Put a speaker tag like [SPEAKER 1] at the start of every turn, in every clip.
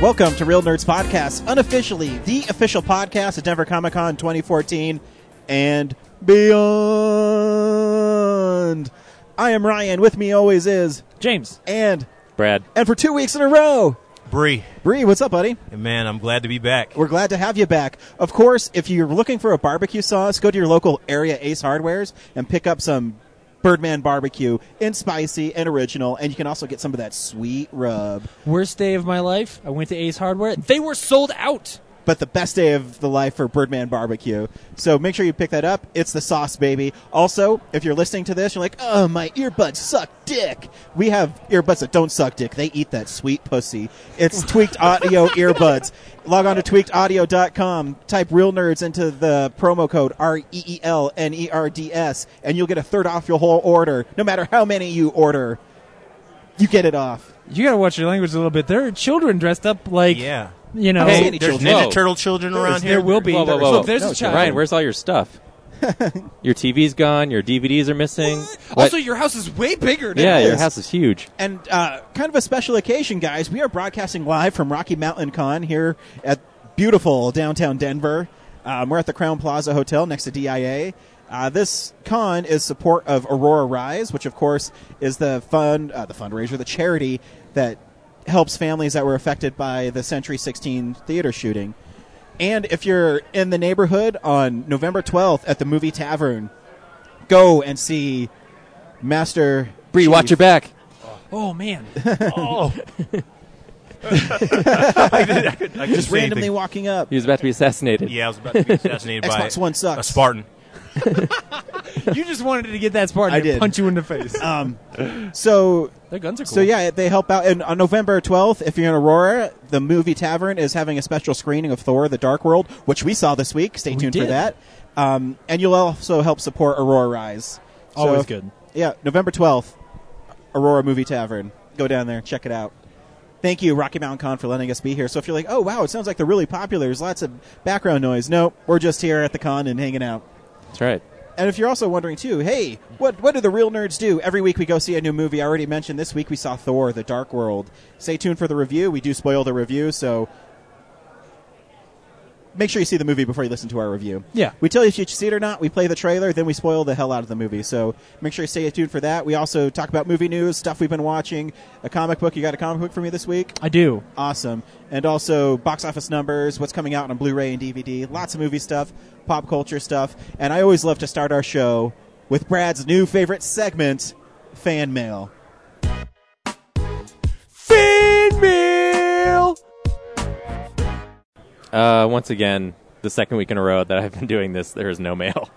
[SPEAKER 1] Welcome to Real Nerds Podcast, unofficially the official podcast at Denver Comic Con 2014 and beyond. I am Ryan. With me always is
[SPEAKER 2] James.
[SPEAKER 1] and
[SPEAKER 2] Brad.
[SPEAKER 1] and for two weeks in a row.
[SPEAKER 3] Bree,
[SPEAKER 1] Bree, what's up, buddy?
[SPEAKER 3] man, I'm glad to be back.
[SPEAKER 1] We're glad to have you back. Of course, if you're looking for a barbecue sauce, go to your local area Ace Hardwares and pick up some Birdman barbecue in spicy and original, and you can also get some of that sweet rub.
[SPEAKER 2] Worst day of my life. I went to Ace Hardware. They were sold out.
[SPEAKER 1] But the best day of the life for Birdman barbecue. So make sure you pick that up. It's the sauce, baby. Also, if you're listening to this, you're like, oh, my earbuds suck dick. We have earbuds that don't suck dick. They eat that sweet pussy. It's Tweaked Audio earbuds. Log on to tweakedaudio.com, type real nerds into the promo code R E E L N E R D S, and you'll get a third off your whole order, no matter how many you order. You get it off.
[SPEAKER 2] You gotta watch your language a little bit. There are children dressed up like,
[SPEAKER 3] Yeah.
[SPEAKER 2] you know,
[SPEAKER 1] Hey,
[SPEAKER 3] Hey,
[SPEAKER 1] any
[SPEAKER 3] there's
[SPEAKER 1] children.
[SPEAKER 3] Ninja
[SPEAKER 4] Whoa.
[SPEAKER 3] Turtle children around
[SPEAKER 2] there
[SPEAKER 3] here.
[SPEAKER 2] will be.
[SPEAKER 4] Whoa, whoa, whoa,
[SPEAKER 2] Look, there's
[SPEAKER 1] No,
[SPEAKER 2] a child.
[SPEAKER 4] Ryan, where's all your stuff? your TV's gone. Your DVDs are missing. What?
[SPEAKER 2] Also, your house is way bigger. Now.
[SPEAKER 4] yeah, your
[SPEAKER 1] Yes.
[SPEAKER 4] house is huge.
[SPEAKER 1] And uh, kind of a special occasion, guys. We are broadcasting live from Rocky Mountain Con here at beautiful downtown Denver. Um, we're at the Crown Plaza Hotel next to DIA. Uh, this con is support of Aurora Rise, which of course is the fund, uh, the fundraiser, the charity that helps families that were affected by the Century 16 theater shooting. And if you're in the neighborhood on November 12th at the Movie Tavern, go and see Master
[SPEAKER 4] Bree,
[SPEAKER 1] Chief.
[SPEAKER 4] watch your back.
[SPEAKER 2] Oh man.
[SPEAKER 3] Oh. I, did, I, could- I could
[SPEAKER 1] just
[SPEAKER 3] say
[SPEAKER 1] randomly
[SPEAKER 3] anything.
[SPEAKER 1] walking up.
[SPEAKER 4] He was about to be assassinated.
[SPEAKER 3] Yeah, I was about to be assassinated by
[SPEAKER 1] Xbox One sucks.
[SPEAKER 3] a Spartan.
[SPEAKER 2] you just wanted to get that Spartan
[SPEAKER 1] I
[SPEAKER 2] and
[SPEAKER 1] did.
[SPEAKER 2] punch you in the face.
[SPEAKER 1] So,
[SPEAKER 2] Their guns are cool.
[SPEAKER 1] so yeah, they help out. And on November 12th, if you're in Aurora, the Movie Tavern is having a special screening of Thor: The Dark World, which we saw this week. Stay
[SPEAKER 2] We
[SPEAKER 1] tuned for
[SPEAKER 2] did.
[SPEAKER 1] that. Um, and you'll also help support Aurora Rise. So
[SPEAKER 2] Always
[SPEAKER 1] if-
[SPEAKER 2] good.
[SPEAKER 1] Yeah, November 12th, Aurora Movie Tavern. Go down there, check it out. Thank you, Rocky Mountain Con, for letting us be here. So if you're like, oh wow, it sounds like they're really popular. There's lots of background noise. Nope, we're just here at the con and hanging out.
[SPEAKER 4] That's right.
[SPEAKER 1] And if you're also wondering too, hey, what what do the real nerds do? Every week we go see a new movie. I already mentioned this week we saw Thor: The Dark World. Stay tuned for the review. We do spoil the review, so make sure you see the movie before you listen to our review.
[SPEAKER 2] Yeah.
[SPEAKER 1] we tell you if you should see it or not. We play the trailer, then we spoil the hell out of the movie. So make sure you stay tuned for that. We also talk about movie news, stuff we've been watching, a comic book. You got a comic book for me this week?
[SPEAKER 2] I do.
[SPEAKER 1] Awesome. And also box office numbers, what's coming out on Blu-ray and DVD, lots of movie stuff, pop culture stuff, and I always love to start our show with Brad's new favorite segment, fan mail.
[SPEAKER 2] Fan mail.
[SPEAKER 4] Uh, once again, the second week in a row that I've been doing this, there is no mail.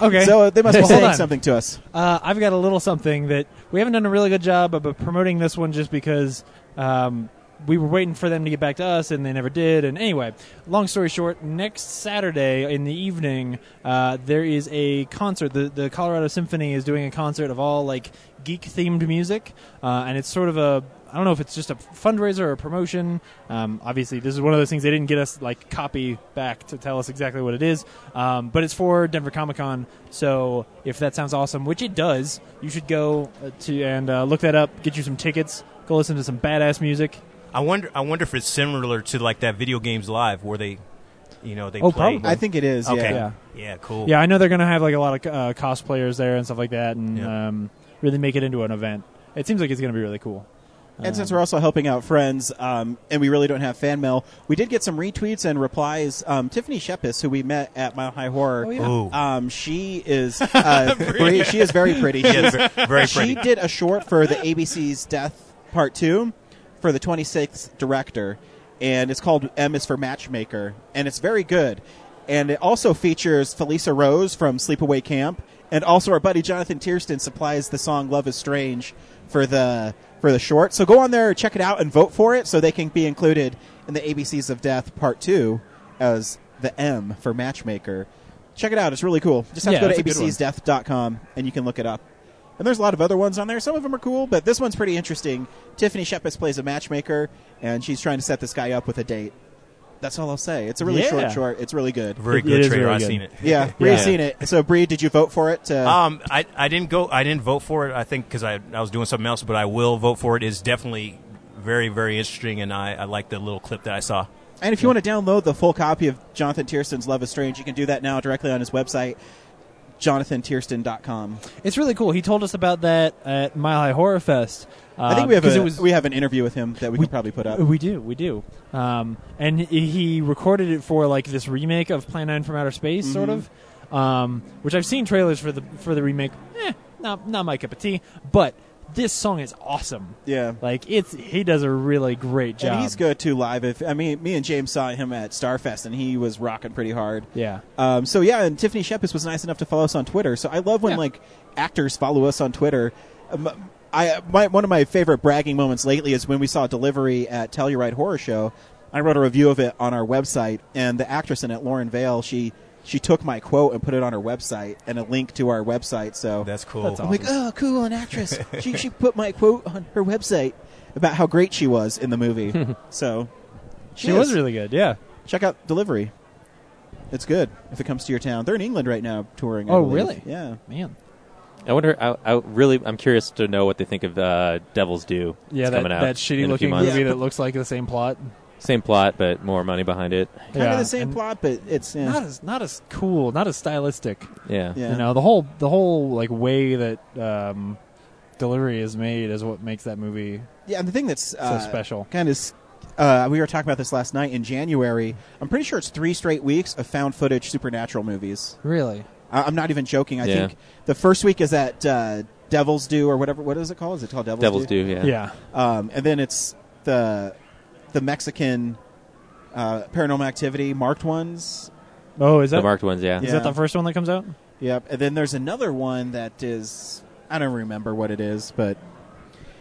[SPEAKER 2] Okay.
[SPEAKER 1] So they must be
[SPEAKER 2] Hold
[SPEAKER 1] saying
[SPEAKER 2] on.
[SPEAKER 1] something to us.
[SPEAKER 2] Uh, I've got a little something that we haven't done a really good job of of promoting this one just because um, we were waiting for them to get back to us and they never did. And anyway, long story short, next Saturday in the evening, uh, there is a concert. The, the Colorado Symphony is doing a concert of all like geek themed music, uh, and it's sort of a I don't know if it's just a fundraiser or a promotion. Um, obviously, this is one of those things they didn't get us like copy back to tell us exactly what it is. Um, but it's for Denver Comic Con, so if that sounds awesome, which it does, you should go uh, to and uh, look that up. Get you some tickets. Go listen to some badass music.
[SPEAKER 3] I wonder. I wonder if it's similar to like that video games live where they, you know, they
[SPEAKER 2] Oh,
[SPEAKER 3] play.
[SPEAKER 2] probably.
[SPEAKER 1] I think it is.
[SPEAKER 3] Okay.
[SPEAKER 1] Yeah.
[SPEAKER 2] Yeah.
[SPEAKER 3] Yeah. Cool.
[SPEAKER 2] Yeah, I know they're gonna have like a lot of uh, cosplayers there and stuff like that, and
[SPEAKER 3] Yeah.
[SPEAKER 2] um, really make it into an event. It seems like it's gonna be really cool.
[SPEAKER 1] And since we're also helping out friends, um, and we really don't have fan mail, we did get some retweets and replies. Um, Tiffany Shepis, who we met at Mile High Horror,
[SPEAKER 2] Oh, yeah.
[SPEAKER 3] Ooh.
[SPEAKER 1] um, she is uh, pretty, she is very pretty. She's-
[SPEAKER 3] Yes, ver- very
[SPEAKER 1] she
[SPEAKER 3] pretty.
[SPEAKER 1] did a short for the ABC's Death Part 2 for the 26th director, and it's called M is for Matchmaker, and it's very good. And it also features Felisa Rose from Sleepaway Camp, and also our buddy Jonathan Tiersten supplies the song Love is Strange for the for the short. So go on there, check it out, and vote for it so they can be included in the ABCs of Death Part 2 as the M for Matchmaker. Check it out. It's really cool. Just have
[SPEAKER 2] Yeah,
[SPEAKER 1] to go to
[SPEAKER 2] that's a good one.
[SPEAKER 1] abcsdeath.com and you can look it up. And there's a lot of other ones on there. Some of them are cool, but this one's pretty interesting. Tiffany Shepis plays a matchmaker, and she's trying to set this guy up with a date. That's all I'll say. It's a really
[SPEAKER 2] Yeah.
[SPEAKER 1] short short. It's really good.
[SPEAKER 2] It-
[SPEAKER 3] Very
[SPEAKER 2] it
[SPEAKER 3] good
[SPEAKER 2] is
[SPEAKER 3] trailer.
[SPEAKER 2] very
[SPEAKER 3] I've
[SPEAKER 2] good.
[SPEAKER 3] seen it.
[SPEAKER 1] Yeah, Bree's
[SPEAKER 4] Yeah.
[SPEAKER 1] seen it. So, Bree, did you vote for it? Uh, To,
[SPEAKER 3] Um, I, I didn't go. I didn't vote for it. I think because I, I was doing something else, but I will vote for it. Is definitely very, very interesting, and I, I like the little clip that I saw.
[SPEAKER 1] And if you want to download the full copy of Jonathan Tierston's Love is Strange, you can do that now directly on his website, jonathantierston.com.
[SPEAKER 2] It's really cool. He told us about that at Mile High Horror Fest.
[SPEAKER 1] I
[SPEAKER 2] um,
[SPEAKER 1] think we have
[SPEAKER 2] 'cause
[SPEAKER 1] a,
[SPEAKER 2] it was-
[SPEAKER 1] we have an interview with him that we,
[SPEAKER 2] We-
[SPEAKER 1] can probably put up.
[SPEAKER 2] Uh, We do, we do. Um, and he he recorded it for like this remake of Plan 9 from Outer Space, sort of.
[SPEAKER 4] Mm-hmm.
[SPEAKER 2] Um, which I've seen trailers for the for the remake. Eh, not not my cup of tea, but this song is awesome.
[SPEAKER 1] Yeah.
[SPEAKER 2] Like it's he does a really great job.
[SPEAKER 1] And he's good too live. If I mean, me and James saw him at Starfest, and he was rocking pretty hard.
[SPEAKER 2] Yeah.
[SPEAKER 1] Um, so yeah, and Tiffany Shepis was nice enough to follow us on Twitter. So I love when
[SPEAKER 2] Yeah.
[SPEAKER 1] like actors follow us on Twitter. Um, I my, one of my favorite bragging moments lately is when we saw Delivery at Telluride Horror Show. I wrote a review of it on our website, and the actress in it, Lauren Vale, she she took my quote and put it on her website and a link to our website. So
[SPEAKER 3] That's cool.
[SPEAKER 2] That's
[SPEAKER 1] I'm like, oh, cool, an actress. she she put my quote on her website about how great she was in the movie. so
[SPEAKER 2] She was
[SPEAKER 1] is.
[SPEAKER 2] really good. Yeah.
[SPEAKER 1] Check out Delivery. It's good if it comes to your town. They're in England right now touring. I
[SPEAKER 2] Oh,
[SPEAKER 1] believe.
[SPEAKER 2] really?
[SPEAKER 1] Yeah.
[SPEAKER 2] Man.
[SPEAKER 4] I wonder. I, I really, I'm curious to know what they think of uh, Devil's Due.
[SPEAKER 2] Yeah,
[SPEAKER 4] It's
[SPEAKER 2] that,
[SPEAKER 4] coming out
[SPEAKER 2] that
[SPEAKER 4] in a
[SPEAKER 2] shitty
[SPEAKER 4] few
[SPEAKER 2] looking
[SPEAKER 4] months.
[SPEAKER 2] movie that looks like the same plot.
[SPEAKER 4] Same plot, but more money behind it.
[SPEAKER 1] Kind
[SPEAKER 2] Yeah,
[SPEAKER 1] of the same
[SPEAKER 2] and
[SPEAKER 1] plot, but it's yeah.
[SPEAKER 2] Not as not as cool, not as stylistic.
[SPEAKER 4] Yeah.
[SPEAKER 1] Yeah.
[SPEAKER 2] You know, the whole the whole like way that um, delivery is made is what makes that movie.
[SPEAKER 1] yeah. And the thing that's uh,
[SPEAKER 2] special.
[SPEAKER 1] kind of. s- Uh, we were talking about this last night in January. I'm pretty sure it's three straight weeks of found footage supernatural movies.
[SPEAKER 2] Really?
[SPEAKER 1] I- I'm not even joking. I
[SPEAKER 4] Yeah.
[SPEAKER 1] think the first week is at uh, Devil's Do or whatever. What is it called? Is it called Devil's,
[SPEAKER 4] Devil's
[SPEAKER 1] Due?
[SPEAKER 4] Due. Yeah.
[SPEAKER 2] Yeah.
[SPEAKER 1] Um, and then it's the the Mexican uh, Paranormal Activity marked ones.
[SPEAKER 2] Oh, is
[SPEAKER 4] The
[SPEAKER 2] that
[SPEAKER 4] marked ones. Yeah.
[SPEAKER 2] is
[SPEAKER 1] Yeah.
[SPEAKER 2] that the first one that comes out?
[SPEAKER 1] Yep. And then there's another one that is I don't remember what it is, but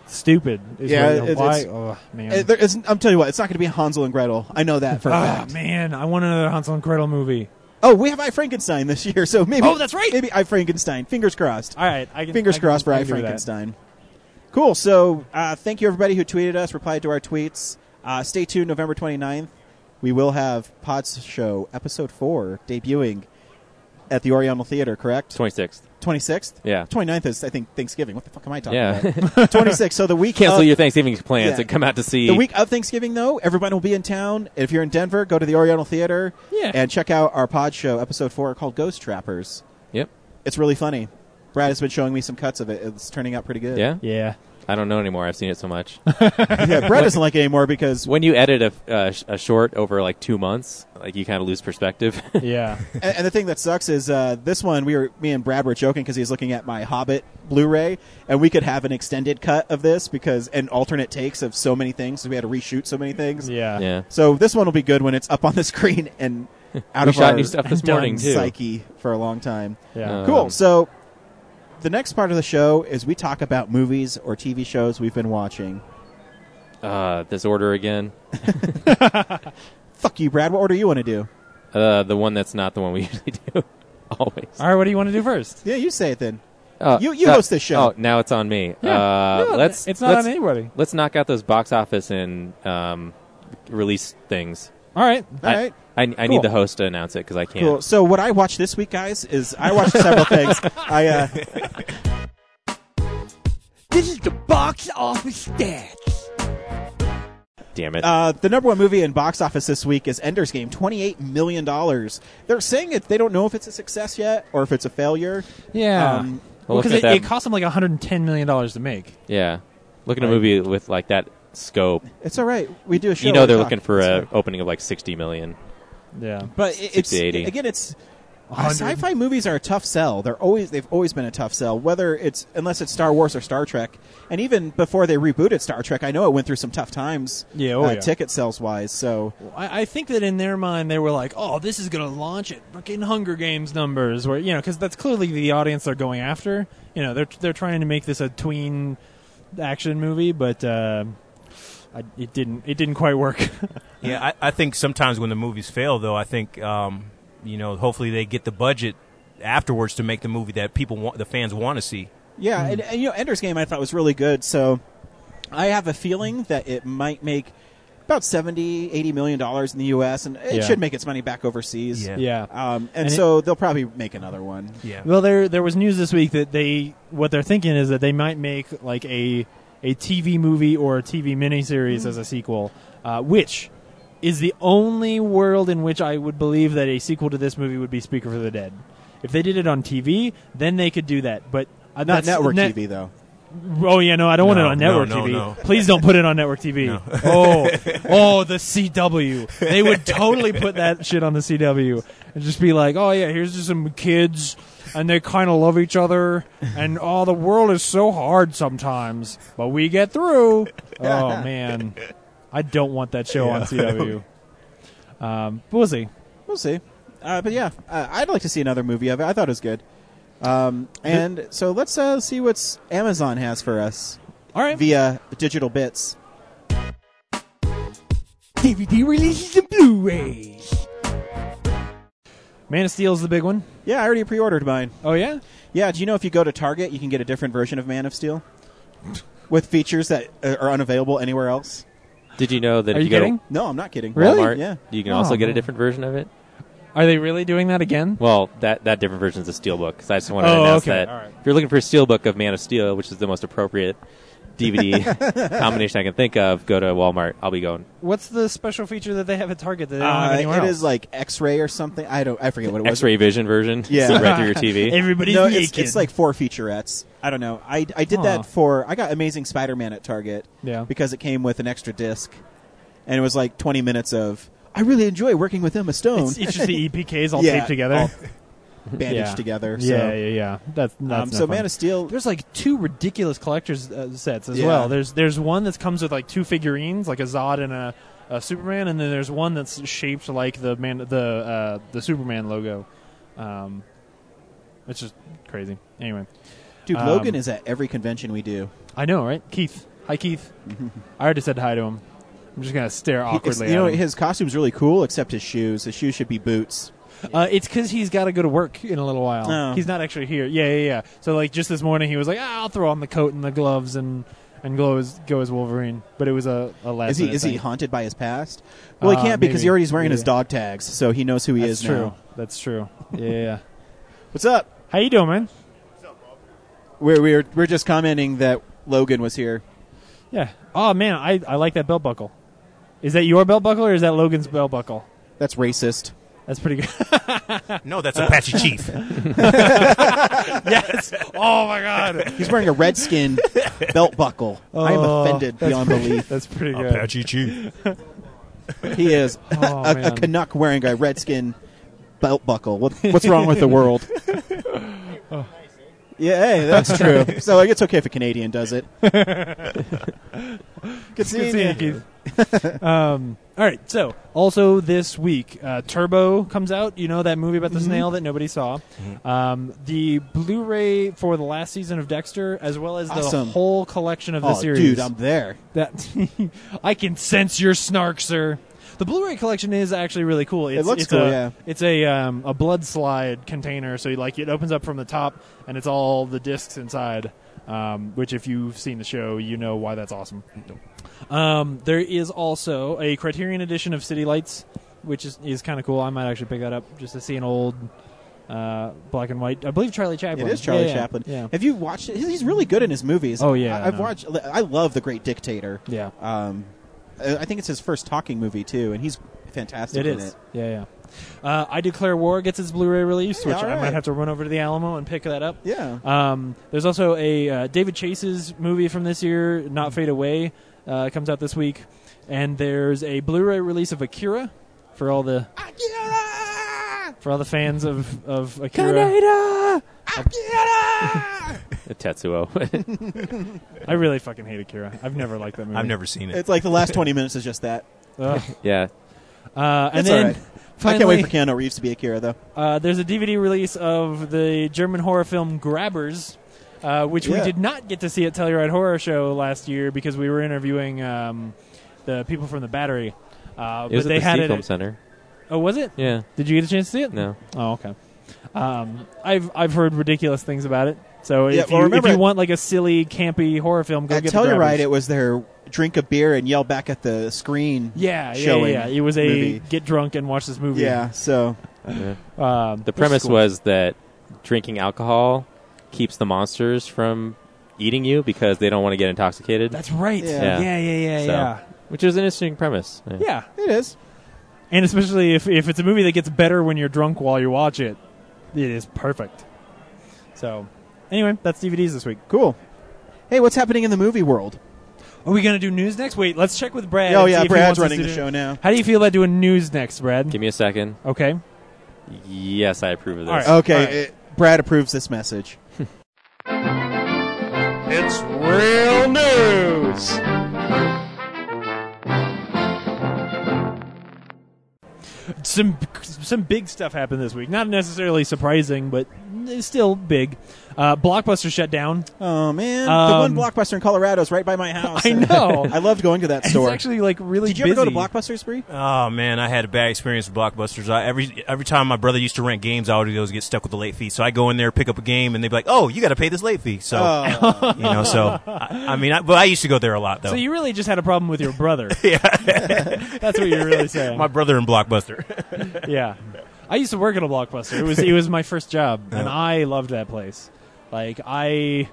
[SPEAKER 2] Stupid. Is
[SPEAKER 1] Yeah,
[SPEAKER 2] what-
[SPEAKER 1] it- it's-
[SPEAKER 2] why? Oh man.
[SPEAKER 1] it, eh, there is, I'm telling you what, it's not going to be Hansel and Gretel. I know that for a
[SPEAKER 2] Ah,
[SPEAKER 1] fact.
[SPEAKER 2] man, I want another Hansel and Gretel movie.
[SPEAKER 1] Oh, we have I Frankenstein this year, so maybe
[SPEAKER 2] Oh, that's right.
[SPEAKER 1] Maybe I Frankenstein. Fingers crossed.
[SPEAKER 2] All right, I can,
[SPEAKER 1] Fingers
[SPEAKER 2] I can-
[SPEAKER 1] crossed for
[SPEAKER 2] I
[SPEAKER 1] I
[SPEAKER 2] can do that.
[SPEAKER 1] Frankenstein. Cool. So uh, thank you everybody who tweeted us, replied to our tweets. Uh, stay tuned November 29th. We will have Pods Show Episode 4 debuting at the Oriental Theater, correct?
[SPEAKER 4] Twenty sixth.
[SPEAKER 1] 26th?
[SPEAKER 4] Yeah.
[SPEAKER 1] 29th is, I think, Thanksgiving. What the fuck am I talking
[SPEAKER 4] Yeah.
[SPEAKER 1] about? 26th. So the week
[SPEAKER 4] Cancel
[SPEAKER 2] Uh,
[SPEAKER 1] of,
[SPEAKER 4] your Thanksgiving plans
[SPEAKER 1] yeah.
[SPEAKER 4] and come out to see.
[SPEAKER 1] the week of Thanksgiving, though, everyone will be in town. If you're in Denver, go to the Oriental Theater
[SPEAKER 2] Yeah.
[SPEAKER 1] and check out our pod show, episode four, called Ghost Trappers.
[SPEAKER 4] Yep.
[SPEAKER 1] It's really funny. Brad has been showing me some cuts of it. It's turning out pretty good.
[SPEAKER 4] Yeah.
[SPEAKER 2] Yeah.
[SPEAKER 4] I don't know anymore. I've seen it so much.
[SPEAKER 1] yeah Brad doesn't like it anymore because
[SPEAKER 4] when you edit a, uh, a short over like two months, like you kind of lose perspective.
[SPEAKER 2] Yeah.
[SPEAKER 1] and, and the thing that sucks is uh, this one. We were me and Brad were joking because he's looking at my Hobbit Blu-ray, and we could have an extended cut of this because and alternate takes of so many things. 'cause we had to reshoot so many things.
[SPEAKER 2] Yeah.
[SPEAKER 4] yeah.
[SPEAKER 1] So this one will be good when it's up on the screen and out
[SPEAKER 4] we
[SPEAKER 1] of
[SPEAKER 4] shot
[SPEAKER 1] our
[SPEAKER 4] new stuff this
[SPEAKER 2] done
[SPEAKER 4] morning too.
[SPEAKER 1] psyche for a long time.
[SPEAKER 2] Yeah.
[SPEAKER 4] Uh,
[SPEAKER 1] Cool.
[SPEAKER 4] Um,
[SPEAKER 1] So the next part of the show is we talk about movies or TV shows we've been watching.
[SPEAKER 4] Uh, this order again.
[SPEAKER 1] Fuck you, Brad. What order you want to do?
[SPEAKER 4] Uh, the one that's not the one we usually do. Always.
[SPEAKER 2] All right, what do you want to do first?
[SPEAKER 1] Yeah, you say it then.
[SPEAKER 4] Uh,
[SPEAKER 1] You- you host this show.
[SPEAKER 4] Oh, now it's on me.
[SPEAKER 2] Yeah.
[SPEAKER 4] Uh,
[SPEAKER 2] No,
[SPEAKER 4] let's.
[SPEAKER 2] it's not
[SPEAKER 4] let's,
[SPEAKER 2] on anybody.
[SPEAKER 4] Let's knock out those box office and um, release things.
[SPEAKER 2] All right.
[SPEAKER 1] All
[SPEAKER 4] I-
[SPEAKER 1] right.
[SPEAKER 4] I, I
[SPEAKER 1] Cool.
[SPEAKER 4] need the host to announce it because I can't.
[SPEAKER 1] Cool. So what I watched this week, guys, is I watched several things. I uh,
[SPEAKER 5] This is the box office stats.
[SPEAKER 4] Damn it.
[SPEAKER 1] uh, the number one movie in box office this week is Ender's Game, twenty eight million dollars. They're saying it. They don't know if it's a success yet or if it's a failure.
[SPEAKER 2] Yeah.
[SPEAKER 1] Um,
[SPEAKER 4] Well,
[SPEAKER 2] because
[SPEAKER 4] look
[SPEAKER 2] it,
[SPEAKER 4] at
[SPEAKER 2] it
[SPEAKER 4] that.
[SPEAKER 2] cost them like 110 million dollars to make.
[SPEAKER 4] yeah. Look at a movie with like that scope.
[SPEAKER 1] It's all right. We do a show.
[SPEAKER 4] You know
[SPEAKER 1] where we
[SPEAKER 4] they're
[SPEAKER 1] talk.
[SPEAKER 4] looking for
[SPEAKER 1] It's
[SPEAKER 4] a
[SPEAKER 1] fine.
[SPEAKER 4] opening of like sixty million.
[SPEAKER 2] Yeah.
[SPEAKER 1] But it, it's
[SPEAKER 4] 60, 80.
[SPEAKER 1] again, it's
[SPEAKER 2] 100.
[SPEAKER 1] sci-fi movies are a tough sell. They're always they've always been a tough sell. Whether it's unless it's Star Wars or Star Trek, and even before they rebooted Star Trek, I know it went through some tough times.
[SPEAKER 2] Yeah, oh
[SPEAKER 1] uh,
[SPEAKER 2] yeah.
[SPEAKER 1] ticket sales wise. So
[SPEAKER 2] I, I think that in their mind they were like, "Oh, this is going to launch at fucking Hunger Games numbers," where you know, because that's clearly the audience they're going after. You know, they're they're trying to make this a tween action movie, but uh, I, it didn't it didn't quite work.
[SPEAKER 3] Yeah, I, I think sometimes when the movies fail, though, I think um, you know, hopefully they get the budget afterwards to make the movie that people want, the fans want to see.
[SPEAKER 1] yeah,
[SPEAKER 2] hmm.
[SPEAKER 1] and, and you know, Ender's Game I thought was really good. So I have a feeling that it might make about 70 80 million dollars in the U.S. and it
[SPEAKER 2] Yeah.
[SPEAKER 1] should make its money back overseas.
[SPEAKER 3] Yeah.
[SPEAKER 2] yeah.
[SPEAKER 1] Um, and,
[SPEAKER 2] And it-
[SPEAKER 1] so they'll probably make another one.
[SPEAKER 3] Yeah,
[SPEAKER 2] Well, there there was news this week that they what they're thinking is that they might make like a a TV movie or a TV miniseries as a sequel, uh, which is the only world in which I would believe that a sequel to this movie would be Speaker for the Dead. If they did it on TV, then they could do that. But uh,
[SPEAKER 1] Not
[SPEAKER 2] that's-
[SPEAKER 1] network
[SPEAKER 2] net-
[SPEAKER 1] TV though.
[SPEAKER 2] Oh yeah, no, I don't want it
[SPEAKER 3] No,
[SPEAKER 2] on
[SPEAKER 3] no,
[SPEAKER 2] network
[SPEAKER 3] no,
[SPEAKER 2] TV.
[SPEAKER 3] no.
[SPEAKER 2] Please don't put it on network TV. oh, oh, the CW. They would totally put that shit on the CW and just be like, oh yeah, here's just some kids, and they kind of love each other, and oh, the world is so hard sometimes, but we get through. Oh man, I don't want that show on CW. Um, but we'll see.
[SPEAKER 1] We'll see. Uh, but yeah, uh, I'd like to see another movie of it. I thought it was good. Um, and so let's uh, see what's Amazon has for us
[SPEAKER 2] All right.
[SPEAKER 1] via digital bits.
[SPEAKER 5] DVD releases and Blu-rays.
[SPEAKER 2] Man of Steel is the big one.
[SPEAKER 1] Yeah, I already pre-ordered mine.
[SPEAKER 2] Oh yeah.
[SPEAKER 1] Yeah, do you know if you go to Target, you can get a different version of Man of Steel with features that uh, are unavailable anywhere else?
[SPEAKER 4] Did you know that
[SPEAKER 2] Are
[SPEAKER 4] if
[SPEAKER 2] you
[SPEAKER 4] you go
[SPEAKER 2] kidding?
[SPEAKER 4] to
[SPEAKER 1] No, I'm not kidding.
[SPEAKER 2] Really?
[SPEAKER 4] Walmart,
[SPEAKER 1] Yeah.
[SPEAKER 4] you can
[SPEAKER 2] Oh,
[SPEAKER 4] also get a
[SPEAKER 2] man.
[SPEAKER 4] different version of it?
[SPEAKER 2] Are they really doing that again?
[SPEAKER 4] Well, that, that different version is a steelbook. Because I just wanted
[SPEAKER 2] Oh,
[SPEAKER 4] to announce
[SPEAKER 2] okay,
[SPEAKER 4] that
[SPEAKER 2] all right.
[SPEAKER 4] if you're looking for a steelbook of Man of Steel, which is the most appropriate DVD combination I can think of, go to Walmart. I'll be going.
[SPEAKER 2] What's the special feature that they have at Target that they don't have
[SPEAKER 1] Uh,
[SPEAKER 2] anywhere
[SPEAKER 1] it
[SPEAKER 2] else?
[SPEAKER 1] is like X-ray or something. I don't. I forget what it was.
[SPEAKER 4] X-ray vision version.
[SPEAKER 1] Yeah.
[SPEAKER 4] See right through your TV.
[SPEAKER 2] Everybody's
[SPEAKER 1] no,
[SPEAKER 2] naked.
[SPEAKER 1] it's, it's like four featurettes. I don't know. I, I did
[SPEAKER 2] Huh.
[SPEAKER 1] that for I got Amazing Spider-Man at Target.
[SPEAKER 2] Yeah.
[SPEAKER 1] because it came with an extra disc, and it was like 20 minutes of I really enjoy working with Emma Stone,
[SPEAKER 2] it's, it's just the EPKs all
[SPEAKER 1] Yeah,
[SPEAKER 2] taped together,
[SPEAKER 1] all bandaged
[SPEAKER 2] Yeah.
[SPEAKER 1] together. So.
[SPEAKER 2] Yeah, yeah, yeah. That's, that's
[SPEAKER 1] Um,
[SPEAKER 2] no
[SPEAKER 1] so
[SPEAKER 2] fun.
[SPEAKER 1] Man of Steel,
[SPEAKER 2] there's like two ridiculous collectors uh, sets as
[SPEAKER 1] Yeah.
[SPEAKER 2] well. There's there's one that comes with like two figurines, like a Zod and a, a Superman, and then there's one that's shaped like the man the uh, the Superman logo. Um, it's just crazy. Anyway,
[SPEAKER 1] dude,
[SPEAKER 2] um,
[SPEAKER 1] Logan is at every convention we do.
[SPEAKER 2] I know, right? Keith, hi Keith. I already said hi to him. I'm just gonna stare
[SPEAKER 1] He- it's-
[SPEAKER 2] awkwardly. um,
[SPEAKER 1] you know,
[SPEAKER 2] at him.
[SPEAKER 1] his costume's really cool, except his shoes. His shoes should be boots.
[SPEAKER 2] Uh, it's because he's got to go to work in a little while.
[SPEAKER 1] Oh.
[SPEAKER 2] He's not actually here. Yeah, yeah, yeah. So like just this morning, he was like, ah, "I'll throw on the coat and the gloves and and go as go as Wolverine." But it was a, a last.
[SPEAKER 1] Is he
[SPEAKER 2] minute
[SPEAKER 1] is
[SPEAKER 2] thing.
[SPEAKER 1] he haunted by his past? Well,
[SPEAKER 2] Uh,
[SPEAKER 1] he can't because
[SPEAKER 2] maybe.
[SPEAKER 1] he already is wearing his
[SPEAKER 2] Yeah.
[SPEAKER 1] dog tags, so he knows who he
[SPEAKER 2] That's
[SPEAKER 1] is
[SPEAKER 2] true.
[SPEAKER 1] now.
[SPEAKER 2] That's true. Yeah, Yeah. yeah.
[SPEAKER 1] What's up?
[SPEAKER 2] How you doing, man?
[SPEAKER 1] We're we're we're just commenting that Logan was here.
[SPEAKER 2] Yeah. Oh man, I I like that belt buckle. Is that your belt buckle or is that Logan's belt buckle?
[SPEAKER 1] That's racist.
[SPEAKER 2] That's pretty good.
[SPEAKER 3] No,
[SPEAKER 2] uh,
[SPEAKER 3] that's Apache Chief.
[SPEAKER 2] yes. Oh my god.
[SPEAKER 1] He's wearing a redskin belt buckle. I am
[SPEAKER 2] Oh,
[SPEAKER 1] offended
[SPEAKER 2] that's
[SPEAKER 1] beyond
[SPEAKER 2] pretty-
[SPEAKER 1] belief.
[SPEAKER 2] That's pretty good.
[SPEAKER 3] Apache Chief.
[SPEAKER 1] He is
[SPEAKER 2] Oh,
[SPEAKER 1] a, a
[SPEAKER 2] man.
[SPEAKER 1] Canuck wearing a redskin belt buckle. What, what's wrong with the world? Yeah, hey, that's true. So like, it's okay if a Canadian does it. Good
[SPEAKER 2] Good
[SPEAKER 1] seeing
[SPEAKER 2] seeing
[SPEAKER 1] you.
[SPEAKER 2] you, Keith. um, all right. So, also this week, uh, Turbo comes out. You know that movie about the
[SPEAKER 1] Mm-hmm.
[SPEAKER 2] snail that nobody saw. Um, the Blu-ray for the last season of Dexter, as well as
[SPEAKER 1] Awesome.
[SPEAKER 2] the whole collection of the
[SPEAKER 1] Oh,
[SPEAKER 2] series.
[SPEAKER 1] dude, I'm there.
[SPEAKER 2] that I can sense your snark, sir. The Blu-ray collection is actually really cool. It's,
[SPEAKER 1] looks
[SPEAKER 2] it's
[SPEAKER 1] cool,
[SPEAKER 2] a,
[SPEAKER 1] yeah.
[SPEAKER 2] It's a um, a blood slide container, so you, like it opens up from the top, and it's all the discs inside. Um, which, if you've seen the show, you know why that's awesome. Um, there is also a Criterion edition of City Lights, which is is kind of cool. I might actually pick that up just to see an old uh, black and white. I believe Charlie Chaplin.
[SPEAKER 1] It is Charlie
[SPEAKER 2] Yeah, yeah,
[SPEAKER 1] Chaplin.
[SPEAKER 2] Yeah.
[SPEAKER 1] Have you watched it? He's really good in his movies.
[SPEAKER 2] Oh, yeah,
[SPEAKER 1] I,
[SPEAKER 2] I
[SPEAKER 1] have
[SPEAKER 2] know.
[SPEAKER 1] watched. I love The Great Dictator.
[SPEAKER 2] yeah.
[SPEAKER 1] Um, I I think it's his first talking movie too, and he's fantastic.
[SPEAKER 2] It
[SPEAKER 1] in
[SPEAKER 2] is.
[SPEAKER 1] It.
[SPEAKER 2] Yeah, yeah. Uh, I Declare War gets its Blu-ray release,
[SPEAKER 1] Hey,
[SPEAKER 2] which
[SPEAKER 1] all
[SPEAKER 2] I
[SPEAKER 1] right.
[SPEAKER 2] might have to run over to the Alamo and pick that up.
[SPEAKER 1] Yeah.
[SPEAKER 2] Um, there's also a uh, David Chase's movie from this year, Not Fade Away, uh, comes out this week, and there's a Blu-ray release of Akira for all the for all the fans of of Akira.
[SPEAKER 4] Tetsuo.
[SPEAKER 2] I really fucking hate Akira. I've never liked that movie.
[SPEAKER 3] I've never seen it.
[SPEAKER 1] It's like the last 20 minutes is just that.
[SPEAKER 2] Ugh.
[SPEAKER 4] yeah.
[SPEAKER 2] Uh, and
[SPEAKER 1] It's
[SPEAKER 2] then.
[SPEAKER 1] all right. I can't
[SPEAKER 2] Finally,
[SPEAKER 1] wait for Keanu Reeves to be Akira, though.
[SPEAKER 2] Uh, there's a DVD release of the German horror film Grabbers, uh, which we
[SPEAKER 1] Yeah.
[SPEAKER 2] did not get to see at Telluride Horror Show last year because we were interviewing um, the people from the Battery. Uh,
[SPEAKER 4] It was
[SPEAKER 2] but
[SPEAKER 4] at
[SPEAKER 2] they
[SPEAKER 4] the
[SPEAKER 2] had
[SPEAKER 4] Sea
[SPEAKER 2] it.
[SPEAKER 4] Film Center.
[SPEAKER 2] oh, was it?
[SPEAKER 4] Yeah.
[SPEAKER 2] Did you get a chance to see it?
[SPEAKER 4] No.
[SPEAKER 2] Oh, okay. Um, I've I've heard ridiculous things about it. So
[SPEAKER 1] Yeah,
[SPEAKER 2] if
[SPEAKER 1] well,
[SPEAKER 2] you if
[SPEAKER 1] remember
[SPEAKER 2] you
[SPEAKER 1] it-
[SPEAKER 2] want like a silly campy horror film, go
[SPEAKER 1] At
[SPEAKER 2] get the
[SPEAKER 1] Telluride,
[SPEAKER 2] Grabbers.
[SPEAKER 1] it was their drink a beer and yell back at the screen.
[SPEAKER 2] yeah, yeah,
[SPEAKER 1] showing
[SPEAKER 2] yeah, yeah. It was a
[SPEAKER 1] movie.
[SPEAKER 2] get drunk and watch this movie.
[SPEAKER 1] Yeah, so
[SPEAKER 4] Yeah.
[SPEAKER 2] Um,
[SPEAKER 4] The premise
[SPEAKER 2] cool.
[SPEAKER 4] was that drinking alcohol keeps the monsters from eating you because they don't want to get intoxicated.
[SPEAKER 2] That's right.
[SPEAKER 1] Yeah.
[SPEAKER 2] Yeah, yeah, yeah, yeah.
[SPEAKER 4] So-
[SPEAKER 2] Yeah.
[SPEAKER 4] which is an interesting premise. Yeah.
[SPEAKER 1] It is.
[SPEAKER 2] And especially if, if it's a movie that gets better when you're drunk while you watch it, it is perfect. So, anyway, that's DVDs this week.
[SPEAKER 1] Cool. Hey, what's happening in the movie world?
[SPEAKER 2] Are we going to do news next? Wait, let's check with Brad.
[SPEAKER 1] oh
[SPEAKER 2] and see
[SPEAKER 1] yeah,
[SPEAKER 2] if he
[SPEAKER 1] Brad's
[SPEAKER 2] wants us
[SPEAKER 1] running
[SPEAKER 2] to
[SPEAKER 1] the
[SPEAKER 2] do-
[SPEAKER 1] show now.
[SPEAKER 2] How do you feel about doing news next, Brad?
[SPEAKER 4] Give me a second.
[SPEAKER 2] Okay.
[SPEAKER 4] Yes, I approve of this.
[SPEAKER 2] All right.
[SPEAKER 1] Okay,
[SPEAKER 2] All right.
[SPEAKER 1] it- Brad approves this message.
[SPEAKER 6] It's real news.
[SPEAKER 2] some some big stuff happened this week. Not necessarily surprising, but it's still big. Uh, Blockbuster shut down.
[SPEAKER 1] Oh man, the
[SPEAKER 2] Um,
[SPEAKER 1] one blockbuster in Colorado is right by my house.
[SPEAKER 2] I know.
[SPEAKER 1] I loved going to that store.
[SPEAKER 2] It's actually like really.
[SPEAKER 1] Did you ever go to
[SPEAKER 2] busy.
[SPEAKER 1] Blockbuster, Spree?
[SPEAKER 3] Oh man, I had a bad experience with blockbusters. I, every every time my brother used to rent games, I always get stuck with the late fee. So I go in there, pick up a game, and they'd be like, "Oh, you got to pay this late fee." So you know, so I, I mean, I, but I used to go there a lot though.
[SPEAKER 2] Oh. So you really just had a problem with your brother. yeah, that's what you're really saying.
[SPEAKER 3] my brother in Blockbuster.
[SPEAKER 2] yeah, I used to work at a Blockbuster. It was it was my first job, and I loved that place. Like I,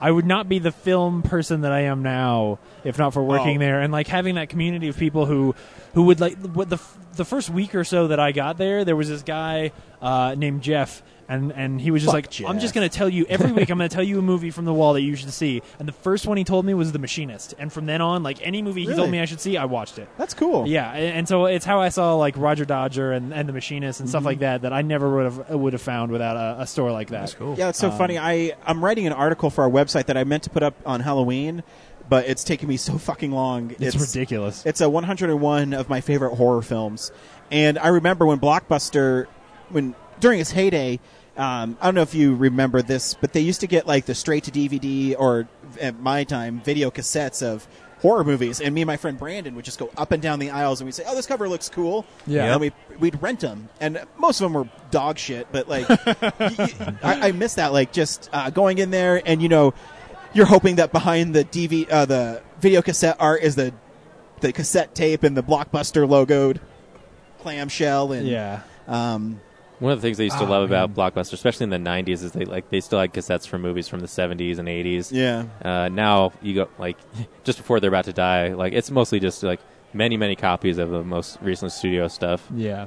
[SPEAKER 2] I would not be the film person that I am now if not for working
[SPEAKER 1] Oh.
[SPEAKER 2] there and like having that community of people who who would like what the f- the first week or so that I got there, there was this guy uh, named Jeff. And, and he was just
[SPEAKER 1] Fuck
[SPEAKER 2] like, I'm
[SPEAKER 1] Jeff."
[SPEAKER 2] just going to tell you every week. I'm going to tell you a movie from the wall that you should see. And the first one he told me was The Machinist. And from then on, like any movie he
[SPEAKER 1] Really?
[SPEAKER 2] told me I should see, I watched it.
[SPEAKER 1] That's cool.
[SPEAKER 2] Yeah, a- and so it's how I saw like Roger Dodger and, and the Machinist and stuff like that that I never would have would have found without a, a store like that. That's
[SPEAKER 3] cool.
[SPEAKER 1] Yeah, it's
[SPEAKER 2] Um,
[SPEAKER 1] so funny. I I'm writing an article for our website that I meant to put up on Halloween, but it's taking me so fucking long.
[SPEAKER 2] It's, ridiculous.
[SPEAKER 1] It's a 101 of my favorite horror films, and I remember when Blockbuster, when during its heyday, um, I don't know if you remember this, but they used to get like the straight to DVD or at my time video cassettes of horror movies, and me and my friend Brandon would just go up and down the aisles, and we'd say, "Oh, this cover looks cool,"
[SPEAKER 2] Yeah.
[SPEAKER 1] and we we'd rent them, and most of them were dog shit, but like y- y- I, I miss that, like just uh, going in there and you know. You're hoping that behind the DV, uh, the video cassette art is the the cassette tape and the blockbuster logoed clamshell and
[SPEAKER 2] yeah,
[SPEAKER 1] um
[SPEAKER 4] One of the things I used to
[SPEAKER 2] Ah,
[SPEAKER 4] love about Blockbuster, especially in the '90s, is they like they still had cassettes from movies from the '70s and '80s.
[SPEAKER 1] yeah
[SPEAKER 4] Uh, now you go like just before they're about to die, like it's mostly just like many many copies of the most recent studio stuff.
[SPEAKER 2] yeah,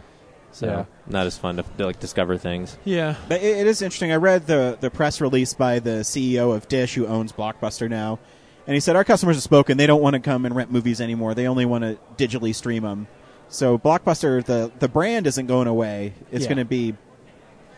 [SPEAKER 4] So
[SPEAKER 2] Yeah.
[SPEAKER 4] not as fun to, to like discover things.
[SPEAKER 2] yeah.
[SPEAKER 1] but it, it is interesting i read the the press release by the ceo of dish who owns blockbuster now and he said our customers have spoken they don't want to come and rent movies anymore they only want to digitally stream them so blockbuster the the brand isn't going away it's
[SPEAKER 2] Yeah.
[SPEAKER 1] going to be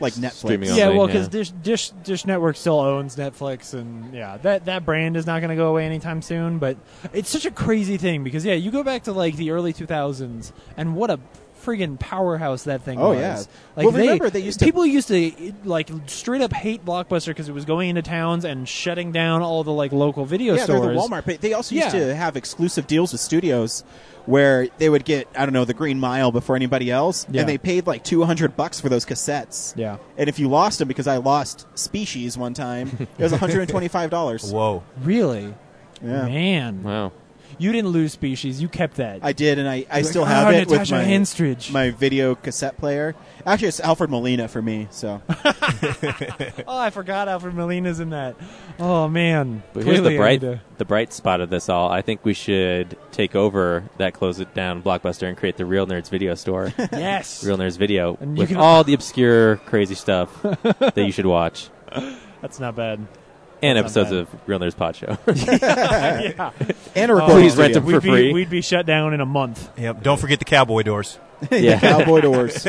[SPEAKER 1] like netflix
[SPEAKER 4] Streaming
[SPEAKER 2] Yeah,
[SPEAKER 4] only,
[SPEAKER 2] well, because
[SPEAKER 4] yeah.
[SPEAKER 2] Dish, Dish Dish Network still owns Netflix, and yeah, that that brand is not going to go away anytime soon. But it's such a crazy thing because yeah, you go back to like the early 2000s, and what a friggin' powerhouse that thing
[SPEAKER 1] Oh,
[SPEAKER 2] was.
[SPEAKER 1] yeah.
[SPEAKER 2] like
[SPEAKER 1] Well, remember, they used to-
[SPEAKER 2] people used to like straight up hate Blockbuster because it was going into towns and shutting down all the like local video
[SPEAKER 1] yeah,
[SPEAKER 2] stores.
[SPEAKER 1] they're the Walmart, but they also used
[SPEAKER 2] Yeah.
[SPEAKER 1] to have exclusive deals with studios where they would get I don't know the Green Mile before anybody else,
[SPEAKER 2] Yeah.
[SPEAKER 1] and they paid like two hundred bucks for those cassettes.
[SPEAKER 2] Yeah.
[SPEAKER 1] and if you lost them, because I lost Species one time, it was one hundred and twenty-five dollars.
[SPEAKER 3] Whoa.
[SPEAKER 2] Really,
[SPEAKER 1] yeah,
[SPEAKER 2] man,
[SPEAKER 4] Wow.
[SPEAKER 2] you didn't lose Species, you kept that.
[SPEAKER 1] I did, and I, I still
[SPEAKER 2] "Oh,
[SPEAKER 1] have it with
[SPEAKER 2] Natasha
[SPEAKER 1] my
[SPEAKER 2] Henstridge."
[SPEAKER 1] my video cassette player. Actually, it's Alfred Molina for me. So
[SPEAKER 2] oh, I forgot Alfred Molina's in that. Oh man,
[SPEAKER 4] But here's the
[SPEAKER 2] Clearly I
[SPEAKER 4] bright
[SPEAKER 2] need to-
[SPEAKER 4] the bright spot of this all. I think we should take over that close it down Blockbuster and create the Real Nerds Video Store,
[SPEAKER 2] Yes.
[SPEAKER 4] Real Nerds Video,
[SPEAKER 2] And you
[SPEAKER 4] with
[SPEAKER 2] can-
[SPEAKER 4] all the obscure crazy stuff that you should watch.
[SPEAKER 2] That's not bad.
[SPEAKER 4] And
[SPEAKER 2] That's not
[SPEAKER 4] episodes of Real Nerds Pod Show.
[SPEAKER 2] yeah.
[SPEAKER 1] and a
[SPEAKER 2] Oh,
[SPEAKER 1] recording
[SPEAKER 4] Uh, Please
[SPEAKER 1] studio.
[SPEAKER 4] rent them for
[SPEAKER 2] we'd,
[SPEAKER 4] free.
[SPEAKER 2] be, we'd be shut down in a month.
[SPEAKER 3] Yep. Don't forget the cowboy doors.
[SPEAKER 4] yeah,
[SPEAKER 1] Cowboy Doors.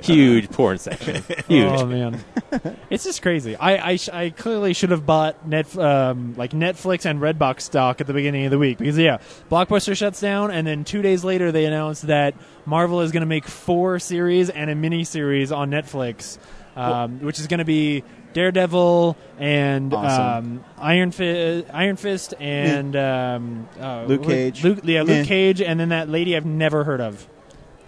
[SPEAKER 4] huge porn section. Huge.
[SPEAKER 2] Oh man, it's just crazy. I I, sh- I clearly should have bought net um, like Netflix and Redbox stock at the beginning of the week because yeah, Blockbuster shuts down, and then two days later they announced that Marvel is going to make four series and a mini series on Netflix, um, which is going to be Daredevil and
[SPEAKER 1] Awesome.
[SPEAKER 2] um, Iron Fist, Iron Fist, and um, uh,
[SPEAKER 1] Luke
[SPEAKER 2] wh-
[SPEAKER 1] Cage.
[SPEAKER 2] Luke, yeah, Luke
[SPEAKER 1] Eh.
[SPEAKER 2] Cage, and then that lady I've never heard of.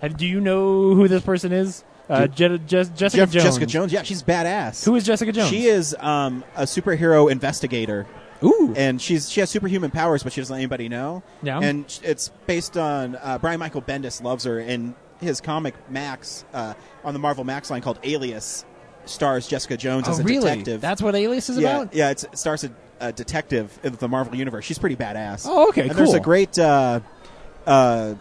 [SPEAKER 2] Have, do you know who this person is? Uh, Je- Je- Jessica
[SPEAKER 1] Jeff-
[SPEAKER 2] Jones.
[SPEAKER 1] Jessica Jones. Yeah, she's badass.
[SPEAKER 2] Who is Jessica Jones?
[SPEAKER 1] She is um, a superhero investigator.
[SPEAKER 2] Ooh.
[SPEAKER 1] and she's she has superhuman powers, but she doesn't let anybody know.
[SPEAKER 2] Yeah.
[SPEAKER 1] and sh- it's based on uh, Brian Michael Bendis loves her, and his comic Max uh, on the Marvel Max line called Alias stars Jessica Jones as a detective.
[SPEAKER 2] Oh, That's what Alias is
[SPEAKER 1] yeah,
[SPEAKER 2] about.
[SPEAKER 1] yeah, it's, it stars a, a detective in the Marvel universe. She's pretty badass.
[SPEAKER 2] Oh, okay,
[SPEAKER 1] and There's a
[SPEAKER 2] cool.
[SPEAKER 1] great. Uh, uh,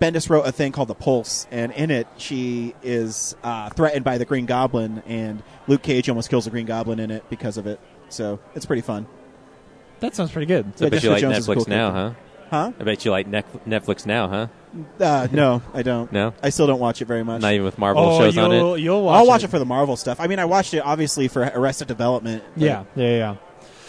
[SPEAKER 1] Bendis wrote a thing called the Pulse, and in it, she is uh, threatened by the Green Goblin, and Luke Cage almost kills the Green Goblin in it because of it. So it's pretty fun,
[SPEAKER 2] That sounds pretty good.
[SPEAKER 1] Yeah,
[SPEAKER 4] I bet
[SPEAKER 1] Jessica
[SPEAKER 4] you like
[SPEAKER 1] Jones is a
[SPEAKER 4] Netflix
[SPEAKER 1] cool
[SPEAKER 4] now,
[SPEAKER 1] character.
[SPEAKER 4] huh?
[SPEAKER 1] huh?
[SPEAKER 4] I bet you like Nec- Netflix now, huh?
[SPEAKER 1] Uh, no, I don't.
[SPEAKER 4] No?
[SPEAKER 1] I still don't watch it very much.
[SPEAKER 4] Not even with Marvel
[SPEAKER 2] Oh,
[SPEAKER 4] shows on
[SPEAKER 2] you'll,
[SPEAKER 4] it.
[SPEAKER 2] you'll watch
[SPEAKER 1] I'll watch it.
[SPEAKER 2] it.
[SPEAKER 1] for the Marvel stuff. I mean, I watched it obviously for Arrested Development. but-
[SPEAKER 2] Yeah, yeah, yeah.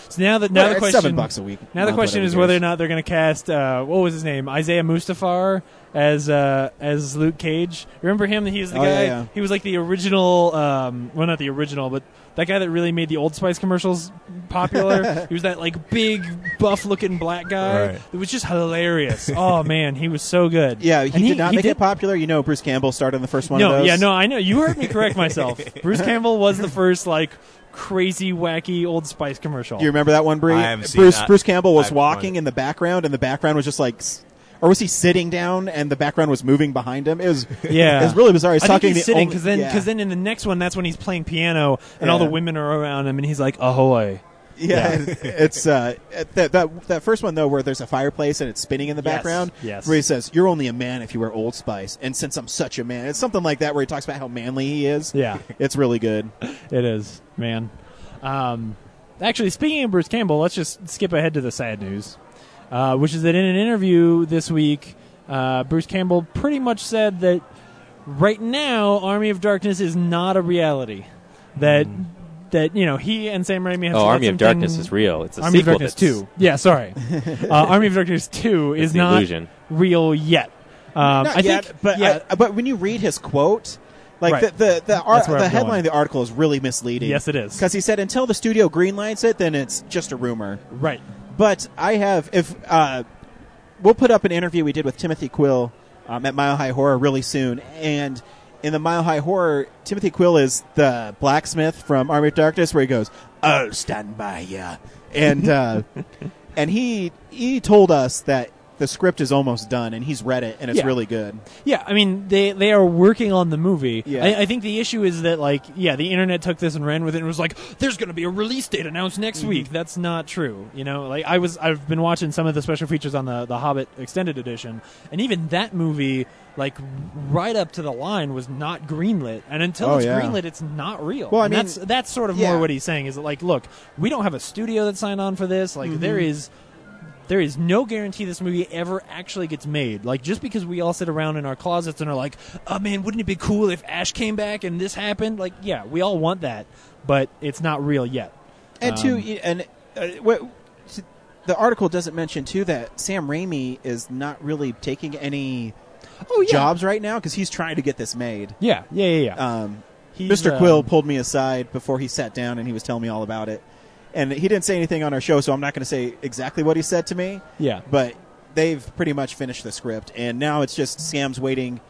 [SPEAKER 2] So now that
[SPEAKER 1] Well,
[SPEAKER 2] now the
[SPEAKER 1] it's
[SPEAKER 2] question
[SPEAKER 1] seven bucks a week.
[SPEAKER 2] Now the
[SPEAKER 1] Month,
[SPEAKER 2] question
[SPEAKER 1] whatever
[SPEAKER 2] is
[SPEAKER 1] it
[SPEAKER 2] whether or not they're going to cast uh, what was his name Isaiah Mustafar as uh, as Luke Cage. Remember him? He was the
[SPEAKER 1] Oh,
[SPEAKER 2] guy.
[SPEAKER 1] yeah, yeah.
[SPEAKER 2] He was like the original. Um, well, not the original, but that guy that really made the Old Spice commercials popular. he was that like big buff looking black guy.
[SPEAKER 3] Right.
[SPEAKER 2] It was just hilarious. oh man, he was so good.
[SPEAKER 1] Yeah, he,
[SPEAKER 2] And
[SPEAKER 1] did not make it popular. You know, Bruce Campbell starred in the first one.
[SPEAKER 2] no,
[SPEAKER 1] of those.
[SPEAKER 2] yeah, no, I know. You heard me correct myself. Bruce Campbell was the first like crazy wacky Old Spice commercial.
[SPEAKER 1] Do you remember that one, Bree?
[SPEAKER 3] I haven't seen
[SPEAKER 1] Bruce
[SPEAKER 3] that.
[SPEAKER 1] Bruce Campbell was
[SPEAKER 3] I've
[SPEAKER 1] walking
[SPEAKER 3] run-
[SPEAKER 1] in the background, and the background was just like, s- or was he sitting down, and the background was moving behind him? It was
[SPEAKER 2] Yeah.
[SPEAKER 1] it was really bizarre. He's
[SPEAKER 2] I think
[SPEAKER 1] talking
[SPEAKER 2] he's
[SPEAKER 1] to the
[SPEAKER 2] sitting
[SPEAKER 1] only-
[SPEAKER 2] because then
[SPEAKER 1] yeah.
[SPEAKER 2] because then in the next one that's when he's playing piano and all the
[SPEAKER 1] Yeah.
[SPEAKER 2] women are around him and he's like ahoy.
[SPEAKER 1] Yeah, it's uh, that that that first one though, where there's a fireplace and it's spinning in the
[SPEAKER 2] Yes,
[SPEAKER 1] background.
[SPEAKER 2] yes.
[SPEAKER 1] where he says, "You're only a man if you wear Old Spice," and since I'm such a man, it's something like that where he talks about how manly he is.
[SPEAKER 2] Yeah,
[SPEAKER 1] It's really good.
[SPEAKER 2] it is man. Um, actually, speaking of Bruce Campbell, let's just skip ahead to the sad news, uh, which is that in an interview this week, uh, Bruce Campbell pretty much said that right now Army of Darkness is not a reality. That
[SPEAKER 1] Hmm.
[SPEAKER 2] that you know he and Sam Raimi have
[SPEAKER 4] Oh,
[SPEAKER 2] to let
[SPEAKER 4] Army of
[SPEAKER 2] something-
[SPEAKER 4] Darkness is real. It's a
[SPEAKER 2] Army of
[SPEAKER 4] sequel
[SPEAKER 2] Darkness
[SPEAKER 4] that's-
[SPEAKER 2] Two. Yeah, sorry. uh, Army of Darkness Two is
[SPEAKER 4] the
[SPEAKER 2] not
[SPEAKER 4] illusion.
[SPEAKER 2] real yet. Um,
[SPEAKER 1] Not
[SPEAKER 2] I
[SPEAKER 1] yet,
[SPEAKER 2] think,
[SPEAKER 1] but
[SPEAKER 2] yeah,
[SPEAKER 1] I- but when you read his quote, like
[SPEAKER 2] Right.
[SPEAKER 1] the the the, ar-
[SPEAKER 2] That's where
[SPEAKER 1] the
[SPEAKER 2] I'm
[SPEAKER 1] headline
[SPEAKER 2] going.
[SPEAKER 1] of the article is really misleading.
[SPEAKER 2] Yes, it is.
[SPEAKER 1] because he said until the studio greenlights it, then it's just a rumor.
[SPEAKER 2] right.
[SPEAKER 1] But I have if uh, we'll put up an interview we did with Timothy Quill um, at Mile High Horror really soon, and in the Mile High Horror, Timothy Quill is the blacksmith from Army of Darkness, where he goes, "I'll stand by ya," and uh, and he he told us that the script is almost done, and he's read it, and it's
[SPEAKER 2] Yeah.
[SPEAKER 1] really good.
[SPEAKER 2] Yeah, I mean they they are working on the movie.
[SPEAKER 1] Yeah.
[SPEAKER 2] I, I think the issue is that like yeah, the internet took this and ran with it and was like, "There's going to be a release date announced next week." That's not true. You know, like I was I've been watching some of the special features on the the Hobbit extended edition, and even that movie like right up to the line was not greenlit, and until
[SPEAKER 1] Oh,
[SPEAKER 2] it's
[SPEAKER 1] yeah.
[SPEAKER 2] greenlit, it's not real.
[SPEAKER 1] Well, I
[SPEAKER 2] And
[SPEAKER 1] mean-
[SPEAKER 2] that's that's sort of
[SPEAKER 1] Yeah.
[SPEAKER 2] more what he's saying is that like, look, we don't have a studio that signed on for this. Like there is there is no guarantee this movie ever actually gets made. Like just because we all sit around in our closets and are like, "Oh man, wouldn't it be cool if Ash came back and this happened?" Like, yeah, we all want that, but it's not real yet.
[SPEAKER 1] And two, y- and uh, what the article doesn't mention too that Sam Raimi is not really taking any
[SPEAKER 2] Oh
[SPEAKER 1] jobs right now because he's trying to get this made.
[SPEAKER 2] Yeah, yeah, yeah. yeah.
[SPEAKER 1] Um,
[SPEAKER 2] He's,
[SPEAKER 1] Mr.
[SPEAKER 2] uh,
[SPEAKER 1] Quill pulled me aside before he sat down and he was telling me all about it. And he didn't say anything on our show, so I'm not going to say exactly what he said to me.
[SPEAKER 2] Yeah.
[SPEAKER 1] But they've pretty much finished the script, and now it's just Sam's waiting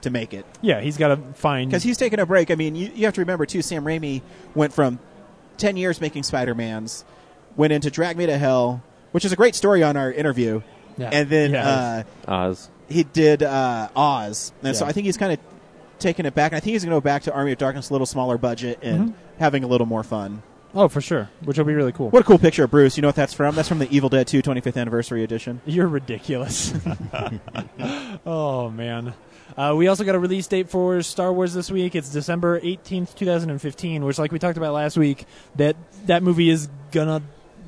[SPEAKER 1] to make it
[SPEAKER 2] yeah, he's got to find
[SPEAKER 1] because he's taking a break. I mean, you, you have to remember too. Sam Raimi went from ten years making Spider Mans, went into Drag Me to Hell, which is a great story on our interview,
[SPEAKER 2] Yeah.
[SPEAKER 1] and then
[SPEAKER 2] Yeah.
[SPEAKER 1] uh,
[SPEAKER 4] Oz.
[SPEAKER 1] he did uh, Oz, and so
[SPEAKER 2] Yeah.
[SPEAKER 1] I think he's kind of taking it back. And I think he's going to go back to Army of Darkness, a little smaller budget, and having a little more fun.
[SPEAKER 2] Oh, for sure, which will be really cool.
[SPEAKER 1] What a cool picture of Bruce! You know what that's from? That's from the Evil Dead 2 25th Anniversary Edition.
[SPEAKER 2] You're ridiculous. oh man. Uh, we also got a release date for Star Wars this week. It's December eighteenth, two thousand and fifteen. Which, like we talked about last week, that that movie is gonna,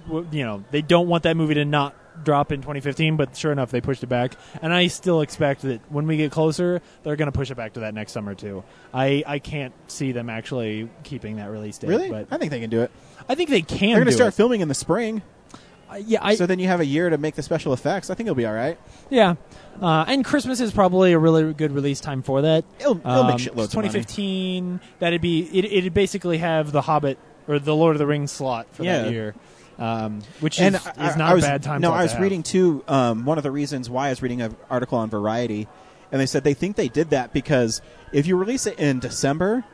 [SPEAKER 2] w- you know, they don't want that movie to not drop in 2015. But sure enough, they pushed it back. And I still expect that when we get closer, they're gonna push it back to that next summer too. I I can't see them actually keeping that release date.
[SPEAKER 1] Really?
[SPEAKER 2] But
[SPEAKER 1] I think they can do it.
[SPEAKER 2] I think they can.
[SPEAKER 1] They're going to
[SPEAKER 2] do
[SPEAKER 1] start
[SPEAKER 2] it.
[SPEAKER 1] filming in the spring,
[SPEAKER 2] Uh, yeah, I,
[SPEAKER 1] so then you have a year to make the special effects. I think it'll be all right.
[SPEAKER 2] Yeah, uh, and Christmas is probably a really good release time for that.
[SPEAKER 1] It'll- it'll make shitloads of money.
[SPEAKER 2] 2015. That'd be it. It'd basically have the Hobbit or the Lord of the Rings slot for
[SPEAKER 1] Yeah.
[SPEAKER 2] that year, um, which
[SPEAKER 1] and
[SPEAKER 2] is,
[SPEAKER 1] I,
[SPEAKER 2] is
[SPEAKER 1] I
[SPEAKER 2] not
[SPEAKER 1] was,
[SPEAKER 2] a bad time.
[SPEAKER 1] No,
[SPEAKER 2] slot
[SPEAKER 1] I
[SPEAKER 2] to
[SPEAKER 1] was
[SPEAKER 2] have.
[SPEAKER 1] reading too. Um, one of the reasons why I was reading an article on Variety, and they said they think they did that because if you release it in December,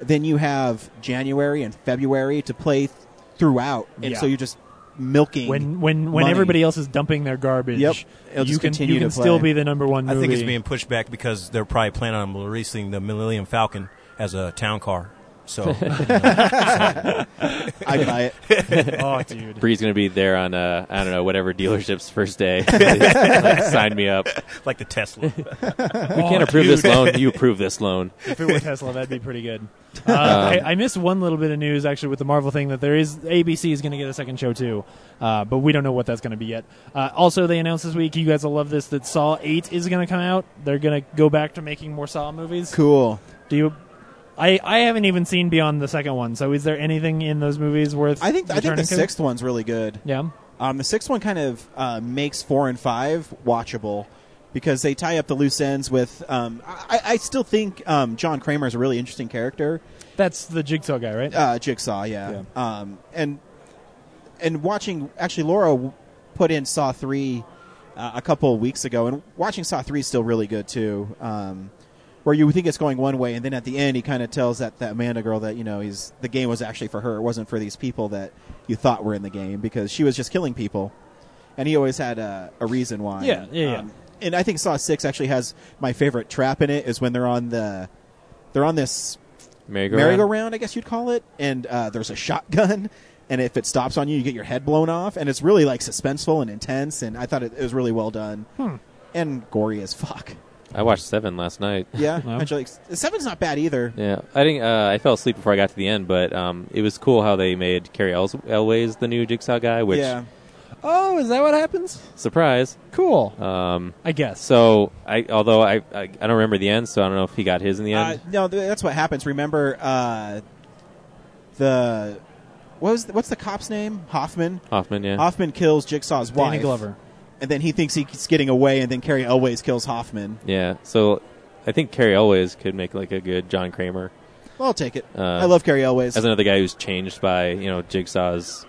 [SPEAKER 1] then you have January and February to play th- throughout, and
[SPEAKER 2] Yeah.
[SPEAKER 1] so you're just milking
[SPEAKER 2] when when when
[SPEAKER 1] money.
[SPEAKER 2] everybody else is dumping their garbage.
[SPEAKER 1] Yep. It'll
[SPEAKER 2] you
[SPEAKER 1] just
[SPEAKER 2] can
[SPEAKER 1] continue
[SPEAKER 2] you
[SPEAKER 1] to
[SPEAKER 2] can still
[SPEAKER 1] play.
[SPEAKER 2] be the number one.
[SPEAKER 3] I
[SPEAKER 2] Movie.
[SPEAKER 3] think it's being pushed back because they're probably planning on releasing the Millennium Falcon as a town car. So
[SPEAKER 1] I buy it.
[SPEAKER 2] oh, dude.
[SPEAKER 4] Bree's gonna be there on uh, I don't know whatever dealership's first day. Like, sign me up.
[SPEAKER 3] like the Tesla.
[SPEAKER 2] Oh,
[SPEAKER 4] We can't approve this loan. You approve this loan.
[SPEAKER 2] If it were Tesla, that'd be pretty
[SPEAKER 1] Um,
[SPEAKER 2] good. Uh, I, I missed one little bit of news actually with the Marvel thing that there is ABC is going to get a second show too, uh, but we don't know what that's going to be yet. Uh, also, they announced this week. You guys will love this that Saw Eight is going to come out. They're going to go back to making more Saw movies.
[SPEAKER 1] Cool.
[SPEAKER 2] Do you? I, I haven't even seen beyond the second one. So is there anything in those movies worth?
[SPEAKER 1] I think I think
[SPEAKER 2] returning
[SPEAKER 1] the
[SPEAKER 2] to?
[SPEAKER 1] sixth one's really good.
[SPEAKER 2] Yeah.
[SPEAKER 1] Um, the sixth one kind of uh, makes four and five watchable because they tie up the loose ends with. Um, I, I still think um, John Kramer is a really interesting character.
[SPEAKER 2] That's the Jigsaw guy, right?
[SPEAKER 1] Uh, Jigsaw, yeah. Um, and and watching actually, Laura w- put in Saw three uh, a couple of weeks ago, and watching Saw three is still really good too. Um, where you think it's going one way, and then at the end, he kind of tells that that Amanda girl that you know he's the game was actually for her. It wasn't for these people that you thought were in the game because she was just killing people, and he always had a, a reason why. Um,
[SPEAKER 2] Yeah, yeah, yeah.
[SPEAKER 1] and I think Saw six actually has my favorite trap in it is when they're on the they're on this
[SPEAKER 4] Merry-go-round.
[SPEAKER 1] merry-go-round, I guess you'd call it, and uh, there's a shotgun, and if it stops on you, you get your head blown off, and it's really like suspenseful and intense, and I thought it, it was really well done
[SPEAKER 2] Hmm.
[SPEAKER 1] and gory as fuck.
[SPEAKER 4] I watched Seven last night.
[SPEAKER 1] Yeah,
[SPEAKER 2] Wow.
[SPEAKER 1] Angelique, seven's not bad either.
[SPEAKER 4] Yeah, I think uh, I fell asleep before I got to the end, but um, it was cool how they made Carrie Els- Elways the new Jigsaw guy. Which
[SPEAKER 1] yeah,
[SPEAKER 2] Oh, is that what happens?
[SPEAKER 4] surprise.
[SPEAKER 2] Cool.
[SPEAKER 4] Um,
[SPEAKER 2] I guess.
[SPEAKER 4] so I, although I, I I don't remember the end, so I don't know if he got his in the
[SPEAKER 1] uh,
[SPEAKER 4] end.
[SPEAKER 1] no, th- that's what happens. Remember uh, the what was the, what's the cop's name? Hoffman.
[SPEAKER 4] Hoffman, yeah.
[SPEAKER 1] Hoffman kills Jigsaw's wife,
[SPEAKER 2] Danny Glover.
[SPEAKER 1] and then he thinks he's getting away, and then Carrie Elways kills Hoffman.
[SPEAKER 4] Yeah. So I think Carrie Elways could make like a good John Kramer
[SPEAKER 1] Well, I'll take it.
[SPEAKER 4] Uh,
[SPEAKER 1] I love Carrie Elways.
[SPEAKER 4] as another guy who's changed by you know Jigsaw's.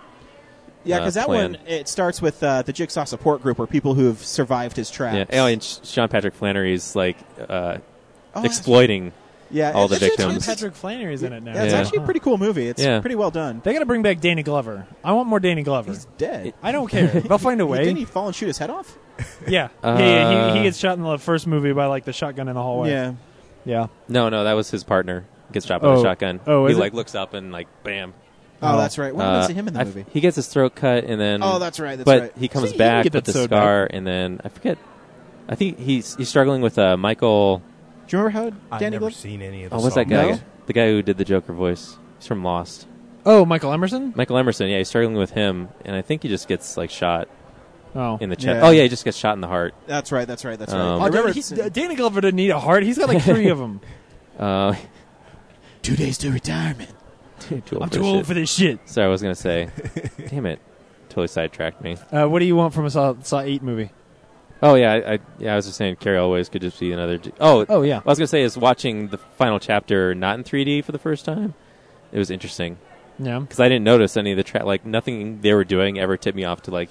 [SPEAKER 1] Yeah,
[SPEAKER 4] uh,
[SPEAKER 1] because that
[SPEAKER 4] plan.
[SPEAKER 1] one it starts with uh, the Jigsaw support group or people who have survived his traps.
[SPEAKER 4] Yeah. Oh, and Sh- Sean Patrick Flannery's like uh,
[SPEAKER 1] Oh, that's-
[SPEAKER 4] exploiting.
[SPEAKER 1] yeah,
[SPEAKER 4] all
[SPEAKER 1] it's
[SPEAKER 4] the
[SPEAKER 1] actually-
[SPEAKER 4] victims.
[SPEAKER 1] It's,
[SPEAKER 2] Patrick Flannery's in it now.
[SPEAKER 1] yeah, it's
[SPEAKER 4] Yeah.
[SPEAKER 1] actually a pretty cool movie. It's
[SPEAKER 4] Yeah.
[SPEAKER 1] pretty well done.
[SPEAKER 2] They got to bring back Danny Glover. I want more Danny Glover.
[SPEAKER 1] He's dead.
[SPEAKER 2] I don't care. They'll find a
[SPEAKER 1] Didn't he
[SPEAKER 2] way.
[SPEAKER 1] fall and shoot his head off?
[SPEAKER 2] Yeah.
[SPEAKER 4] Uh,
[SPEAKER 2] yeah, yeah. He, he gets shot in the first movie by like the shotgun in the hallway.
[SPEAKER 1] Yeah.
[SPEAKER 2] yeah.
[SPEAKER 4] No, no, that was his partner. Gets shot by
[SPEAKER 2] Oh.
[SPEAKER 4] a shotgun.
[SPEAKER 2] Oh,
[SPEAKER 4] he
[SPEAKER 2] is it?
[SPEAKER 4] like looks up and like bam.
[SPEAKER 1] Oh,
[SPEAKER 2] Oh.
[SPEAKER 1] that's right. What happens
[SPEAKER 4] Uh,
[SPEAKER 1] to him in the
[SPEAKER 4] I f-
[SPEAKER 1] movie?
[SPEAKER 4] He gets his throat cut and then.
[SPEAKER 1] Oh, that's right. That's
[SPEAKER 4] but
[SPEAKER 1] right.
[SPEAKER 4] he comes
[SPEAKER 2] See, you didn't
[SPEAKER 4] back
[SPEAKER 2] get
[SPEAKER 4] with
[SPEAKER 2] that
[SPEAKER 4] the
[SPEAKER 2] sewed back.
[SPEAKER 4] scar and then I forget. I think he's he's struggling with uh, Michael.
[SPEAKER 1] Do you remember how
[SPEAKER 3] I've
[SPEAKER 1] Danny
[SPEAKER 3] never
[SPEAKER 1] Glover?
[SPEAKER 3] seen any of the
[SPEAKER 4] Oh, what's
[SPEAKER 3] Saw
[SPEAKER 4] that guy?
[SPEAKER 3] movies.
[SPEAKER 4] The guy who did the Joker voice. He's from Lost.
[SPEAKER 2] Oh, Michael Emerson.
[SPEAKER 4] Michael Emerson. Yeah, he's struggling with him, and I think he just gets like shot
[SPEAKER 2] Oh.
[SPEAKER 4] in the chest.
[SPEAKER 1] Yeah.
[SPEAKER 4] Oh yeah, he just gets shot in the heart.
[SPEAKER 1] That's right. That's right. That's right.
[SPEAKER 4] Um,
[SPEAKER 1] I
[SPEAKER 2] Oh,
[SPEAKER 1] remember
[SPEAKER 2] dude, he's-
[SPEAKER 1] it's-
[SPEAKER 2] Danny Glover didn't need a heart. He's got like three of them.
[SPEAKER 4] Uh,
[SPEAKER 1] two days to retirement.
[SPEAKER 4] too old
[SPEAKER 2] I'm
[SPEAKER 4] for
[SPEAKER 2] too
[SPEAKER 4] this
[SPEAKER 2] old
[SPEAKER 4] shit.
[SPEAKER 2] for this shit.
[SPEAKER 4] Sorry, I was gonna say. Damn it, totally sidetracked me.
[SPEAKER 2] Uh, what do you want from a Saw, Saw Eight movie?
[SPEAKER 4] Oh yeah, I, I yeah I was just saying Carrie always could just be another. J- oh
[SPEAKER 2] Oh, yeah.
[SPEAKER 4] What I was gonna say is watching the final chapter not in 3D for the first time. It was interesting
[SPEAKER 2] Yeah.
[SPEAKER 4] because I didn't notice any of the tra- like nothing they were doing ever tipped me off to like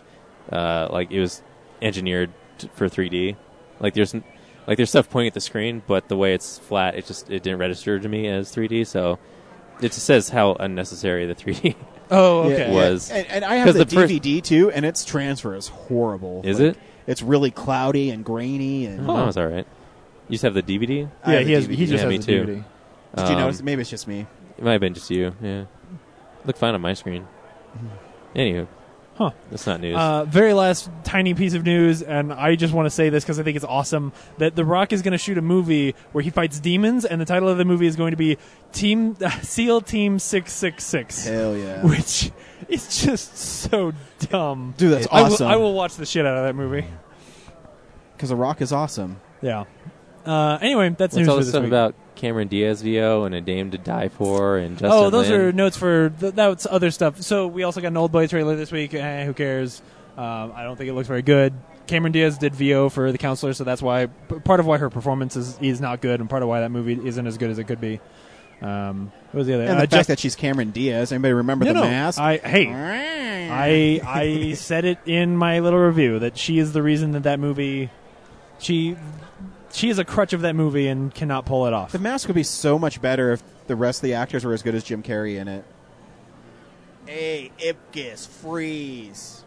[SPEAKER 4] uh like it was engineered t- for 3D. Like there's n- like there's stuff pointing at the screen, but the way it's flat, it just it didn't register to me as 3D. So it just says how unnecessary the 3D
[SPEAKER 2] Oh,
[SPEAKER 1] Yeah,
[SPEAKER 2] okay.
[SPEAKER 1] yeah.
[SPEAKER 4] Was-
[SPEAKER 1] And, and I have
[SPEAKER 4] 'Cause
[SPEAKER 1] the,
[SPEAKER 4] the first-
[SPEAKER 1] DVD too, and its transfer is horrible.
[SPEAKER 4] is.
[SPEAKER 1] Like,
[SPEAKER 4] It
[SPEAKER 1] It's really cloudy and grainy. And
[SPEAKER 4] Oh, that was all right. You just have the DVD.
[SPEAKER 1] I have
[SPEAKER 2] he
[SPEAKER 1] the
[SPEAKER 2] has.
[SPEAKER 1] DVD.
[SPEAKER 2] He just
[SPEAKER 4] Yeah,
[SPEAKER 2] has
[SPEAKER 4] me
[SPEAKER 2] the
[SPEAKER 4] too.
[SPEAKER 2] DVD.
[SPEAKER 1] Did you
[SPEAKER 4] Um,
[SPEAKER 1] notice? Maybe it's just me.
[SPEAKER 4] It might have been just you. Yeah, look fine on my screen. Anywho,
[SPEAKER 2] Huh.
[SPEAKER 4] That's not news.
[SPEAKER 2] Uh, very last tiny piece of news, and I just want to say this because I think it's awesome that The Rock is going to shoot a movie where he fights demons, and the title of the movie is going to be Team SEAL Team Six Six Six,
[SPEAKER 1] Hell yeah,
[SPEAKER 2] which is just so dumb.
[SPEAKER 1] dude, that's
[SPEAKER 2] I will-
[SPEAKER 1] awesome.
[SPEAKER 2] I will watch the shit out of that movie.
[SPEAKER 1] Because The Rock is awesome.
[SPEAKER 2] Yeah. Uh, anyway, that's
[SPEAKER 4] What's
[SPEAKER 2] news
[SPEAKER 4] all
[SPEAKER 2] for
[SPEAKER 4] this
[SPEAKER 2] this
[SPEAKER 4] stuff
[SPEAKER 2] week.
[SPEAKER 4] about Cameron Diaz VO and a dame to die for and Justin?
[SPEAKER 2] oh, those
[SPEAKER 4] Lin?
[SPEAKER 2] are notes for th- that's other stuff. So we also got an old boy trailer this week. Eh, who cares? Um, I don't think it looks very good. Cameron Diaz did VO for the counselor, so that's why p- part of why her performance is, is not good, and part of why that movie isn't as good as it could be. Um, what was the other?
[SPEAKER 1] And the
[SPEAKER 2] uh,
[SPEAKER 1] fact
[SPEAKER 2] Just-
[SPEAKER 1] that she's Cameron Diaz. Anybody remember
[SPEAKER 2] no,
[SPEAKER 1] the
[SPEAKER 2] no.
[SPEAKER 1] mask?
[SPEAKER 2] I hey, I I said it in my little review that she is the reason that that movie, she she is a crutch of that movie and cannot pull it off.
[SPEAKER 1] the mask would be so much better if the rest of the actors were as good as Jim Carrey in it. Hey, Ipkiss, freeze.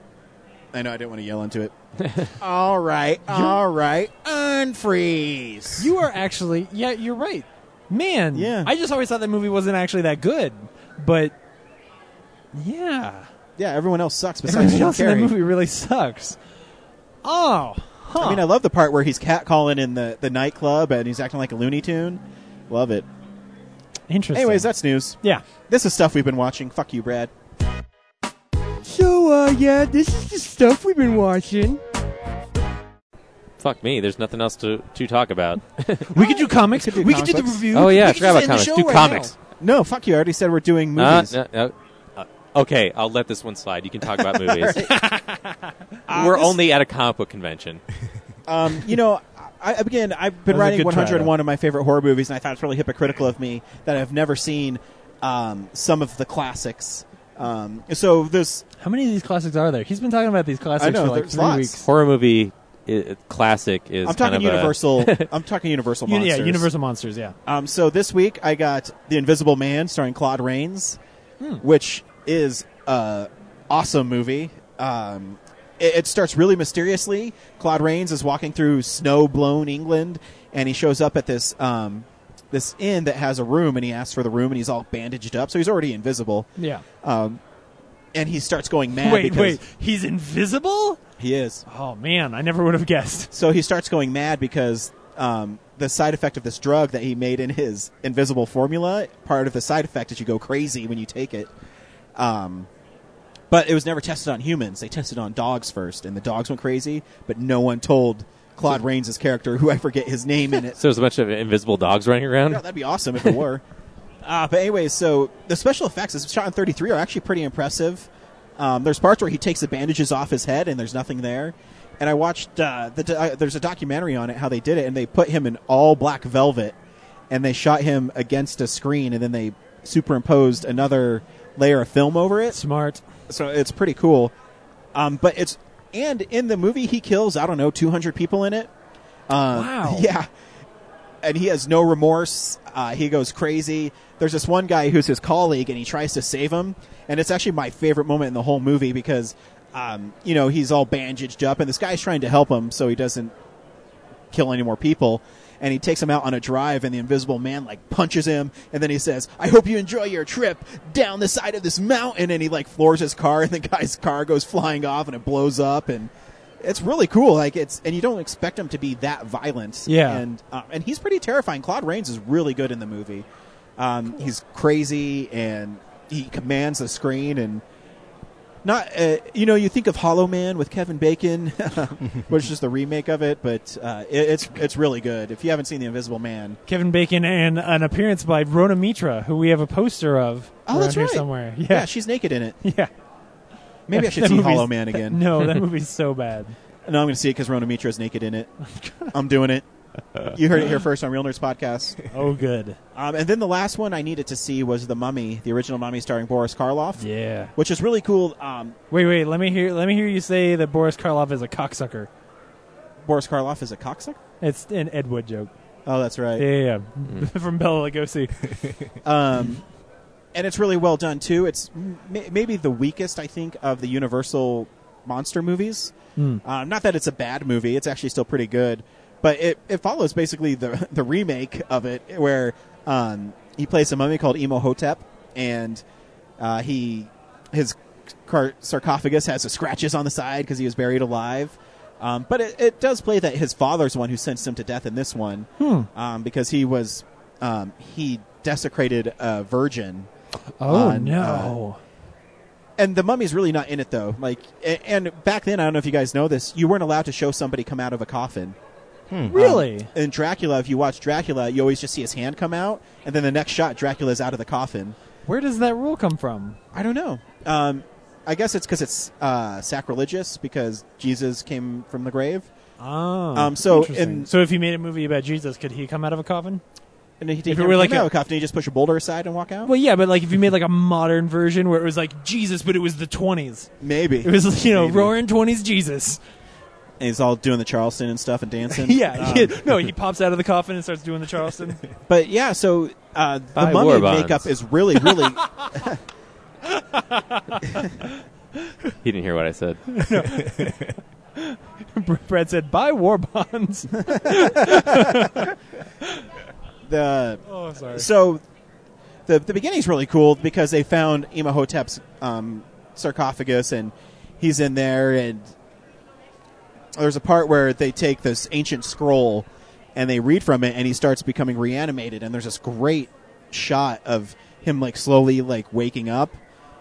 [SPEAKER 1] I know I didn't want to yell into it. all right, all right, unfreeze.
[SPEAKER 2] You are actually yeah, you're right. man,
[SPEAKER 1] Yeah.
[SPEAKER 2] I just always thought that movie wasn't actually that good, but yeah,
[SPEAKER 1] Yeah, everyone else sucks besides
[SPEAKER 2] everything
[SPEAKER 1] Jim
[SPEAKER 2] else in that
[SPEAKER 1] Carrey.
[SPEAKER 2] movie really sucks. Oh, huh.
[SPEAKER 1] I mean, I love the part where he's catcalling in the, the nightclub and he's acting like a Looney Tune. Love it.
[SPEAKER 2] interesting.
[SPEAKER 1] Anyways, that's news.
[SPEAKER 2] yeah.
[SPEAKER 1] This is stuff we've been watching. Fuck you, Brad.
[SPEAKER 5] So, uh, yeah, this is the stuff we've been watching.
[SPEAKER 4] Fuck me. There's nothing else to, to talk about.
[SPEAKER 2] We could do comics. We could do,
[SPEAKER 1] comics.
[SPEAKER 2] the review.
[SPEAKER 4] oh yeah, I
[SPEAKER 1] We
[SPEAKER 4] forgot
[SPEAKER 1] could
[SPEAKER 4] about
[SPEAKER 1] just end the show
[SPEAKER 4] comics. Do
[SPEAKER 1] right
[SPEAKER 4] comics.
[SPEAKER 1] now. No, fuck you. I already said we're doing
[SPEAKER 4] Uh,
[SPEAKER 1] movies.
[SPEAKER 4] no, no. Uh, okay, I'll let this one slide. You can talk about movies. We're
[SPEAKER 1] Uh, this-
[SPEAKER 4] only at a comic book convention.
[SPEAKER 1] Um, you know, I, again, I've been
[SPEAKER 2] That was a
[SPEAKER 1] writing
[SPEAKER 2] good try,
[SPEAKER 1] 101 of my favorite horror movies, and I thought it's really hypocritical of me that I've never seen um, some of the classics. Um, so there's
[SPEAKER 2] How many of these classics are there? He's been talking about these classics
[SPEAKER 1] I know,
[SPEAKER 2] for like
[SPEAKER 1] there's
[SPEAKER 2] three
[SPEAKER 1] lots.
[SPEAKER 2] weeks.
[SPEAKER 4] Horror movie i classic is.
[SPEAKER 1] I'm
[SPEAKER 4] kind
[SPEAKER 1] talking
[SPEAKER 4] of
[SPEAKER 1] Universal. i I'm talking Universal
[SPEAKER 2] Uni-
[SPEAKER 1] monsters.
[SPEAKER 2] yeah, Universal Monsters. Yeah.
[SPEAKER 1] Um, so this week I got The Invisible Man starring Claude Rains,
[SPEAKER 2] Hmm.
[SPEAKER 1] which is a awesome movie. Um, it, it starts really mysteriously. Claude Rains is walking through snow-blown England, and he shows up at this um, this inn that has a room, and he asks for the room, and he's all bandaged up, so he's already invisible,
[SPEAKER 2] Yeah.
[SPEAKER 1] and he starts going mad.
[SPEAKER 2] wait,
[SPEAKER 1] Uh, because
[SPEAKER 2] wait. He's invisible?
[SPEAKER 1] he is.
[SPEAKER 2] Oh man, I never would have guessed.
[SPEAKER 1] So he starts going mad because um, the side effect of this drug that he made in his invisible formula, part of the side effect is you go crazy when you take it. Um, but it was never tested on humans. They tested on dogs first, and the dogs went crazy, but no one told Claude Rains' character, who I forget his name in it.
[SPEAKER 4] So there's a bunch of invisible dogs running around.
[SPEAKER 1] Yeah, that'd be awesome if it were. uh, but anyways, so the special effects as shot in 33 are actually pretty impressive. Um, there's parts where he takes the bandages off his head and there's nothing there. And I watched uh, the do- uh, there's a documentary on it how they did it and they put him in all black velvet and they shot him against a screen and then they superimposed another layer of film over it
[SPEAKER 2] Smart.
[SPEAKER 1] so it's pretty cool. Um, but it's and in the movie he kills I don't know 200 people in it. Um,
[SPEAKER 2] Wow.
[SPEAKER 1] Yeah, and he has no remorse. Uh, he goes crazy. There's this one guy who's his colleague, and he tries to save him. And it's actually my favorite moment in the whole movie because, um, you know, he's all bandaged up, and this guy's trying to help him so he doesn't kill any more people. And he takes him out on a drive, and the Invisible Man like punches him, and then he says, "I hope you enjoy your trip down the side of this mountain." And he like floors his car, and the guy's car goes flying off, and it blows up, and it's really cool. Like it's, and you don't expect him to be that violent.
[SPEAKER 2] Yeah.
[SPEAKER 1] and uh, and he's pretty terrifying. Claude Rains is really good in the movie. Um, He's crazy, and he commands the screen, and not uh, you know you think of Hollow Man with Kevin Bacon, Um, which is just the remake of it, but uh, it, it's it's really good. If you haven't seen The Invisible Man,
[SPEAKER 2] Kevin Bacon and an appearance by Rona Mitra, who we have a poster of.
[SPEAKER 1] oh,
[SPEAKER 2] around
[SPEAKER 1] that's
[SPEAKER 2] here
[SPEAKER 1] right,
[SPEAKER 2] somewhere. Yeah,
[SPEAKER 1] yeah, she's naked in it.
[SPEAKER 2] yeah.
[SPEAKER 1] Maybe I should
[SPEAKER 2] That
[SPEAKER 1] see
[SPEAKER 2] movie's-
[SPEAKER 1] Hollow Man again.
[SPEAKER 2] No, that movie's so bad.
[SPEAKER 1] No, I'm going to see it because Rona Mitra is naked in it. I'm doing it. You heard it here first on Real Nerds Podcast.
[SPEAKER 2] Oh, good.
[SPEAKER 1] Um, and then the last one I needed to see was The Mummy, the original Mummy starring Boris Karloff,
[SPEAKER 2] Yeah.
[SPEAKER 1] which is really cool. Um,
[SPEAKER 2] Wait, wait. Let me hear. Let me hear you say that Boris Karloff is a cocksucker.
[SPEAKER 1] Boris Karloff is a cocksucker.
[SPEAKER 2] It's an Ed Wood joke.
[SPEAKER 1] Oh, that's right.
[SPEAKER 2] Yeah, yeah. yeah. From Bella Lugosi.
[SPEAKER 1] Um, and it's really well done too. It's m- may- maybe the weakest I think of the Universal monster movies. Um, not that it's a bad movie; it's actually still pretty good. But it, it follows basically the the remake of it, where um, he plays a mummy called Imhotep, and uh, he his car- sarcophagus has the scratches on the side because he was buried alive. Um, but it, it does play that his father's the one who sentenced him to death in this one um, because he was um, he desecrated a virgin
[SPEAKER 2] Oh
[SPEAKER 1] On,
[SPEAKER 2] no.
[SPEAKER 1] and the mummy's really not in it though. Like, a- and back then, I don't know if you guys know this, you weren't allowed to show somebody come out of a coffin. uh, Um,
[SPEAKER 2] really?
[SPEAKER 1] In Dracula, if you watch Dracula, you always just see his hand come out, and then the next shot, Dracula's out of the coffin.
[SPEAKER 2] Where does that rule come from?
[SPEAKER 1] I don't know. Um, I guess it's because it's uh, sacrilegious because Jesus came from the grave,
[SPEAKER 2] Oh,
[SPEAKER 1] Um, so
[SPEAKER 2] interesting.
[SPEAKER 1] in-
[SPEAKER 2] so if he made a movie about Jesus, could he come out of a coffin?
[SPEAKER 1] and he
[SPEAKER 2] it
[SPEAKER 1] didn't
[SPEAKER 2] were
[SPEAKER 1] come
[SPEAKER 2] like
[SPEAKER 1] out
[SPEAKER 2] a-
[SPEAKER 1] of a coffin. He just push a boulder aside and walk out.
[SPEAKER 2] Well, yeah, but like if you made like a modern version where it was like Jesus, but it was the twenties.
[SPEAKER 1] Maybe
[SPEAKER 2] It was you know
[SPEAKER 1] Maybe.
[SPEAKER 2] roaring twenties Jesus.
[SPEAKER 1] And he's all doing the Charleston and stuff and dancing.
[SPEAKER 2] Yeah,
[SPEAKER 1] Um,
[SPEAKER 2] yeah. no, he pops out of the coffin and starts doing the Charleston.
[SPEAKER 1] But yeah, so uh, the
[SPEAKER 4] Buy
[SPEAKER 1] mummy
[SPEAKER 4] war bonds.
[SPEAKER 1] makeup is really, really
[SPEAKER 4] He didn't hear what I said.
[SPEAKER 2] Brad said, "Buy war bonds."
[SPEAKER 1] the
[SPEAKER 2] Oh, sorry.
[SPEAKER 1] so the the beginning's really cool because they found Imhotep's um, sarcophagus and he's in there and there's a part where they take this ancient scroll and they read from it and he starts becoming reanimated and there's this great shot of him like slowly like waking up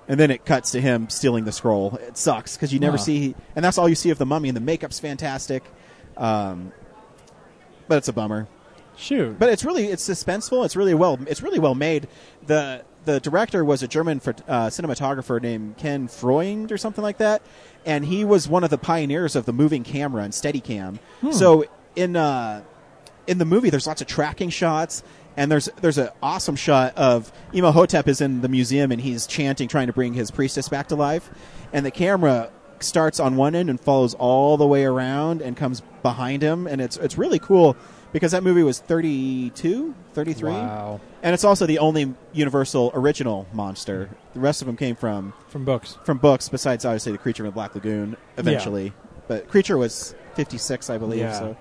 [SPEAKER 1] and then it cuts to him stealing the scroll it sucks because you never
[SPEAKER 2] Huh.
[SPEAKER 1] see and that's all you see of the mummy and the makeup's fantastic um, but it's a bummer
[SPEAKER 2] Shoot.
[SPEAKER 1] but it's really it's suspenseful. It's really well it's really well made. The the director was a German phot- uh, cinematographer named Ken Freund or something like that, and he was one of the pioneers of the moving camera and Steadicam. So in uh, in the movie, there's lots of tracking shots, and there's there's an awesome shot of Imhotep is in the museum and he's chanting, trying to bring his priestess back to life, and the camera starts on one end and follows all the way around and comes behind him, and it's it's really cool because that movie was 32, 33,
[SPEAKER 2] Wow.
[SPEAKER 1] and it's also the only Universal original monster. The rest of them came from
[SPEAKER 2] From books.
[SPEAKER 1] from books, besides obviously the creature from the Black Lagoon eventually. But creature was 56, I believe.
[SPEAKER 2] Yeah.
[SPEAKER 1] So.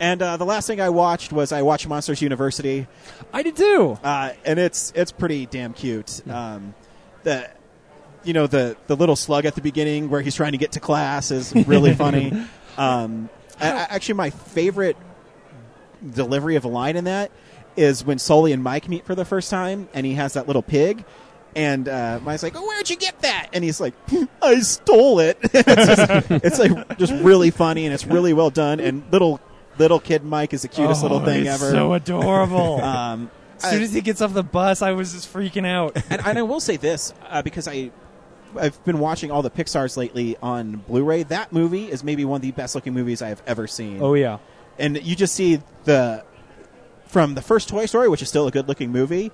[SPEAKER 1] And uh, the last thing I watched was I watched Monsters University,
[SPEAKER 2] I did too.
[SPEAKER 1] uh, and it's it's pretty damn
[SPEAKER 2] Hmm.
[SPEAKER 1] cute. Um, the you know the the little slug at the beginning where he's trying to get to class is really funny. Um, I, I- actually, my favorite delivery of a line in that is when Sully and Mike meet for the first time, and he has that little pig. And uh, Mike's like, oh, "Where'd you get that?" And he's like, "Hmm, "I stole it." it's, just, it's like just really funny, and it's really well done. And little little kid Mike is the cutest
[SPEAKER 2] Oh,
[SPEAKER 1] little thing
[SPEAKER 2] it's
[SPEAKER 1] ever.
[SPEAKER 2] So adorable.
[SPEAKER 1] um,
[SPEAKER 2] as soon
[SPEAKER 1] I-
[SPEAKER 2] as he gets off the bus, I was just freaking out.
[SPEAKER 1] and, and I will say this uh, because I I've been watching all the Pixar's lately on Blu-ray. That movie is maybe one of the best looking movies I have ever seen.
[SPEAKER 2] oh yeah.
[SPEAKER 1] And you just see the from the first Toy Story, which is still a good looking movie,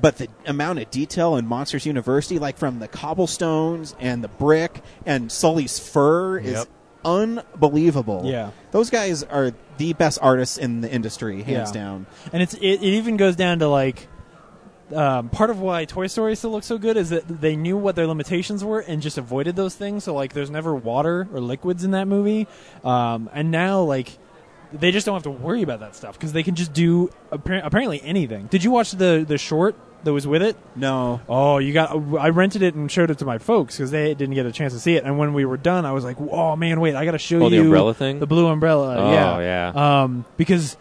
[SPEAKER 1] but the amount of detail in Monsters University, like from the cobblestones and the brick and Sully's fur, is
[SPEAKER 3] Yep.
[SPEAKER 1] unbelievable.
[SPEAKER 2] Yeah.
[SPEAKER 1] those guys are the best artists in the industry, hands
[SPEAKER 2] Yeah.
[SPEAKER 1] down.
[SPEAKER 2] And it's it, it even goes down to like um, part of why Toy Story still looks so good is that they knew what their limitations were and just avoided those things. So like, there's never water or liquids in that movie, um, and now like they just don't have to worry about that stuff because they can just do appar- apparently anything. Did you watch the the short that was with it?
[SPEAKER 1] No,
[SPEAKER 2] Oh, you got! I rented it and showed it to my folks because they didn't get a chance to see it. And when we were done, I was like, "Oh man, wait! I got to show
[SPEAKER 4] Oh, the
[SPEAKER 2] you
[SPEAKER 4] umbrella thing?
[SPEAKER 2] the blue umbrella."
[SPEAKER 4] Oh,
[SPEAKER 2] yeah, Um, because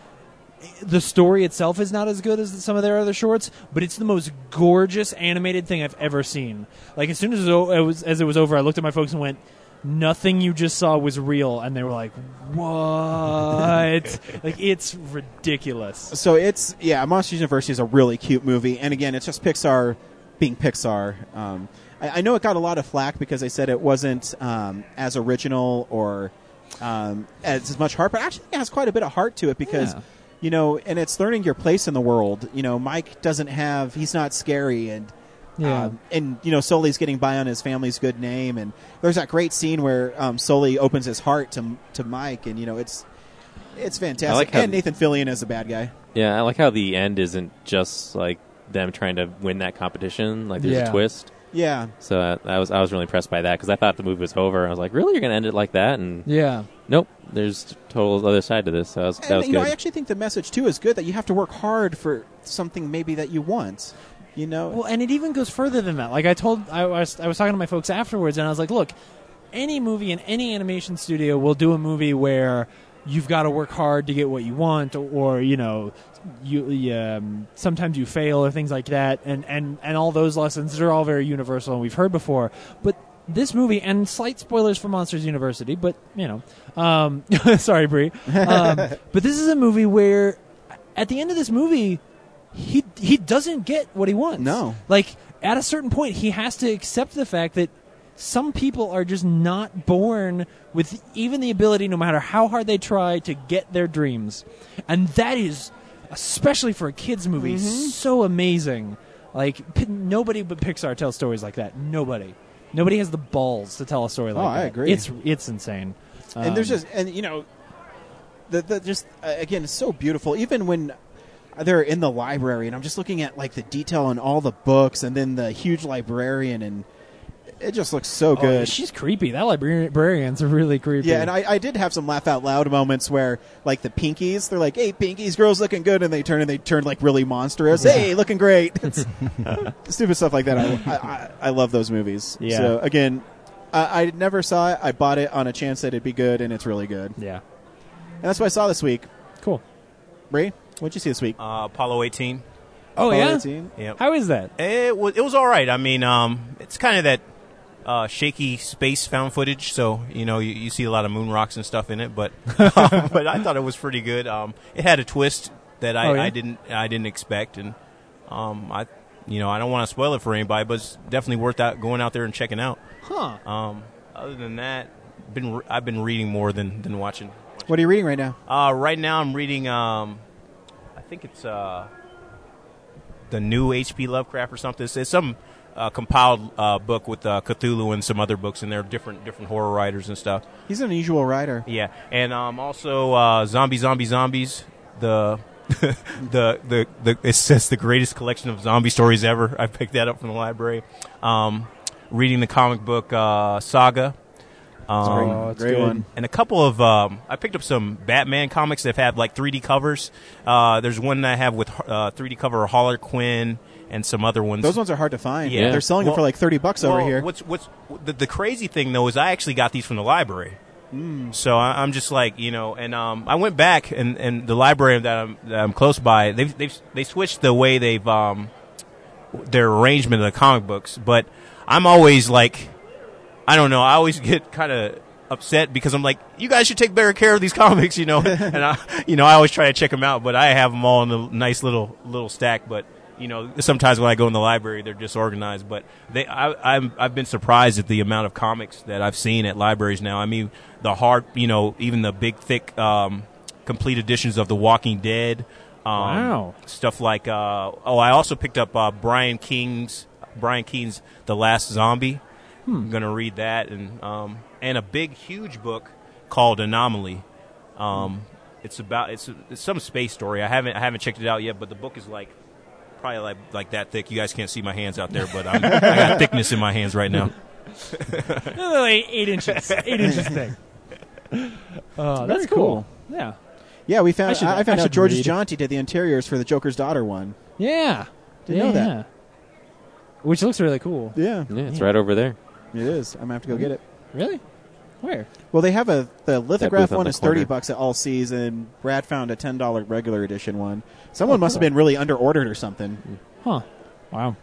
[SPEAKER 2] the story itself is not as good as some of their other shorts, but it's the most gorgeous animated thing I've ever seen. Like as soon as it was, it was as it was over, I looked at my folks and went. Nothing you just saw was real, and they were like, "What?" like it's ridiculous.
[SPEAKER 1] So it's yeah, Monsters University is a really cute movie, and again, it's just Pixar being Pixar. Um, I, I know it got a lot of flack because they said it wasn't um, as original or um, as, as much heart, but actually, it has quite a bit of heart to it because
[SPEAKER 2] Yeah.
[SPEAKER 1] you know, and it's learning your place in the world. You know, Mike doesn't have; he's not scary, and
[SPEAKER 2] Yeah.
[SPEAKER 1] um, and you know, Sully's getting by on his family's good name, and there's that great scene where um, Sully opens his heart to to Mike, and you know, it's it's fantastic.
[SPEAKER 4] like how-
[SPEAKER 1] and Nathan Fillion is a bad guy.
[SPEAKER 4] Yeah, I like how the end isn't just like them trying to win that competition. Like there's
[SPEAKER 2] Yeah.
[SPEAKER 4] a twist.
[SPEAKER 1] Yeah,
[SPEAKER 4] So uh, I was I was really impressed by that because I thought the movie was over. I was like, really, you're gonna end it like that? And
[SPEAKER 2] Yeah,
[SPEAKER 4] nope, there's total other side to this. So that was, that
[SPEAKER 1] and
[SPEAKER 4] was
[SPEAKER 1] you
[SPEAKER 4] good.
[SPEAKER 1] know, I actually think the message too is good that you have to work hard for something maybe that you want. You know,
[SPEAKER 2] Well, and it even goes further than that. Like I told, I was, I was talking to my folks afterwards, and I was like, "Look, any movie in any animation studio will do a movie where you've got to work hard to get what you want, or, or, you know, you you, um, sometimes you fail or things like that, and and and all those lessons are all very universal and we've heard before, but. This movie and slight spoilers for Monsters University, but you know, um, sorry, Bree. Um, but this is a movie where, at the end of this movie, he he doesn't get what he wants.
[SPEAKER 1] No.
[SPEAKER 2] Like at a certain point he has to accept the fact that some people are just not born with even the ability no matter how hard they try to get their dreams. And that is especially for a kids movie
[SPEAKER 1] Mm-hmm.
[SPEAKER 2] so amazing. Like p- nobody but Pixar tells stories like that. Nobody. Nobody has the balls to tell a story like
[SPEAKER 1] Oh, I
[SPEAKER 2] that.
[SPEAKER 1] agree.
[SPEAKER 2] It's it's insane.
[SPEAKER 1] and there's
[SPEAKER 4] um,
[SPEAKER 1] just and you know, the, the just uh, again, it's so beautiful. Even when they're in the library, and I'm just looking at like the detail on all the books, and then the huge librarian, and It just looks so
[SPEAKER 2] Oh,
[SPEAKER 1] good.
[SPEAKER 2] she's creepy. That librarian's really creepy.
[SPEAKER 1] yeah, and I, I did have some laugh out loud moments where, like, the pinkies, they're like, "Hey, pinkies, girls looking good," and they turn and they turn like really monstrous. Hey, looking great. It's stupid stuff like that. I, I, I, I love those movies.
[SPEAKER 2] Yeah.
[SPEAKER 1] So again, I, I never saw it. I bought it on a chance that it'd be good, and it's really good.
[SPEAKER 2] yeah,
[SPEAKER 1] And that's what I saw this week.
[SPEAKER 2] cool.
[SPEAKER 1] Bree, what'd you see this week?
[SPEAKER 3] Uh, Apollo 18.
[SPEAKER 2] Oh
[SPEAKER 1] Apollo
[SPEAKER 2] yeah,
[SPEAKER 1] 18?
[SPEAKER 3] Yep.
[SPEAKER 2] how is that?
[SPEAKER 3] It was it was all right. I mean, um, it's kind of that uh, shaky space found footage, so you know you, you see a lot of moon rocks and stuff in it. But um, but I thought it was pretty good. Um, it had a twist that I,
[SPEAKER 2] Oh, yeah?
[SPEAKER 3] I didn't I didn't expect, and um, I you know I don't want to spoil it for anybody, but it's definitely worth out going out there and checking out.
[SPEAKER 2] Huh?
[SPEAKER 3] Um, other than that, been re- I've been reading more than than watching.
[SPEAKER 1] What are you reading right now?
[SPEAKER 3] Uh, right now, I'm reading. Um, I think it's uh, the new H.P. Lovecraft or something. It's, it's some uh, compiled uh, book with uh, Cthulhu and some other books in there, different different horror writers and stuff.
[SPEAKER 1] He's an unusual writer.
[SPEAKER 3] Yeah, and um, also uh, Zombie Zombie Zombies. The the, the the it says the greatest collection of zombie stories ever. I picked that up from the library. Um, reading the comic book uh, saga. Um,
[SPEAKER 2] Oh, it's
[SPEAKER 1] great
[SPEAKER 2] good.
[SPEAKER 1] one.
[SPEAKER 3] and a couple of um, I picked up some Batman comics that have like 3D covers. Uh, there's one I have with uh, 3D cover Holler Quinn and some other ones.
[SPEAKER 1] Those ones are hard to find.
[SPEAKER 3] Yeah.
[SPEAKER 1] They're selling them
[SPEAKER 3] Well-
[SPEAKER 1] for like thirty bucks over
[SPEAKER 3] Well,
[SPEAKER 1] here.
[SPEAKER 3] What's what's the, the crazy thing though is I actually got these from the library.
[SPEAKER 1] Hmm.
[SPEAKER 3] So I, I'm just like you know, and um, I went back and, and the library that I'm, that I'm close by, they've, they've they switched the way they've um, their arrangement of the comic books. But I'm always like, I don't know, I always get kind of upset because I'm like, you guys should take better care of these comics, you know. and I, you know, I always try to check them out, but I have them all in a nice little little stack. But you know, sometimes when I go in the library, they're disorganized. But they, I, I'm, I've been surprised at the amount of comics that I've seen at libraries now. I mean, the hard, you know, even the big thick um, complete editions of The Walking Dead. Um,
[SPEAKER 2] Wow.
[SPEAKER 3] Stuff like uh, oh, I also picked up uh, Brian King's Brian King's The Last Zombie. I'm gonna read that and um, and a big huge book called Anomaly. Um, It's about it's, it's some space story. I haven't I haven't checked it out yet, but the book is like probably like like that thick. You guys can't see my hands out there, but I'm, I got thickness in my hands right now.
[SPEAKER 2] like eight inches, eight inches thick. Uh, that's
[SPEAKER 1] Very cool.
[SPEAKER 2] cool. Yeah,
[SPEAKER 1] yeah, we found. I,
[SPEAKER 2] I should-
[SPEAKER 1] I found
[SPEAKER 2] I
[SPEAKER 1] out
[SPEAKER 2] should
[SPEAKER 1] George
[SPEAKER 2] read.
[SPEAKER 1] Jonti did the interiors for the Joker's daughter one.
[SPEAKER 2] yeah.
[SPEAKER 1] Didn't know
[SPEAKER 2] yeah.
[SPEAKER 1] that.
[SPEAKER 2] Which looks really cool.
[SPEAKER 1] Yeah,
[SPEAKER 4] Yeah, it's right over there.
[SPEAKER 1] it is. I'm gonna have to go get it.
[SPEAKER 2] Really? Where?
[SPEAKER 1] Well, they have a the lithograph
[SPEAKER 4] booth on
[SPEAKER 1] one
[SPEAKER 4] the
[SPEAKER 1] is thirty
[SPEAKER 4] corner.
[SPEAKER 1] bucks at all seas, and Brad found a ten dollar regular edition one. Someone must have been really under ordered or something.
[SPEAKER 2] Huh. Wow.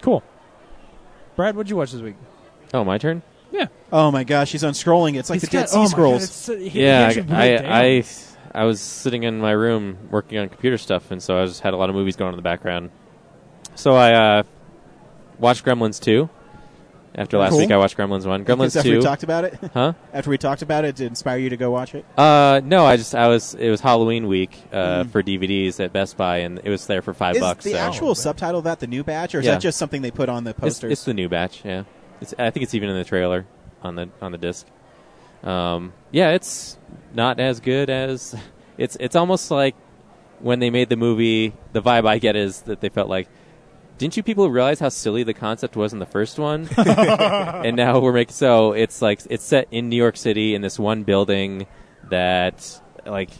[SPEAKER 2] Cool. Brad, what'd you watch this week?
[SPEAKER 4] Oh, my turn.
[SPEAKER 2] Yeah.
[SPEAKER 1] Oh my gosh, he's oh on scrolling. It's like the
[SPEAKER 2] oh
[SPEAKER 1] Dead Sea Scrolls.
[SPEAKER 2] uh,
[SPEAKER 4] yeah, I, I, I I was sitting in my room working on computer stuff, and so I just had a lot of movies going on in the background. So I uh, watched Gremlins two. After last
[SPEAKER 1] Cool.
[SPEAKER 4] week, I watched Gremlins one. Gremlins
[SPEAKER 1] after we
[SPEAKER 4] two,
[SPEAKER 1] talked about it.
[SPEAKER 4] huh?
[SPEAKER 1] after we talked about it, to inspire you to go watch it.
[SPEAKER 4] Uh, no, I just I was it was Halloween week uh, for DVDs at Best Buy, and it was there for five
[SPEAKER 1] Mm-hmm. Is
[SPEAKER 4] bucks.
[SPEAKER 1] the
[SPEAKER 4] so.
[SPEAKER 1] actual subtitle of that the new batch, or is
[SPEAKER 4] Yeah.
[SPEAKER 1] that just something they put on the
[SPEAKER 4] It's,
[SPEAKER 1] posters?
[SPEAKER 4] it's the new batch, yeah. It's, I think it's even in the trailer on the on the disc. Um, yeah, it's not as good as it's. It's almost like when they made the movie. The vibe I get is that they felt like, didn't you people realize how silly the concept was in the first one? and now we're making so it's like it's set in New York City in this one building that like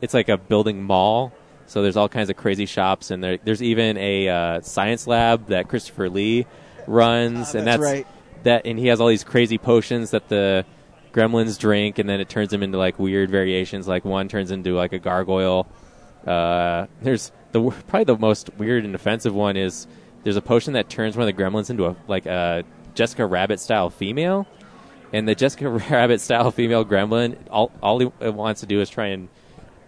[SPEAKER 4] it's like a building mall. So there's all kinds of crazy shops and there there's even a uh, science lab that Christopher Lee runs
[SPEAKER 1] Ah,
[SPEAKER 4] and
[SPEAKER 1] that's
[SPEAKER 4] that's
[SPEAKER 1] right.
[SPEAKER 4] that and he has all these crazy potions that the gremlins drink and then it turns them into like weird variations like one turns into like a gargoyle uh, there's the w- probably the most weird and offensive one is there's a potion that turns one of the gremlins into a like a Jessica Rabbit style female, and the Jessica Rabbit style female gremlin all all he uh, wants to do is try and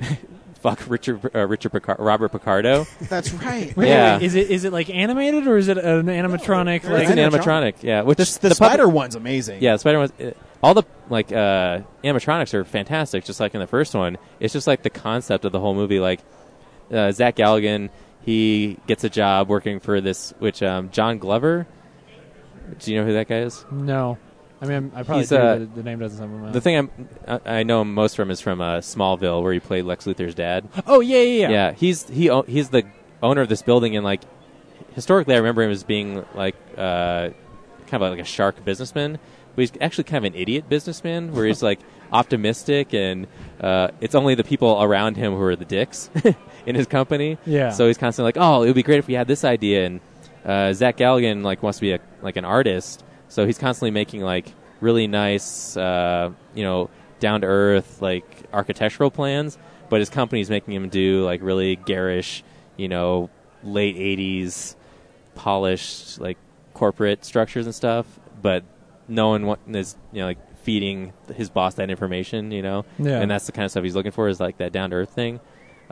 [SPEAKER 4] fuck Richard uh, Richard Picar- Robert Picardo.
[SPEAKER 1] That's right.
[SPEAKER 2] Wait,
[SPEAKER 4] Yeah.
[SPEAKER 2] wait, is it is it like animated or is it an animatronic?
[SPEAKER 1] No,
[SPEAKER 2] like,
[SPEAKER 4] it's an
[SPEAKER 1] animatronic.
[SPEAKER 4] animatronic, yeah. Which
[SPEAKER 1] The,
[SPEAKER 4] is
[SPEAKER 1] the, spider one's amazing.
[SPEAKER 4] Yeah, the Spider Man's. All the like uh, animatronics are fantastic, just like in the first one. It's just like the concept of the whole movie. Like uh, Zach Galligan, he gets a job working for this, which um, John Glover. Do you know who that guy is?
[SPEAKER 2] No, I mean I probably
[SPEAKER 4] He's,
[SPEAKER 2] do,
[SPEAKER 4] uh,
[SPEAKER 2] but the name doesn't sound familiar.
[SPEAKER 4] The thing I'm, I, I know him most from is from uh, Smallville, where he played Lex Luthor's dad.
[SPEAKER 2] oh yeah, yeah, yeah.
[SPEAKER 4] Yeah, he's he o- he's the owner of this building, and like historically, I remember him as being like uh, kind of like a shark businessman, but he's actually kind of an idiot businessman where he's like optimistic and uh, it's only the people around him who are the dicks in his company.
[SPEAKER 2] Yeah.
[SPEAKER 4] So he's constantly like, "Oh, it would be great if we had this idea." And uh, Zach Galligan like wants to be a, like an artist, so he's constantly making like really nice, uh, you know, down to earth like architectural plans. But his company's making him do like really garish, you know, late '80s polished like corporate structures and stuff, but no one wa- is you know like feeding his boss that information, you know,
[SPEAKER 2] Yeah.
[SPEAKER 4] and that's the kind of stuff he's looking for is like that down to earth thing.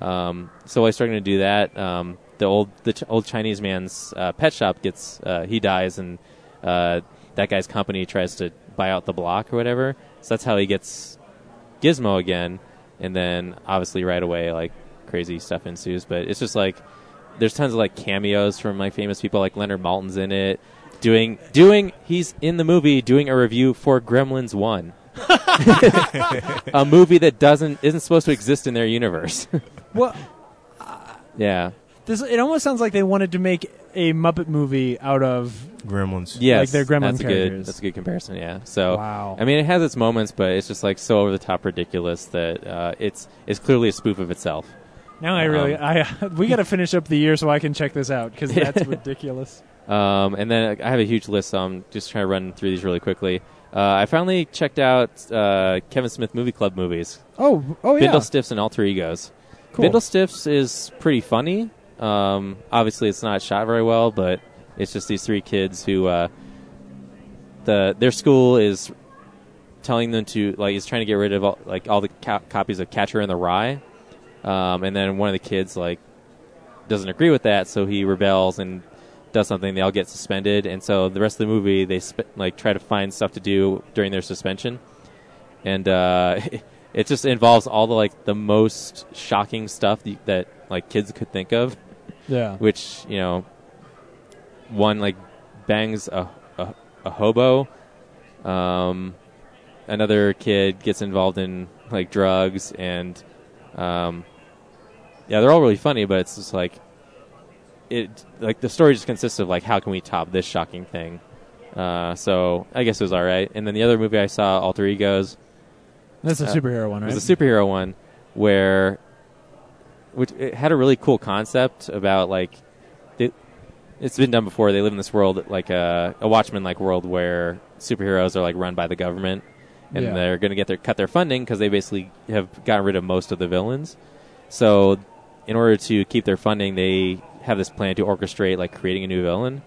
[SPEAKER 4] Um, so while he's starting to do that, um, the old the ch- old Chinese man's uh, pet shop gets uh, he dies, and uh, that guy's company tries to buy out the block or whatever. So that's how he gets Gizmo again, and then obviously right away like crazy stuff ensues. But it's just like there's tons of like cameos from like famous people, like Leonard Maltin's in it, doing doing he's in the movie doing a review for Gremlins One, a movie that doesn't isn't supposed to exist in their universe.
[SPEAKER 2] Well,
[SPEAKER 4] yeah,
[SPEAKER 2] this it almost sounds like they wanted to make a Muppet movie out of.
[SPEAKER 3] Gremlins.
[SPEAKER 4] yes,
[SPEAKER 2] they're Gremlin
[SPEAKER 4] that's A
[SPEAKER 2] characters.
[SPEAKER 4] good, that's a good comparison. Yeah, so
[SPEAKER 2] Wow.
[SPEAKER 4] I mean, it has its moments, but it's just like so over the top ridiculous that uh, it's it's clearly a spoof of itself.
[SPEAKER 2] Now I really,
[SPEAKER 4] Um,
[SPEAKER 2] I we got to finish up the year so I can check this out because that's ridiculous.
[SPEAKER 4] Um, and then I have a huge list, so I'm just trying to run through these really quickly. Uh, I finally checked out uh, Kevin Smith Movie Club movies.
[SPEAKER 2] Oh, oh yeah,
[SPEAKER 4] Bindle Stiffs and Alter Egos.
[SPEAKER 2] Cool.
[SPEAKER 4] Bindle Stiffs is pretty funny. Um, obviously, it's not shot very well, but it's just these three kids who uh, the their school is telling them to like is trying to get rid of all, like all the co- copies of Catcher in the Rye, um, and then one of the kids like doesn't agree with that, so he rebels and does something. They all get suspended, and so the rest of the movie they sp- like try to find stuff to do during their suspension and uh, it just involves all the like the most shocking stuff that, that like kids could think of.
[SPEAKER 2] yeah.
[SPEAKER 4] Which you know, one like bangs a a, a hobo. Um, another kid gets involved in like drugs and, um, yeah, they're all really funny, but it's just like it like the story just consists of like how can we top this shocking thing. Uh, so I guess it was all right. And then the other movie I saw, Alter Egos,
[SPEAKER 2] That's a superhero one, right?
[SPEAKER 4] it was a superhero one where, which it had a really cool concept about like, they, it's been done before. They live in this world like uh, a, a Watchmen like world where superheroes are like run by the government, and
[SPEAKER 2] Yeah.
[SPEAKER 4] they're going to get their cut their funding because they basically have gotten rid of most of the villains. So, in order to keep their funding, they have this plan to orchestrate like creating a new villain,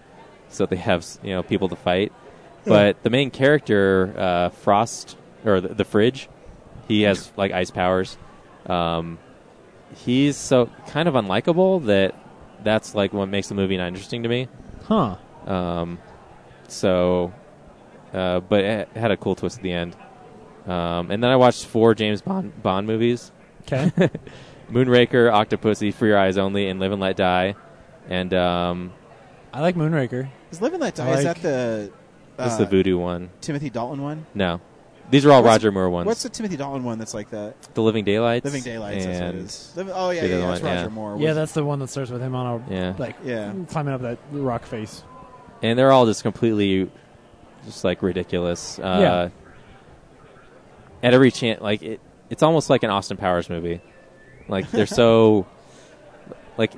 [SPEAKER 4] so they have you know people to fight. But the main character, uh, Frost or the, the Fridge, he has like ice powers. Um, he's so kind of unlikable that that's like what makes the movie not interesting to me.
[SPEAKER 2] huh?
[SPEAKER 4] Um, so, uh, but it had a cool twist at the end. Um, and then I watched four James Bond Bond movies:
[SPEAKER 2] Okay.
[SPEAKER 4] Moonraker, Octopussy, For Your Eyes Only, and Live and Let Die. And um,
[SPEAKER 2] I like Moonraker.
[SPEAKER 1] Is Live and Let Die,
[SPEAKER 2] I
[SPEAKER 1] is
[SPEAKER 2] like-
[SPEAKER 1] that the, uh,
[SPEAKER 4] this is the voodoo one.
[SPEAKER 1] Timothy Dalton one?
[SPEAKER 4] No, these are all
[SPEAKER 1] What's-
[SPEAKER 4] Roger Moore ones.
[SPEAKER 1] What's the Timothy Dalton one that's like that?
[SPEAKER 4] the Living Daylights?
[SPEAKER 1] Living Daylights, that's what it
[SPEAKER 4] and-
[SPEAKER 1] is. Liv- oh, yeah,
[SPEAKER 4] the
[SPEAKER 1] yeah,
[SPEAKER 4] other
[SPEAKER 1] yeah, it's
[SPEAKER 4] one,
[SPEAKER 1] Roger
[SPEAKER 4] yeah.
[SPEAKER 1] Moore.
[SPEAKER 2] Yeah,
[SPEAKER 1] was-
[SPEAKER 2] that's the one that starts with him on a
[SPEAKER 4] Yeah.
[SPEAKER 2] like
[SPEAKER 1] Yeah.
[SPEAKER 2] climbing up that rock face.
[SPEAKER 4] and they're all just completely just like ridiculous. Uh, At every chance, like it, it's almost like an Austin Powers movie. Like they're so, like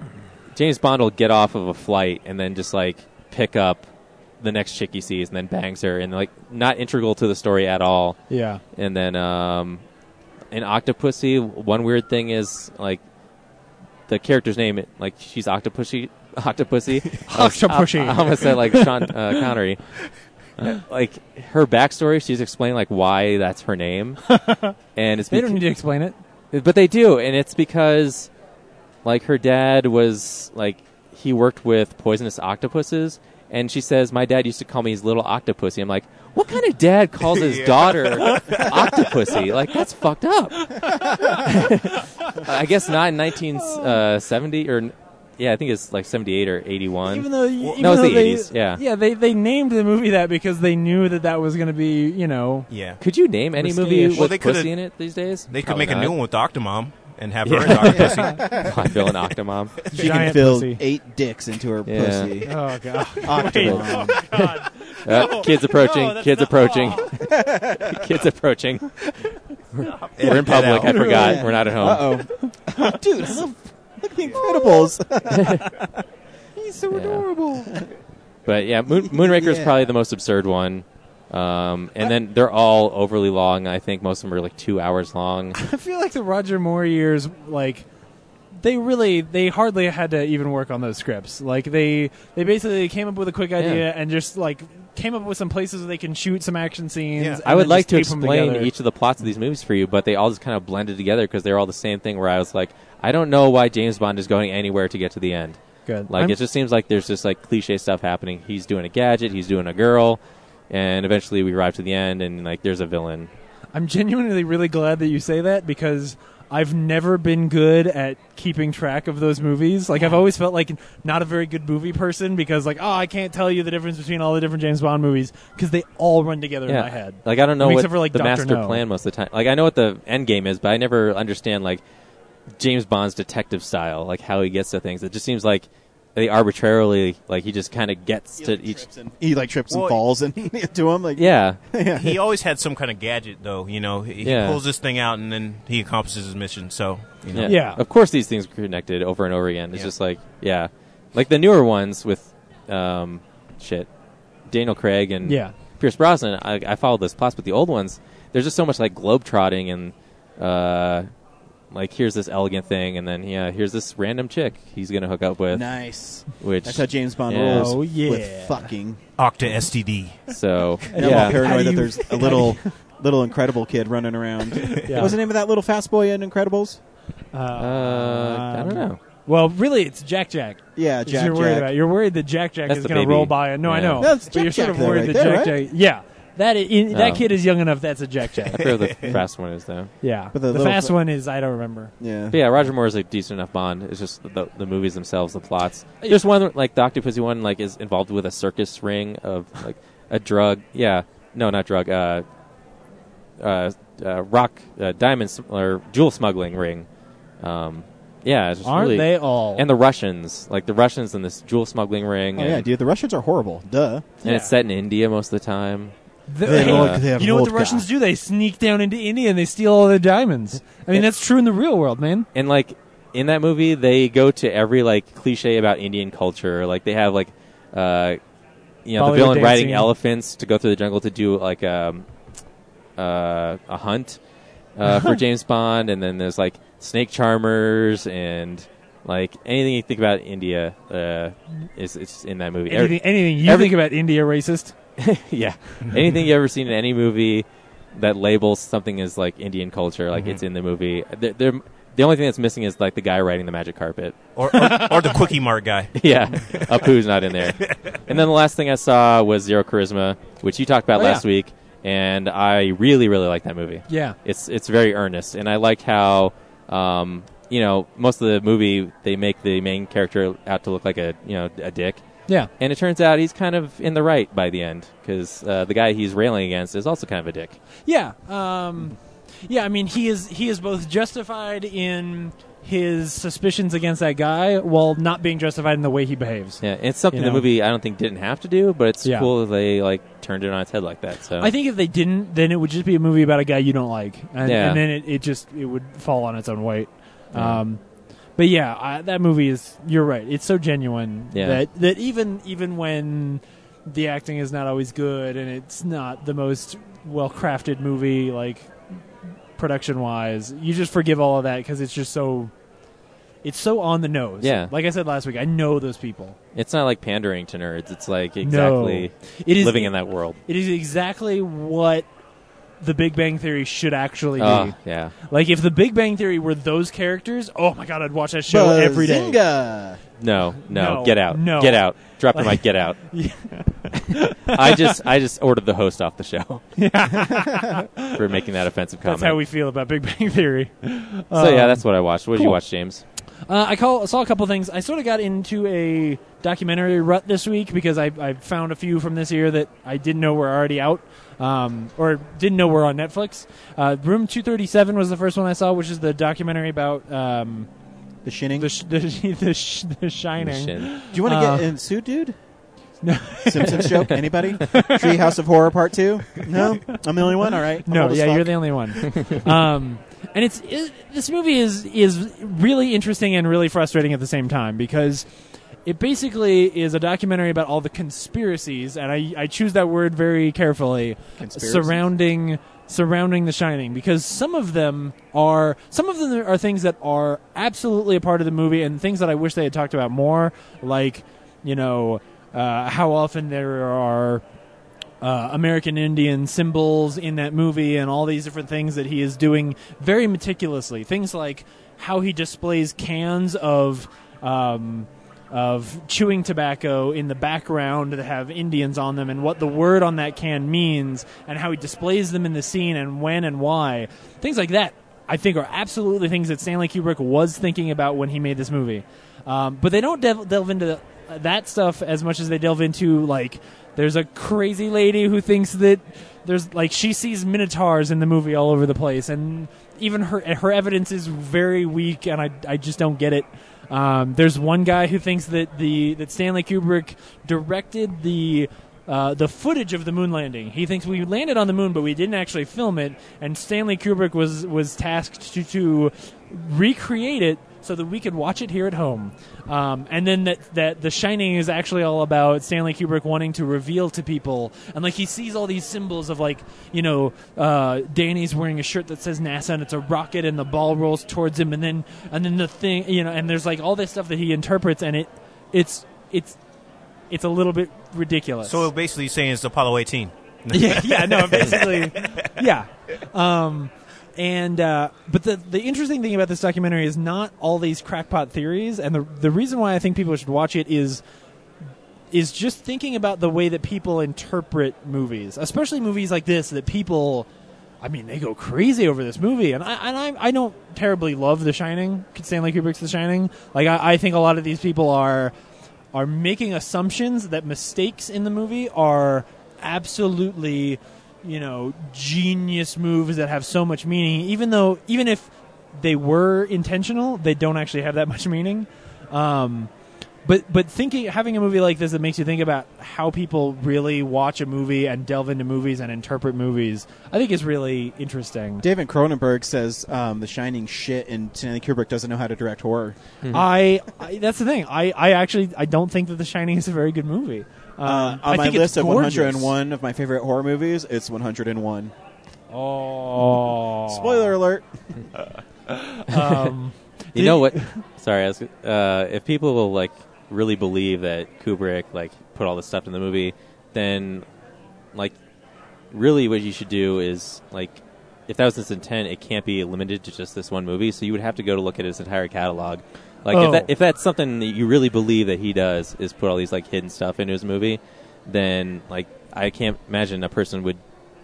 [SPEAKER 4] James Bond will get off of a flight and then just like pick up the next chick he sees and then bangs her and like not integral to the story at all.
[SPEAKER 2] Yeah.
[SPEAKER 4] And then um, in Octopussy, one weird thing is like the character's name, it- like she's Octopussy. Octopussy.
[SPEAKER 2] Octopussy.
[SPEAKER 4] I, I almost said like Sean uh, Connery. Uh, like her backstory, she's explaining like why that's her name, and it's
[SPEAKER 2] They
[SPEAKER 4] beca-
[SPEAKER 2] don't need to explain it.
[SPEAKER 4] but they do, and it's because like her dad was like he worked with poisonous octopuses, and she says my dad used to call me his little octopusy. I'm like, what kind of dad calls his daughter octopussy? Like that's fucked up. I guess not in 1970 or yeah, I think it's like 78 or 81.
[SPEAKER 2] Even though, even
[SPEAKER 4] no, it's
[SPEAKER 2] though
[SPEAKER 4] the
[SPEAKER 2] they,
[SPEAKER 4] 80s, yeah.
[SPEAKER 2] yeah, they they named the movie that because they knew that that was going to be, you know,
[SPEAKER 3] Yeah.
[SPEAKER 4] could you name any movie
[SPEAKER 2] Risky-ish.
[SPEAKER 4] with
[SPEAKER 3] Well, they could've-
[SPEAKER 4] pussy in it these days?
[SPEAKER 3] They could
[SPEAKER 4] Probably
[SPEAKER 3] make a
[SPEAKER 4] not.
[SPEAKER 3] new one with Octomom and have
[SPEAKER 4] Yeah.
[SPEAKER 3] her as Octopussy.
[SPEAKER 4] I feel an Octomom.
[SPEAKER 1] She can
[SPEAKER 2] giant
[SPEAKER 1] fill
[SPEAKER 2] pussy.
[SPEAKER 1] eight dicks into her
[SPEAKER 4] Yeah.
[SPEAKER 1] pussy.
[SPEAKER 2] Oh god.
[SPEAKER 1] Octomom.
[SPEAKER 4] Uh, kids approaching.
[SPEAKER 2] No, that's
[SPEAKER 4] kids
[SPEAKER 2] not-
[SPEAKER 4] approaching. kids approaching. We're, we're in
[SPEAKER 3] Edit that
[SPEAKER 4] public. I
[SPEAKER 3] out.
[SPEAKER 4] forgot.
[SPEAKER 1] Yeah.
[SPEAKER 4] We're not at home.
[SPEAKER 1] Uh oh. Dude, I love, look at the Incredibles.
[SPEAKER 5] He's so
[SPEAKER 4] Yeah.
[SPEAKER 5] adorable.
[SPEAKER 4] But yeah, Moon, Moonraker is
[SPEAKER 1] Yeah.
[SPEAKER 4] probably the most absurd one. Um, and then they're all overly long. I think most of them are like two hours long.
[SPEAKER 2] I feel like the Roger Moore years, like they really, they hardly had to even work on those scripts. Like they, they basically came up with a quick idea
[SPEAKER 4] Yeah.
[SPEAKER 2] and just like came up with some places where they can shoot some action scenes.
[SPEAKER 3] Yeah.
[SPEAKER 2] and
[SPEAKER 4] I would
[SPEAKER 2] then just
[SPEAKER 4] like to
[SPEAKER 2] tape 'em
[SPEAKER 4] explain
[SPEAKER 2] together.
[SPEAKER 4] each of the plots of these movies for you, but they all just kind of blended together because they're all the same thing. Where I was like, I don't know why James Bond is going anywhere to get to the end.
[SPEAKER 2] Good.
[SPEAKER 4] Like
[SPEAKER 2] I'm-
[SPEAKER 4] it just seems like there's just like cliche stuff happening. He's doing a gadget. He's doing a girl, and eventually we arrive to the end, and like there's a villain.
[SPEAKER 2] I'm genuinely really glad that you say that because I've never been good at keeping track of those movies. Like I've always felt like not a very good movie person because like oh I can't tell you the difference between all the different James Bond movies because they all run together in my head.
[SPEAKER 4] Like I don't know
[SPEAKER 2] I mean,
[SPEAKER 4] what
[SPEAKER 2] except for, like,
[SPEAKER 4] the
[SPEAKER 2] Dr.
[SPEAKER 4] master
[SPEAKER 2] No.
[SPEAKER 4] plan most of the time. Like I know what the end game is, but I never understand like James Bond's detective style, like how he gets to things. It just seems like they arbitrarily like he just kind of gets to each.
[SPEAKER 1] he like trips and
[SPEAKER 3] Well,
[SPEAKER 1] falls and to him like
[SPEAKER 4] Yeah,
[SPEAKER 3] he always had some kind of gadget, though. You know, he,
[SPEAKER 4] Yeah.
[SPEAKER 3] he pulls this thing out and then he accomplishes his mission. So, you know.
[SPEAKER 4] yeah.
[SPEAKER 2] Yeah.
[SPEAKER 4] Of course, these things are connected over and over again. It's
[SPEAKER 3] Yeah.
[SPEAKER 4] just like yeah, like the newer ones with um, shit, Daniel Craig and
[SPEAKER 2] Yeah.
[SPEAKER 4] Pierce Brosnan. I, I followed those plots, but the old ones, there's just so much like globetrotting and uh, like here's this elegant thing, and then yeah, here's this random chick he's gonna hook up with.
[SPEAKER 1] nice.
[SPEAKER 4] Which
[SPEAKER 1] That's how James Bond
[SPEAKER 4] Yeah.
[SPEAKER 1] rolls
[SPEAKER 2] Oh, yeah.
[SPEAKER 1] with fucking.
[SPEAKER 3] Octa STD.
[SPEAKER 4] so
[SPEAKER 1] Now I'm all
[SPEAKER 4] yeah,
[SPEAKER 1] paranoid
[SPEAKER 2] How do
[SPEAKER 1] that
[SPEAKER 2] you-
[SPEAKER 1] there's a little little Incredible kid running around. What was the name of that little fast boy in Incredibles?
[SPEAKER 4] uh,
[SPEAKER 2] Um,
[SPEAKER 4] I don't know.
[SPEAKER 2] Well, really, it's Jack Jack.
[SPEAKER 1] Yeah,
[SPEAKER 2] That's
[SPEAKER 1] Jack.
[SPEAKER 2] you're worried
[SPEAKER 1] Jack.
[SPEAKER 2] about. You're worried that Jack Jack
[SPEAKER 4] That's
[SPEAKER 2] is
[SPEAKER 4] the
[SPEAKER 2] going to
[SPEAKER 4] baby.
[SPEAKER 2] roll by. And, no, I
[SPEAKER 4] Yeah.
[SPEAKER 2] know.
[SPEAKER 1] That's
[SPEAKER 2] but
[SPEAKER 1] Jack
[SPEAKER 2] you're sort of
[SPEAKER 1] Jack though,
[SPEAKER 2] worried
[SPEAKER 1] right
[SPEAKER 2] that
[SPEAKER 1] there,
[SPEAKER 2] Jack
[SPEAKER 1] right?
[SPEAKER 2] Jack. Yeah, that i in, that
[SPEAKER 4] Oh.
[SPEAKER 2] kid is young enough. That's a Jack
[SPEAKER 4] I
[SPEAKER 2] Jack.
[SPEAKER 4] forget what the fast one is though.
[SPEAKER 2] yeah,
[SPEAKER 1] But the
[SPEAKER 2] the,
[SPEAKER 1] little
[SPEAKER 2] fast
[SPEAKER 1] fa-
[SPEAKER 2] one is I don't remember.
[SPEAKER 1] Yeah.
[SPEAKER 4] But yeah, Roger Moore is a decent enough Bond. It's just the, the movies themselves, the plots.
[SPEAKER 2] Oh,
[SPEAKER 4] There's one like the Octopussy one, like is involved with a circus ring of like a drug. Yeah, no, not drug. Uh, uh, uh rock, uh, diamond sm- or jewel smuggling ring. Um, yeah, it's just
[SPEAKER 2] Aren't
[SPEAKER 4] really-
[SPEAKER 2] they all?
[SPEAKER 4] And the Russians, like the Russians, and this jewel smuggling ring.
[SPEAKER 1] Oh
[SPEAKER 4] and
[SPEAKER 1] yeah, dude. The Russians are horrible. Duh.
[SPEAKER 4] and it's set in India most of the time.
[SPEAKER 2] The-
[SPEAKER 1] They
[SPEAKER 2] hey,
[SPEAKER 1] look- they have
[SPEAKER 2] you know what the
[SPEAKER 1] vodka.
[SPEAKER 2] Russians do? They sneak down into India and they steal all their diamonds. I mean,
[SPEAKER 4] It-
[SPEAKER 2] that's true in the real world, man.
[SPEAKER 4] and like in that movie they go to every like cliche about indian culture like they have like uh you know
[SPEAKER 2] Bollywood
[SPEAKER 4] the villain riding
[SPEAKER 2] dancing.
[SPEAKER 4] elephants to go through the jungle to do like um uh a hunt uh for james bond and then there's like snake charmers and like anything you think about india uh is it's in that movie Every-
[SPEAKER 2] Anything, anything you
[SPEAKER 4] every-
[SPEAKER 2] think about India racist?
[SPEAKER 4] yeah anything you ever seen in any movie that labels something as like indian culture like
[SPEAKER 2] Mm-hmm.
[SPEAKER 4] it's in the movie they're, they're- the only thing that's missing is like the guy riding the magic carpet
[SPEAKER 3] Or, or, or the Quickie Mart guy.
[SPEAKER 4] yeah, Apu's not in there. And then the last thing I saw was Zero Charisma, which you talked about
[SPEAKER 2] Oh,
[SPEAKER 4] last
[SPEAKER 2] yeah.
[SPEAKER 4] week, and I really, really like that movie.
[SPEAKER 2] Yeah.
[SPEAKER 4] It's it's very earnest, and I liked how, um, you know, most of the movie they make the main character out to look like a you know a dick,
[SPEAKER 2] Yeah.
[SPEAKER 4] and it turns out he's kind of in the right by the end because uh, the guy he's railing against is also kind of a dick.
[SPEAKER 2] Yeah. Um, yeah, I mean he is he is both justified in his suspicions against that guy while not being justified in the way he behaves.
[SPEAKER 4] Yeah, it's something
[SPEAKER 2] You know.
[SPEAKER 4] the movie I don't think didn't have to do, but it's
[SPEAKER 2] Yeah.
[SPEAKER 4] cool that they like turned it on its head like that. So
[SPEAKER 2] I think if they didn't, then it would just be a movie about a guy you don't like, and,
[SPEAKER 4] Yeah.
[SPEAKER 2] and then it, it just it would fall on its own weight.
[SPEAKER 4] Yeah.
[SPEAKER 2] Um, but yeah, I, that movie is you're right. It's so genuine
[SPEAKER 4] Yeah.
[SPEAKER 2] that that even even when the acting is not always good and it's not the most well crafted movie, like production wise, you just forgive all of that because it's just so. It's so on the nose.
[SPEAKER 4] Yeah.
[SPEAKER 2] Like I said last week, I know those people.
[SPEAKER 4] it's not like pandering to nerds. It's like exactly
[SPEAKER 2] It is
[SPEAKER 4] living in that world.
[SPEAKER 2] It is exactly what the Big Bang Theory should actually be.
[SPEAKER 4] Oh, yeah.
[SPEAKER 2] Like if the Big Bang Theory were those characters, oh my god, I'd watch that show every day.
[SPEAKER 1] Bazinga!
[SPEAKER 4] No, no,
[SPEAKER 2] No,
[SPEAKER 4] get out.
[SPEAKER 2] no.
[SPEAKER 4] Get out. Drop your mic, get out. I just I just ordered the host off the show. for making that offensive comment.
[SPEAKER 2] That's how we feel about Big Bang Theory.
[SPEAKER 4] so yeah, that's what I watched. What did you
[SPEAKER 2] cool.
[SPEAKER 4] watch, James?
[SPEAKER 2] Uh, I call, saw a couple things. I sort of got into a documentary rut this week because I, I found a few from this year that I didn't know were already out um, or didn't know were on Netflix. Uh, Room 237 was the first one I saw, which is the documentary about um,
[SPEAKER 1] The shinning.
[SPEAKER 2] the, sh- the, sh- the, sh- the Shining.
[SPEAKER 4] Shin.
[SPEAKER 1] Do you want to
[SPEAKER 2] Uh,
[SPEAKER 1] get in suit, dude? Simpsons joke? Anybody? Treehouse of Horror Part Two? No, I'm the only one. All right. I'm
[SPEAKER 2] No,
[SPEAKER 1] old as
[SPEAKER 2] yeah,
[SPEAKER 1] fuck.
[SPEAKER 2] you're the only one. um, and it's it, this movie is is really interesting and really frustrating at the same time because it basically is a documentary about all the conspiracies, and I I choose that word very carefully
[SPEAKER 1] Conspiracies.
[SPEAKER 2] surrounding surrounding The Shining because some of them are some of them are things that are absolutely a part of the movie and things that I wish they had talked about more, like you know uh, how often there are uh, American Indian symbols in that movie and all these different things that he is doing very meticulously. Things like how he displays cans of. Um, of chewing tobacco in the background that have Indians on them, and what the word on that can means, and how he displays them in the scene, and when and why. Things like that, I think, are absolutely things that Stanley Kubrick was thinking about when he made this movie. Um, but they don't delve, delve into that stuff as much as they delve into like there's a crazy lady who thinks that there's like she sees minotaurs in the movie all over the place and even her her evidence is very weak and I, I just don't get it um, there's one guy who thinks that the that Stanley Kubrick directed the uh, the footage of the moon landing. He thinks we landed on the moon, but we didn't actually film it. And Stanley Kubrick was was tasked to, to recreate it so that we could watch it here at home. Um, and then that that The Shining is actually all about Stanley Kubrick wanting to reveal to people, and like he sees all these symbols of like you know uh, Danny's wearing a shirt that says NASA and it's a rocket, and the ball rolls towards him, and then and then the thing you know, and there's like all this stuff that he interprets, and it it's it's it's a little bit ridiculous.
[SPEAKER 3] So basically, you're saying it's Apollo 18.
[SPEAKER 2] yeah, yeah, no, basically, yeah. Um, and uh, but the the interesting thing about this documentary is not all these crackpot theories, and the the reason why I think people should watch it is is just thinking about the way that people interpret movies, especially movies like this that people. I mean, they go crazy over this movie, and I and I, I don't terribly love The Shining. Stanley Kubrick's The Shining. Like I, I think a lot of these people are are making assumptions that mistakes in the movie are absolutely, you know, genius moves that have so much meaning. Even though, even if they were intentional, they don't actually have that much meaning. Um, but but thinking having a movie like this that makes you think about how people really watch a movie and delve into movies and interpret movies, I think is really interesting.
[SPEAKER 1] David Cronenberg says um, The Shining shit, and Stanley Kubrick doesn't know how to direct horror.
[SPEAKER 2] I, I that's the thing. I, I actually I don't think that The Shining is a very good movie. Um,
[SPEAKER 1] Uh, on
[SPEAKER 2] I
[SPEAKER 1] my
[SPEAKER 2] think
[SPEAKER 1] list
[SPEAKER 2] it's
[SPEAKER 1] of
[SPEAKER 2] gorgeous.
[SPEAKER 1] 101 of my favorite horror movies, it's 101.
[SPEAKER 2] Oh,
[SPEAKER 1] Spoiler alert!
[SPEAKER 2] Um,
[SPEAKER 4] You
[SPEAKER 2] Did-
[SPEAKER 4] know what? Sorry, I was, uh, if people will like really believe that Kubrick like put all this stuff in the movie, then like really what you should do is like if that was his intent, it can't be limited to just this one movie. So you would have to go to look at his entire catalog. Like
[SPEAKER 2] Oh.
[SPEAKER 4] if that if that's something that you really believe that he does is put all these like hidden stuff into his movie, then like I can't imagine a person would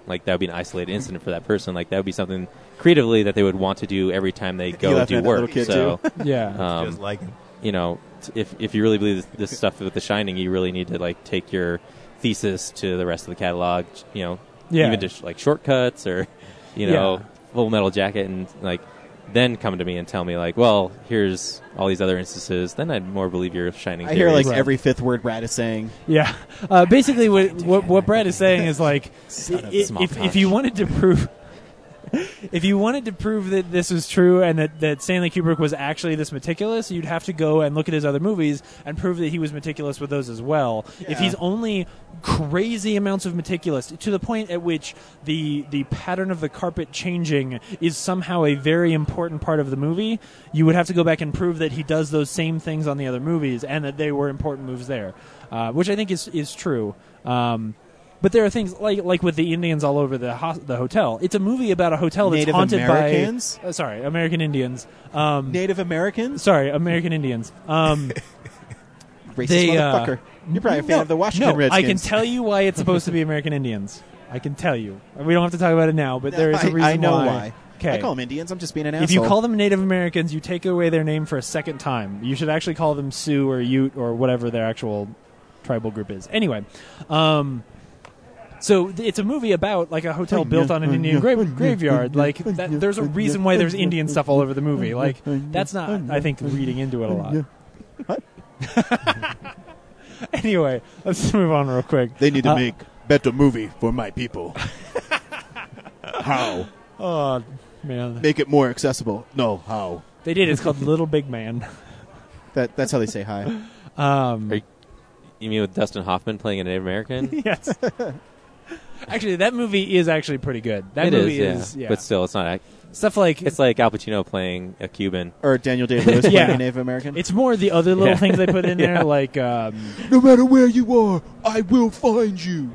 [SPEAKER 4] like that would be an isolated incident for that person. Like that would be something creatively that they would want to do every time they go
[SPEAKER 1] laughing
[SPEAKER 4] do
[SPEAKER 1] at that
[SPEAKER 4] work.
[SPEAKER 1] little kid,
[SPEAKER 4] so
[SPEAKER 2] yeah.
[SPEAKER 4] um,
[SPEAKER 3] Just like him.
[SPEAKER 4] you know, t- if if you really believe this, this stuff with The Shining, you really need to like take your thesis to the rest of the catalog. You know,
[SPEAKER 2] Yeah.
[SPEAKER 4] even just like shortcuts or you know, Full Metal Jacket, and like then come to me and tell me like, well, here's all these other instances. Then I'd more believe your Shining.
[SPEAKER 1] I hear
[SPEAKER 4] theory.
[SPEAKER 1] like
[SPEAKER 2] Right.
[SPEAKER 1] every fifth word Brad is saying.
[SPEAKER 2] Yeah. Uh, basically, what, what what Brad is saying is like, i-
[SPEAKER 4] small
[SPEAKER 2] if if
[SPEAKER 4] punch.
[SPEAKER 2] you wanted to prove. If you wanted to prove that this was true and that, that Stanley Kubrick was actually this meticulous, you'd have to go and look at his other movies and prove that he was meticulous with those as well. If he's only crazy amounts of meticulous to the point at which the the pattern of the carpet changing is somehow a very important part of the movie, you would have to go back and prove that he does those same things on the other movies and that they were important moves there, uh, which I think is is true. Um, but there are things like like with the Indians all over the ho- the hotel. It's a movie about a hotel that's
[SPEAKER 1] Native
[SPEAKER 2] haunted
[SPEAKER 1] Americans?
[SPEAKER 2] by uh, sorry American Indians. Um,
[SPEAKER 1] Native Americans?
[SPEAKER 2] sorry American Indians. Um,
[SPEAKER 1] Racist
[SPEAKER 2] they, uh,
[SPEAKER 1] motherfucker. You're probably a fan
[SPEAKER 2] no,
[SPEAKER 1] of the Washington
[SPEAKER 2] no,
[SPEAKER 1] Redskins.
[SPEAKER 2] I can tell you why it's supposed to be American Indians. I can tell you. We don't have to talk about it now, but there is
[SPEAKER 1] I-
[SPEAKER 2] a reason
[SPEAKER 1] I know why.
[SPEAKER 2] Okay.
[SPEAKER 1] I call them Indians. I'm just being an
[SPEAKER 2] if
[SPEAKER 1] asshole.
[SPEAKER 2] you call them Native Americans, you take away their name for a second time. You should actually call them Sioux or Ute or whatever their actual tribal group is. Anyway, um, so th- it's a movie about like a hotel built on an Indian gra- graveyard. Like that, there's a reason why there's Indian stuff all over the movie. Like that's not, I think, reading into it a lot. anyway, let's move on real quick.
[SPEAKER 7] They need to
[SPEAKER 2] Uh,
[SPEAKER 7] make better movie for my people. how?
[SPEAKER 2] Oh man,
[SPEAKER 7] Make it more accessible. No, how?
[SPEAKER 2] they did. It's called Little Big Man.
[SPEAKER 1] That, that's how they say hi.
[SPEAKER 2] Um,
[SPEAKER 4] Are you- You mean with Dustin Hoffman playing a Native American?
[SPEAKER 2] yes. actually, that movie is actually pretty good. That
[SPEAKER 4] It
[SPEAKER 2] movie
[SPEAKER 4] yeah.
[SPEAKER 2] is, yeah.
[SPEAKER 4] But still, it's not. ac-
[SPEAKER 2] stuff like
[SPEAKER 4] It's like Al Pacino playing a Cuban.
[SPEAKER 1] Or Daniel Day Lewis
[SPEAKER 2] Yeah.
[SPEAKER 1] playing a Native American.
[SPEAKER 2] It's more the other little
[SPEAKER 4] Yeah.
[SPEAKER 2] things they put in there, like. Um,
[SPEAKER 7] No matter where you are, I will find you.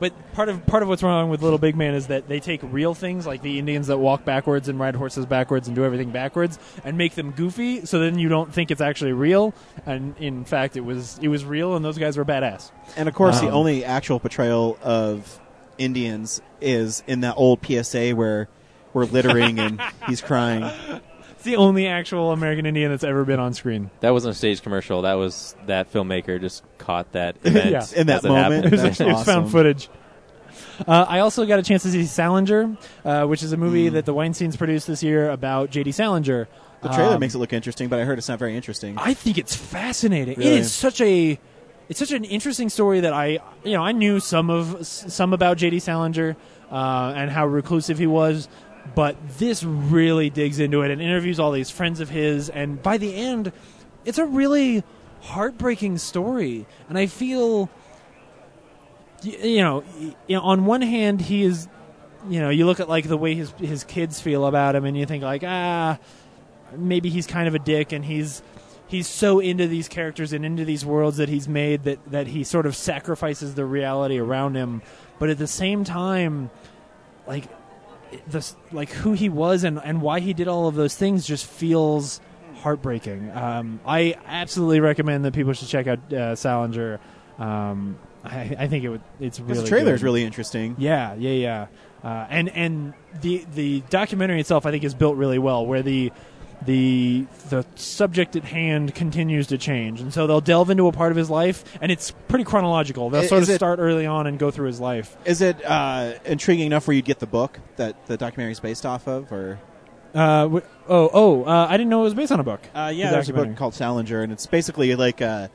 [SPEAKER 2] but part of part of what's wrong with Little Big Man is that they take real things, like the Indians that walk backwards and ride horses backwards and do everything backwards, and make them goofy. So then you don't think it's actually real, and in fact, it was it was real, and those guys were badass.
[SPEAKER 1] and of course, the
[SPEAKER 2] Um,
[SPEAKER 1] only actual portrayal of Indians is in that old PSA where we're littering and he's crying.
[SPEAKER 2] It's the only actual American Indian that's ever been on screen.
[SPEAKER 4] That wasn't a stage commercial. That was that filmmaker just caught that event
[SPEAKER 2] Yeah.
[SPEAKER 1] In that
[SPEAKER 4] as it
[SPEAKER 1] moment.
[SPEAKER 4] happened.
[SPEAKER 2] It was,
[SPEAKER 1] That's
[SPEAKER 2] it was
[SPEAKER 1] awesome.
[SPEAKER 2] found footage. Uh, I also got a chance to see Salinger, uh, which is a movie that the Weinstein's produced this year about J.D. Salinger.
[SPEAKER 1] Hmm. The trailer
[SPEAKER 2] Um,
[SPEAKER 1] makes it look interesting, but I heard it's not very interesting.
[SPEAKER 2] I think it's fascinating.
[SPEAKER 1] Really?
[SPEAKER 2] It is such a it's such an interesting story that I you know I knew some of some about J.D. Salinger uh, and how reclusive he was, but this really digs into it and interviews all these friends of his, and by the end, it's a really heartbreaking story, and I feel y- you know, y- you know on one hand he is you know you look at like the way his his kids feel about him and you think like ah maybe he's kind of a dick and he's he's so into these characters and into these worlds that he's made that that he sort of sacrifices the reality around him but at the same time like the s- like who he was and and why he did all of those things just feels heartbreaking um i absolutely recommend that people should check out uh, salinger um i i think it would it's really
[SPEAKER 1] the trailer
[SPEAKER 2] good.
[SPEAKER 1] is really interesting.
[SPEAKER 2] Yeah, yeah, yeah. Uh, and and the the documentary itself, I think, is built really well, where the the the subject at hand continues to change, and so they'll delve into a part of his life, and it's pretty chronological. They'll
[SPEAKER 1] I-
[SPEAKER 2] sort
[SPEAKER 1] is
[SPEAKER 2] of
[SPEAKER 1] it-
[SPEAKER 2] start early on and go through his life.
[SPEAKER 1] Is it uh, intriguing enough where you'd get the book that the documentary is based off of, or
[SPEAKER 2] Uh, w- oh, oh, uh, I didn't know it was based on a book.
[SPEAKER 1] Uh,
[SPEAKER 2] The
[SPEAKER 1] yeah, there's a
[SPEAKER 2] documentary.
[SPEAKER 1] book called Salinger, and it's basically like a,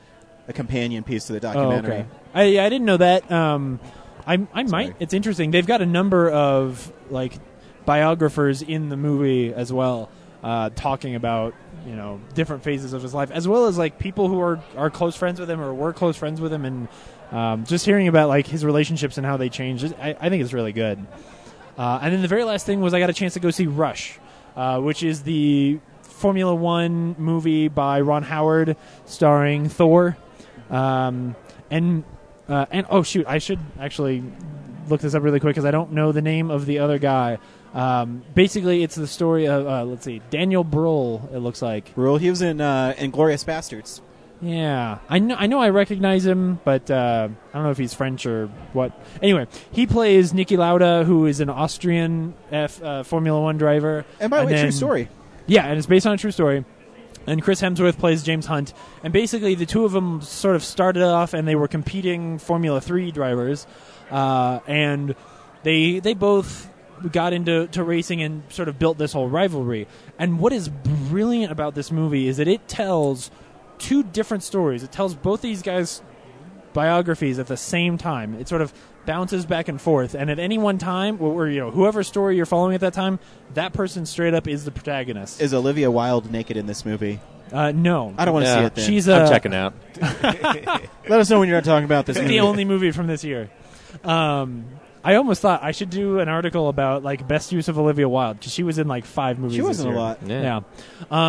[SPEAKER 1] a companion piece to the
[SPEAKER 2] Oh,
[SPEAKER 1] documentary.
[SPEAKER 2] okay. I, yeah, I didn't know that. Um, I I might.
[SPEAKER 1] Sorry.
[SPEAKER 2] It's interesting. They've got a number of like biographers in the movie as well, uh, talking about you know different phases of his life, as well as like people who are are close friends with him or were close friends with him, and um, just hearing about like his relationships and how they changed. it- I, I think it's really good. Uh, and then the very last thing was I got a chance to go see Rush, uh, which is the Formula One movie by Ron Howard starring Thor. Um, and uh, and oh shoot, I should actually look this up really quick because I don't know the name of the other guy. Um, basically, it's the story of uh, let's see, Daniel Bruhl. It looks like.
[SPEAKER 1] Rule. He was in uh, Inglorious Bastards.
[SPEAKER 2] Yeah, I know. I know. I recognize him, but uh, I don't know if he's French or what. Anyway, he plays Niki Lauda, who is an Austrian F uh, Formula One driver.
[SPEAKER 1] And by the way,
[SPEAKER 2] then-
[SPEAKER 1] true story.
[SPEAKER 2] Yeah, and it's based on a true story. And Chris Hemsworth plays James Hunt, and basically the two of them sort of started off, and they were competing Formula Three drivers, uh, and they they both got into to racing and sort of built this whole rivalry. And what is brilliant about this movie is that it tells two different stories. It tells both these guys' biographies at the same time. It sort of bounces back and forth, and at any one time, or you know, whoever story you're following at that time, that person straight up is the protagonist.
[SPEAKER 1] Is Olivia Wilde naked in this movie?
[SPEAKER 2] Uh, no,
[SPEAKER 1] I don't want to
[SPEAKER 4] Yeah.
[SPEAKER 1] see it. Then.
[SPEAKER 2] She's
[SPEAKER 4] I'm
[SPEAKER 2] uh,
[SPEAKER 4] checking out.
[SPEAKER 1] Let us know when you're not talking about this. movie.
[SPEAKER 2] the only movie from this year. Um, I almost thought I should do an article about like best use of Olivia Wilde because she was in like five movies.
[SPEAKER 1] She
[SPEAKER 2] this
[SPEAKER 1] wasn't a
[SPEAKER 2] year.
[SPEAKER 1] lot.
[SPEAKER 4] Yeah.
[SPEAKER 2] Yeah.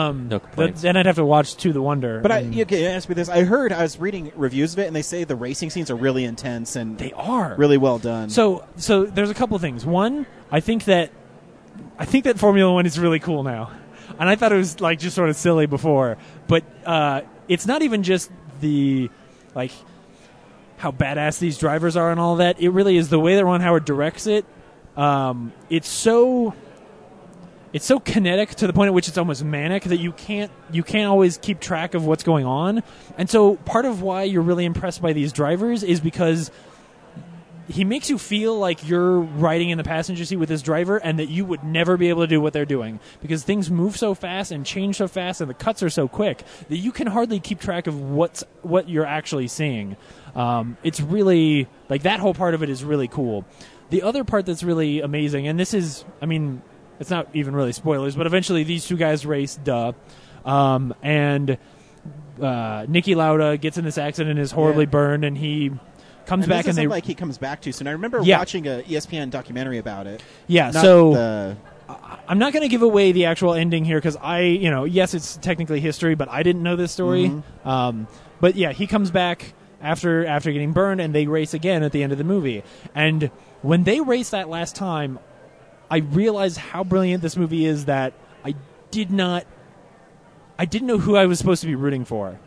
[SPEAKER 2] Um,
[SPEAKER 4] No
[SPEAKER 2] but
[SPEAKER 4] complaints.
[SPEAKER 2] then I'd have to watch To the Wonder.
[SPEAKER 1] But I,
[SPEAKER 2] and
[SPEAKER 1] you can ask me this. I heard I was reading reviews of it, and they say the racing scenes are really intense and
[SPEAKER 2] they are
[SPEAKER 1] really well done.
[SPEAKER 2] So so there's a couple things. One, I think that I think that Formula One is really cool now, and I thought it was like just sort of silly before, but uh, it's not even just the like how badass these drivers are and all that. It really is the way that Ron Howard directs it. Um, it's so it's so kinetic to the point at which it's almost manic that you can't you can't always keep track of what's going on. And so part of why you're really impressed by these drivers is because he makes you feel like you're riding in the passenger seat with this driver and that you would never be able to do what they're doing because things move so fast and change so fast and the cuts are so quick that you can hardly keep track of what's what you're actually seeing um, it's really like that whole part of it is really cool the other part that's really amazing and this is i mean it's not even really spoilers but eventually these two guys race duh um, and uh, Nicky Lauda gets in this accident and is horribly
[SPEAKER 1] Yeah.
[SPEAKER 2] burned, and he comes
[SPEAKER 1] And
[SPEAKER 2] back
[SPEAKER 1] this
[SPEAKER 2] and
[SPEAKER 1] isn't
[SPEAKER 2] they
[SPEAKER 1] like he comes back too soon. I remember
[SPEAKER 2] Yeah.
[SPEAKER 1] watching a E ESPN documentary about it.
[SPEAKER 2] yeah.
[SPEAKER 1] Not
[SPEAKER 2] so
[SPEAKER 1] the-
[SPEAKER 2] I'm not going to give away the actual ending here because I, you know, yes, it's technically history, but I didn't know this story.
[SPEAKER 1] Mm-hmm.
[SPEAKER 2] Um, but yeah, he comes back after after getting burned, and they race again at the end of the movie. And when they race that last time, I realized how brilliant this movie is that I did not. I didn't know who I was supposed to be rooting for.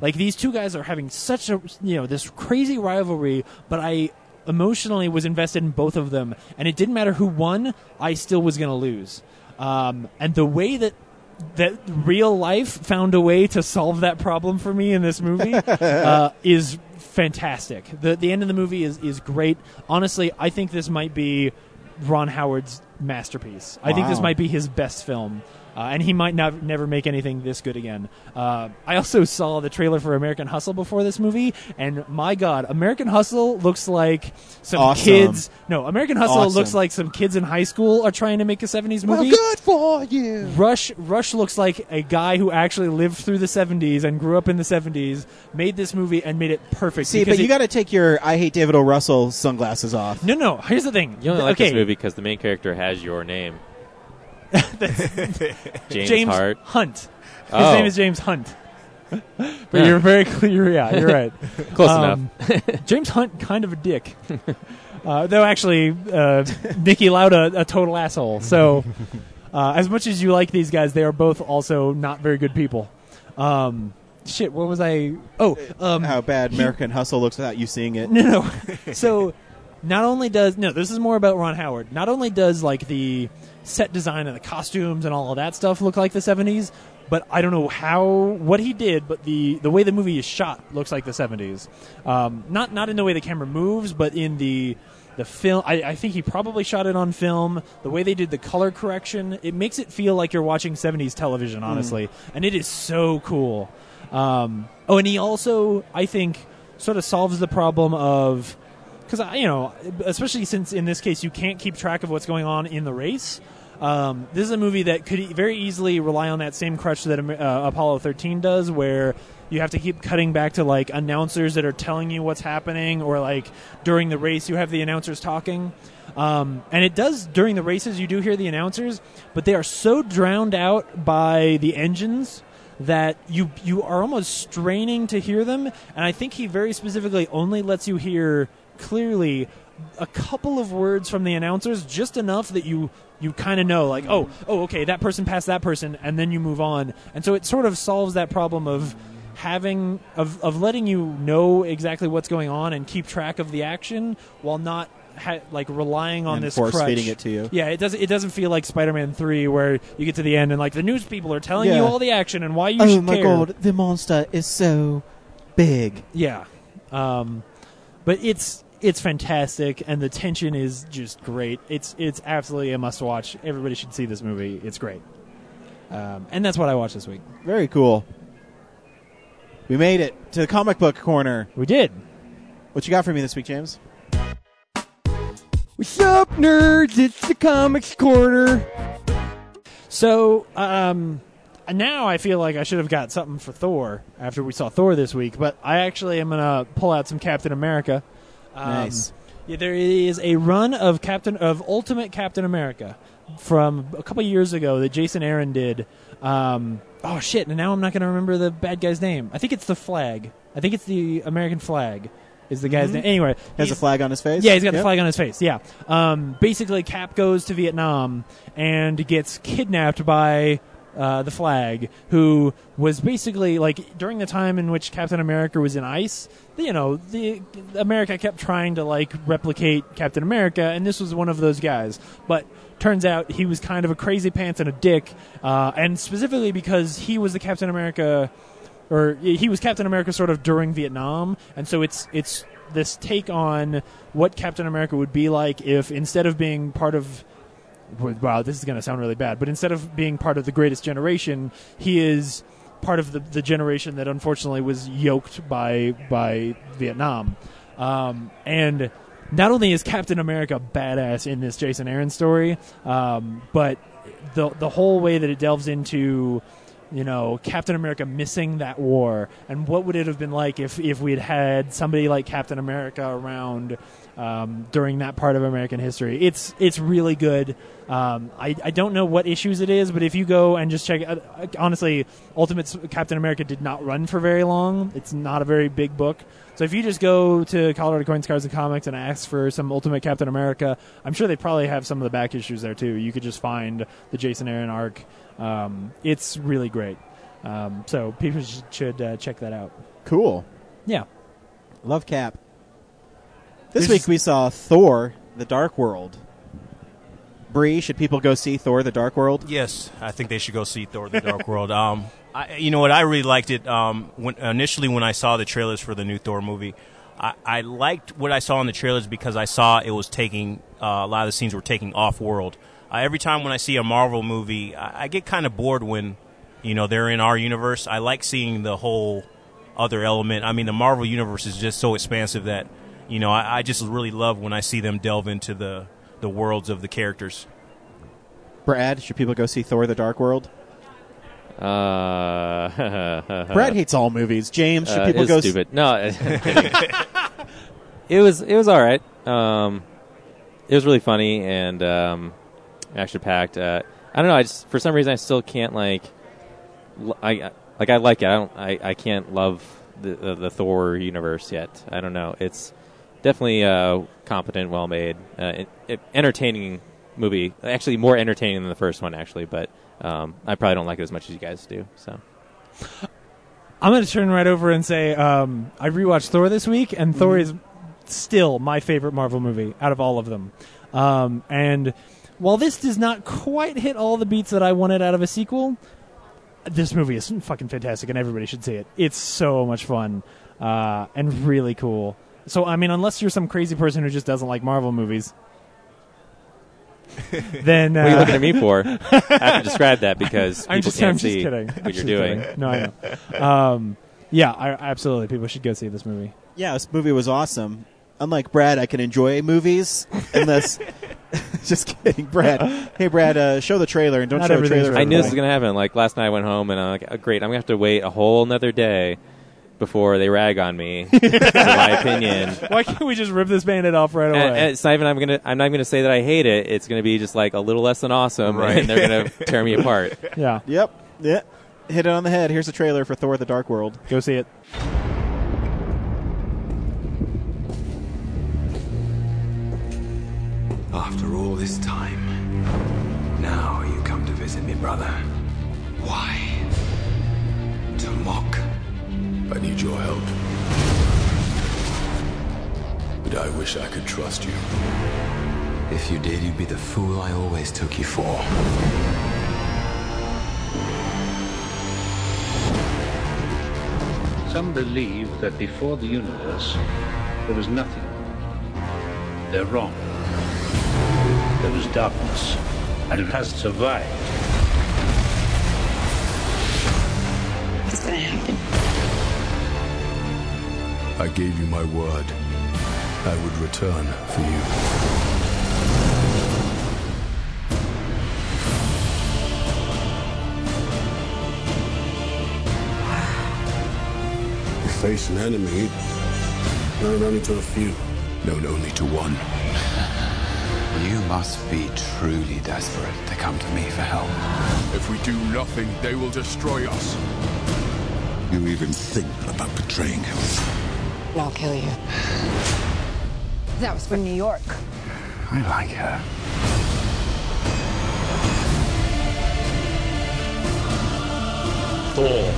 [SPEAKER 2] Like these two guys are having such a you know this crazy rivalry, but I emotionally was invested in both of them, and it didn't matter who won. I still was going to lose. Um, and the way that that real life found a way to solve that problem for me in this movie uh, is fantastic. the The end of the movie is is great. Honestly, I think this might be Ron Howard's masterpiece. I think this
[SPEAKER 1] Wow.
[SPEAKER 2] might be his best film. Uh, and he might not never make anything this good again. Uh, I also saw the trailer for American Hustle before this movie, and my God, American Hustle looks like some
[SPEAKER 1] Awesome.
[SPEAKER 2] kids. No, American Hustle
[SPEAKER 1] Awesome.
[SPEAKER 2] looks like some kids in high school are trying to make a '70s movie.
[SPEAKER 7] Well, good for you.
[SPEAKER 2] Rush Rush looks like a guy who actually lived through the 70s and grew up in the 70s, made this movie and made it perfect.
[SPEAKER 1] see,
[SPEAKER 2] because
[SPEAKER 1] but you
[SPEAKER 2] it-
[SPEAKER 1] got to take your "I hate David O. Russell" sunglasses off.
[SPEAKER 2] No, no, here's the thing.
[SPEAKER 4] You only like
[SPEAKER 2] okay,
[SPEAKER 4] this movie because the main character has your name. James,
[SPEAKER 2] James
[SPEAKER 4] Hart.
[SPEAKER 2] Hunt. His
[SPEAKER 4] Oh.
[SPEAKER 2] name is James Hunt. but
[SPEAKER 4] Huh.
[SPEAKER 2] you're very clear. Yeah, you're right.
[SPEAKER 4] Close
[SPEAKER 2] Um, James Hunt, kind of a dick. Uh, though actually, uh, Nicky Lauda, a total asshole. So, uh, as much as you like these guys, they are both also not very good people. Um, shit, what was I? Oh, um,
[SPEAKER 1] How bad American Hustle looks without you seeing it.
[SPEAKER 2] no, no. so not only does no, this is more about Ron Howard. Not only does like the set design and the costumes and all of that stuff look like the '70s, but I don't know how what he did, but the the way the movie is shot looks like the '70s. Um, not not in the way the camera moves, but in the the film, I, I think he probably shot it on film. The way they did the color correction, it makes it feel like you're watching 70s television, honestly. And it is so cool. Um, oh, and he also, I think, sort of solves the problem of because you know, especially since in this case you can't keep track of what's going on in the race. Um, this is a movie that could e- very easily rely on that same crutch that um, uh, Apollo 13 does, where you have to keep cutting back to like announcers that are telling you what's happening, or like during the race you have the announcers talking. Um, and it does during the races you do hear the announcers, but they are so drowned out by the engines that you you are almost straining to hear them and i think he very specifically only lets you hear clearly a couple of words from the announcers just enough that you you kind of know like oh oh okay that person passed that person and then you move on and so it sort of solves that problem of having of of letting you know exactly what's going on and keep track of the action while not ha- like relying on
[SPEAKER 1] And
[SPEAKER 2] this
[SPEAKER 1] force
[SPEAKER 2] crutch.
[SPEAKER 1] feeding it to you.
[SPEAKER 2] yeah it doesn't it doesn't feel like spider-man 3 where you get to the end and like the news people are telling
[SPEAKER 1] Yeah.
[SPEAKER 2] you all the action and why you
[SPEAKER 1] oh
[SPEAKER 2] should
[SPEAKER 1] my
[SPEAKER 2] care.
[SPEAKER 1] god, the monster is so big.
[SPEAKER 2] Yeah. Um, but it's it's fantastic and the tension is just great. It's it's absolutely a must watch. Everybody should see this movie. It's great. Um, and that's what I watched this week.
[SPEAKER 1] Very cool. We made it to the comic book corner.
[SPEAKER 2] We did.
[SPEAKER 1] What you got for me this week, James?
[SPEAKER 5] What's up, nerds? It's the Comics Corner.
[SPEAKER 2] So um, now I feel like I should have got something for Thor after we saw Thor this week, but I actually am gonna pull out some Captain America. Um,
[SPEAKER 1] Nice.
[SPEAKER 2] Yeah, there is a run of Captain of Ultimate Captain America from a couple years ago that Jason Aaron did. Um, oh shit! And now I'm not gonna remember the bad guy's name. I think it's the flag. I think it's the American flag. Is the guy's name? Anyway,
[SPEAKER 1] Has a
[SPEAKER 2] he's-
[SPEAKER 1] flag on his face.
[SPEAKER 2] yeah, he's got the
[SPEAKER 1] Yep.
[SPEAKER 2] flag on his face. Yeah. Um, basically, Cap goes to Vietnam and gets kidnapped by uh, the flag, who was basically like during the time in which Captain America was in ice. You know, the America kept trying to like replicate Captain America, and this was one of those guys. But turns out he was kind of a crazy pants and a dick, uh, and specifically because he was the Captain America or he was Captain America sort of during Vietnam, and so it's it's this take on what Captain America would be like if instead of being part of wow, this is going to sound really bad, but instead of being part of the greatest generation, he is part of the, the generation that unfortunately was yoked by by Vietnam. Um, and not only is Captain America badass in this Jason Aaron story, um, but the the whole way that it delves into you know Captain America missing that war and what would it have been like if if we had had somebody like Captain America around um, during that part of American history. It's it's really good. Um, I I don't know what issues it is, but if you go and just check, uh, uh, honestly, Ultimate S- Captain America did not run for very long. It's not a very big book. So if you just go to Colorado Coins, Cards, and Comics and ask for some Ultimate Captain America, I'm sure they probably have some of the back issues there too. You could just find the Jason Aaron arc. Um, it's really great. Um, so people sh- should uh, check that out.
[SPEAKER 1] Cool.
[SPEAKER 2] Yeah.
[SPEAKER 1] Love Cap. This
[SPEAKER 2] There's
[SPEAKER 1] week
[SPEAKER 2] just-
[SPEAKER 1] we saw Thor: The Dark World. Bree, should people go see Thor: The Dark World?
[SPEAKER 3] Yes, I think they should go see Thor: The Dark World. Um, I, you know what? I really liked it. Um, when, initially, when I saw the trailers for the new Thor movie, I, I liked what I saw in the trailers because I saw it was taking uh, a lot of the scenes were taking off world. Uh, every time when I see a Marvel movie, I, I get kind of bored when you know they're in our universe. I like seeing the whole other element. I mean, the Marvel universe is just so expansive that you know I, I just really love when I see them delve into the the worlds of the characters.
[SPEAKER 1] Brad, should people go see Thor: The Dark World?
[SPEAKER 4] Uh,
[SPEAKER 1] Brad hates all movies. James, should
[SPEAKER 4] uh,
[SPEAKER 1] people
[SPEAKER 4] it's
[SPEAKER 1] go? s-
[SPEAKER 4] stupid. No, I'm kidding. it was it was all right. Um, it was really funny and um, action packed. Uh, I don't know. I just for some reason I still can't like. l- I I- like I like it. I don't. I, I can't love the, the the Thor universe yet. I don't know. It's definitely uh, competent, well made, uh, it, it- entertaining movie. Actually, more entertaining than the first one. Actually, but um, I probably don't like it as much as you guys do. So.
[SPEAKER 2] I'm going to turn right over and say um, I rewatched Thor this week, and Thor is still my favorite Marvel movie out of all of them. Um, and while this does not quite hit all the beats that I wanted out of a sequel, this movie is fucking fantastic, and everybody should see it. It's so much fun uh, and really cool. So, I mean, unless you're some crazy person who just doesn't like Marvel movies, then uh,
[SPEAKER 4] What are you looking at me for? I have to describe that because people
[SPEAKER 2] I'm just,
[SPEAKER 4] can't
[SPEAKER 2] I'm just
[SPEAKER 4] see
[SPEAKER 2] kidding. I'm
[SPEAKER 4] what you're
[SPEAKER 2] just
[SPEAKER 4] doing.
[SPEAKER 2] kidding. No, I know. Um, yeah, I, absolutely. People should go see this movie.
[SPEAKER 1] Yeah, this movie was awesome. Unlike Brad, I can enjoy movies unless. Just kidding, Brad. Hey, Brad, uh, show the trailer and don't
[SPEAKER 2] Not
[SPEAKER 1] show the
[SPEAKER 2] everything's
[SPEAKER 1] trailer.
[SPEAKER 2] right.
[SPEAKER 4] I knew this was
[SPEAKER 1] everybody.
[SPEAKER 4] gonna happen. Like last night, I went home and I'm like, oh, "Great, I'm gonna have to wait a whole another day before they rag on me for my opinion."
[SPEAKER 2] Why can't we just rip this bandit off right away?
[SPEAKER 4] And, and it's not even I'm gonna I'm not even gonna say that I hate it. It's gonna be just like a little less than awesome,
[SPEAKER 3] Right.
[SPEAKER 4] and they're gonna tear me apart.
[SPEAKER 2] yeah,
[SPEAKER 1] Yep. Yeah. Hit it on the head. Here's the trailer for Thor: The Dark World.
[SPEAKER 2] go see it.
[SPEAKER 8] After all this time, now you come to visit me, brother. Why? To mock.
[SPEAKER 7] I need your help. But I wish I could trust you.
[SPEAKER 8] If you did, you'd be the fool I always took you for.
[SPEAKER 9] Some believe that before the universe, there was nothing. They're wrong. There was darkness, and it has survived.
[SPEAKER 10] It's gonna happen.
[SPEAKER 7] I gave you my word. I would return for you. You face an enemy, known only to a few. Known only to one.
[SPEAKER 8] You must be truly desperate to come to me for help.
[SPEAKER 7] If we do nothing, they will destroy us. You even think about betraying him.
[SPEAKER 10] And I'll kill you. That was from New York.
[SPEAKER 8] I like her.
[SPEAKER 9] Thor,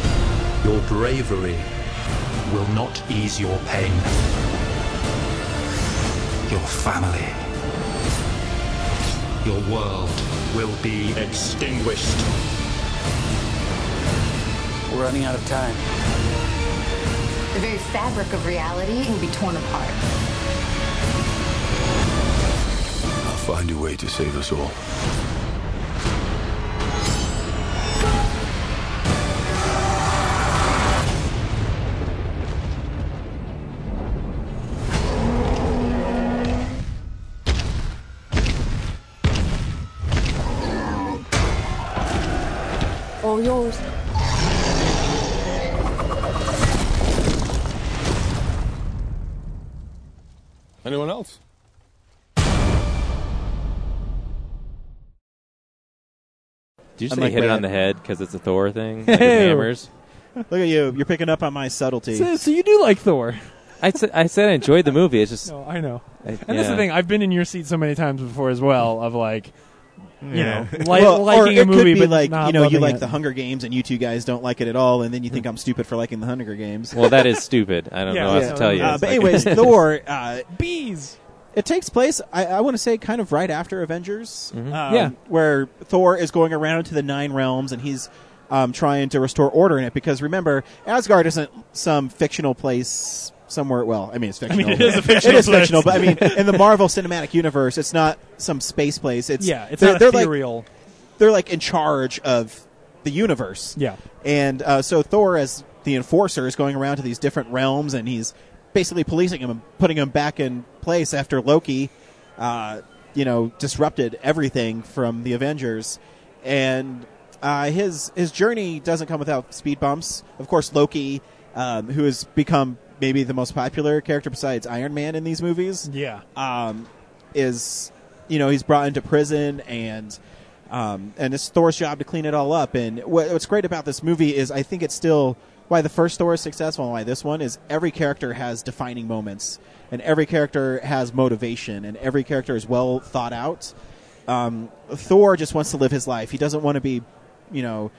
[SPEAKER 9] your bravery will not ease your pain.
[SPEAKER 8] Your family.
[SPEAKER 9] Your world will be extinguished.
[SPEAKER 8] We're running out of time.
[SPEAKER 10] The very fabric of reality will be torn apart.
[SPEAKER 7] I'll find a way to save us all.
[SPEAKER 10] All yours.
[SPEAKER 11] Anyone else?
[SPEAKER 4] Did you
[SPEAKER 1] I'm
[SPEAKER 4] just
[SPEAKER 1] like,
[SPEAKER 4] hit it
[SPEAKER 1] wait,
[SPEAKER 4] on
[SPEAKER 1] I-
[SPEAKER 4] the head because it's a Thor thing? Like his hammers.
[SPEAKER 1] Look at you. You're picking up on my subtlety.
[SPEAKER 2] So, so you do like Thor.
[SPEAKER 4] I said I said I enjoyed the movie. It's just
[SPEAKER 2] No, I know.
[SPEAKER 4] I-
[SPEAKER 2] and that's the
[SPEAKER 4] yeah.
[SPEAKER 2] thing. I've been in your seat so many times before as well. Of like, you
[SPEAKER 1] Yeah.
[SPEAKER 2] know, li-
[SPEAKER 1] Well, or
[SPEAKER 2] liking
[SPEAKER 1] it
[SPEAKER 2] a movie,
[SPEAKER 1] could be
[SPEAKER 2] but
[SPEAKER 1] like
[SPEAKER 2] not
[SPEAKER 1] you know, you
[SPEAKER 2] loving
[SPEAKER 1] like
[SPEAKER 2] it.
[SPEAKER 1] the Hunger Games, and you two guys don't like it at all, and then you think I'm stupid for liking the Hunger Games.
[SPEAKER 4] Well, that is stupid. I don't
[SPEAKER 1] Yeah,
[SPEAKER 4] know what
[SPEAKER 1] yeah.
[SPEAKER 4] to tell you.
[SPEAKER 1] Uh,
[SPEAKER 4] It's
[SPEAKER 1] but
[SPEAKER 4] like-
[SPEAKER 1] anyways, Thor. Uh,
[SPEAKER 2] Bees.
[SPEAKER 1] It takes place, I, I want to say, kind of right after Avengers,
[SPEAKER 4] Mhm.
[SPEAKER 1] um,
[SPEAKER 4] Yeah.
[SPEAKER 1] where Thor is going around to the Nine Realms and he's um, trying to restore order in it. Because remember, Asgard isn't some fictional place somewhere. Well, I mean, it's fictional.
[SPEAKER 2] it is a fictional
[SPEAKER 1] It is
[SPEAKER 2] place.
[SPEAKER 1] fictional, but I mean, in the Marvel Cinematic Universe, it's not some space place. It's
[SPEAKER 2] yeah, it's
[SPEAKER 1] they're,
[SPEAKER 2] not
[SPEAKER 1] they're like
[SPEAKER 2] ethereal.
[SPEAKER 1] they're like in charge of the universe.
[SPEAKER 2] Yeah.
[SPEAKER 1] And uh, so Thor, as the enforcer, is going around to these different realms and he's basically policing them and putting them back in place after Loki, uh, you know, disrupted everything from the Avengers. And uh, his his journey doesn't come without speed bumps. Of course, Loki, um, who has become maybe the most popular character besides Iron Man in these movies
[SPEAKER 2] yeah,
[SPEAKER 1] um, is you know he's brought into prison and um, and it's Thor's job to clean it all up. And what, what's great about this movie is I think it's still why the first Thor is successful and why this one is every character has defining moments and every character has motivation and every character is well thought out. Um, Thor just wants to live his life. He doesn't want to be, you know,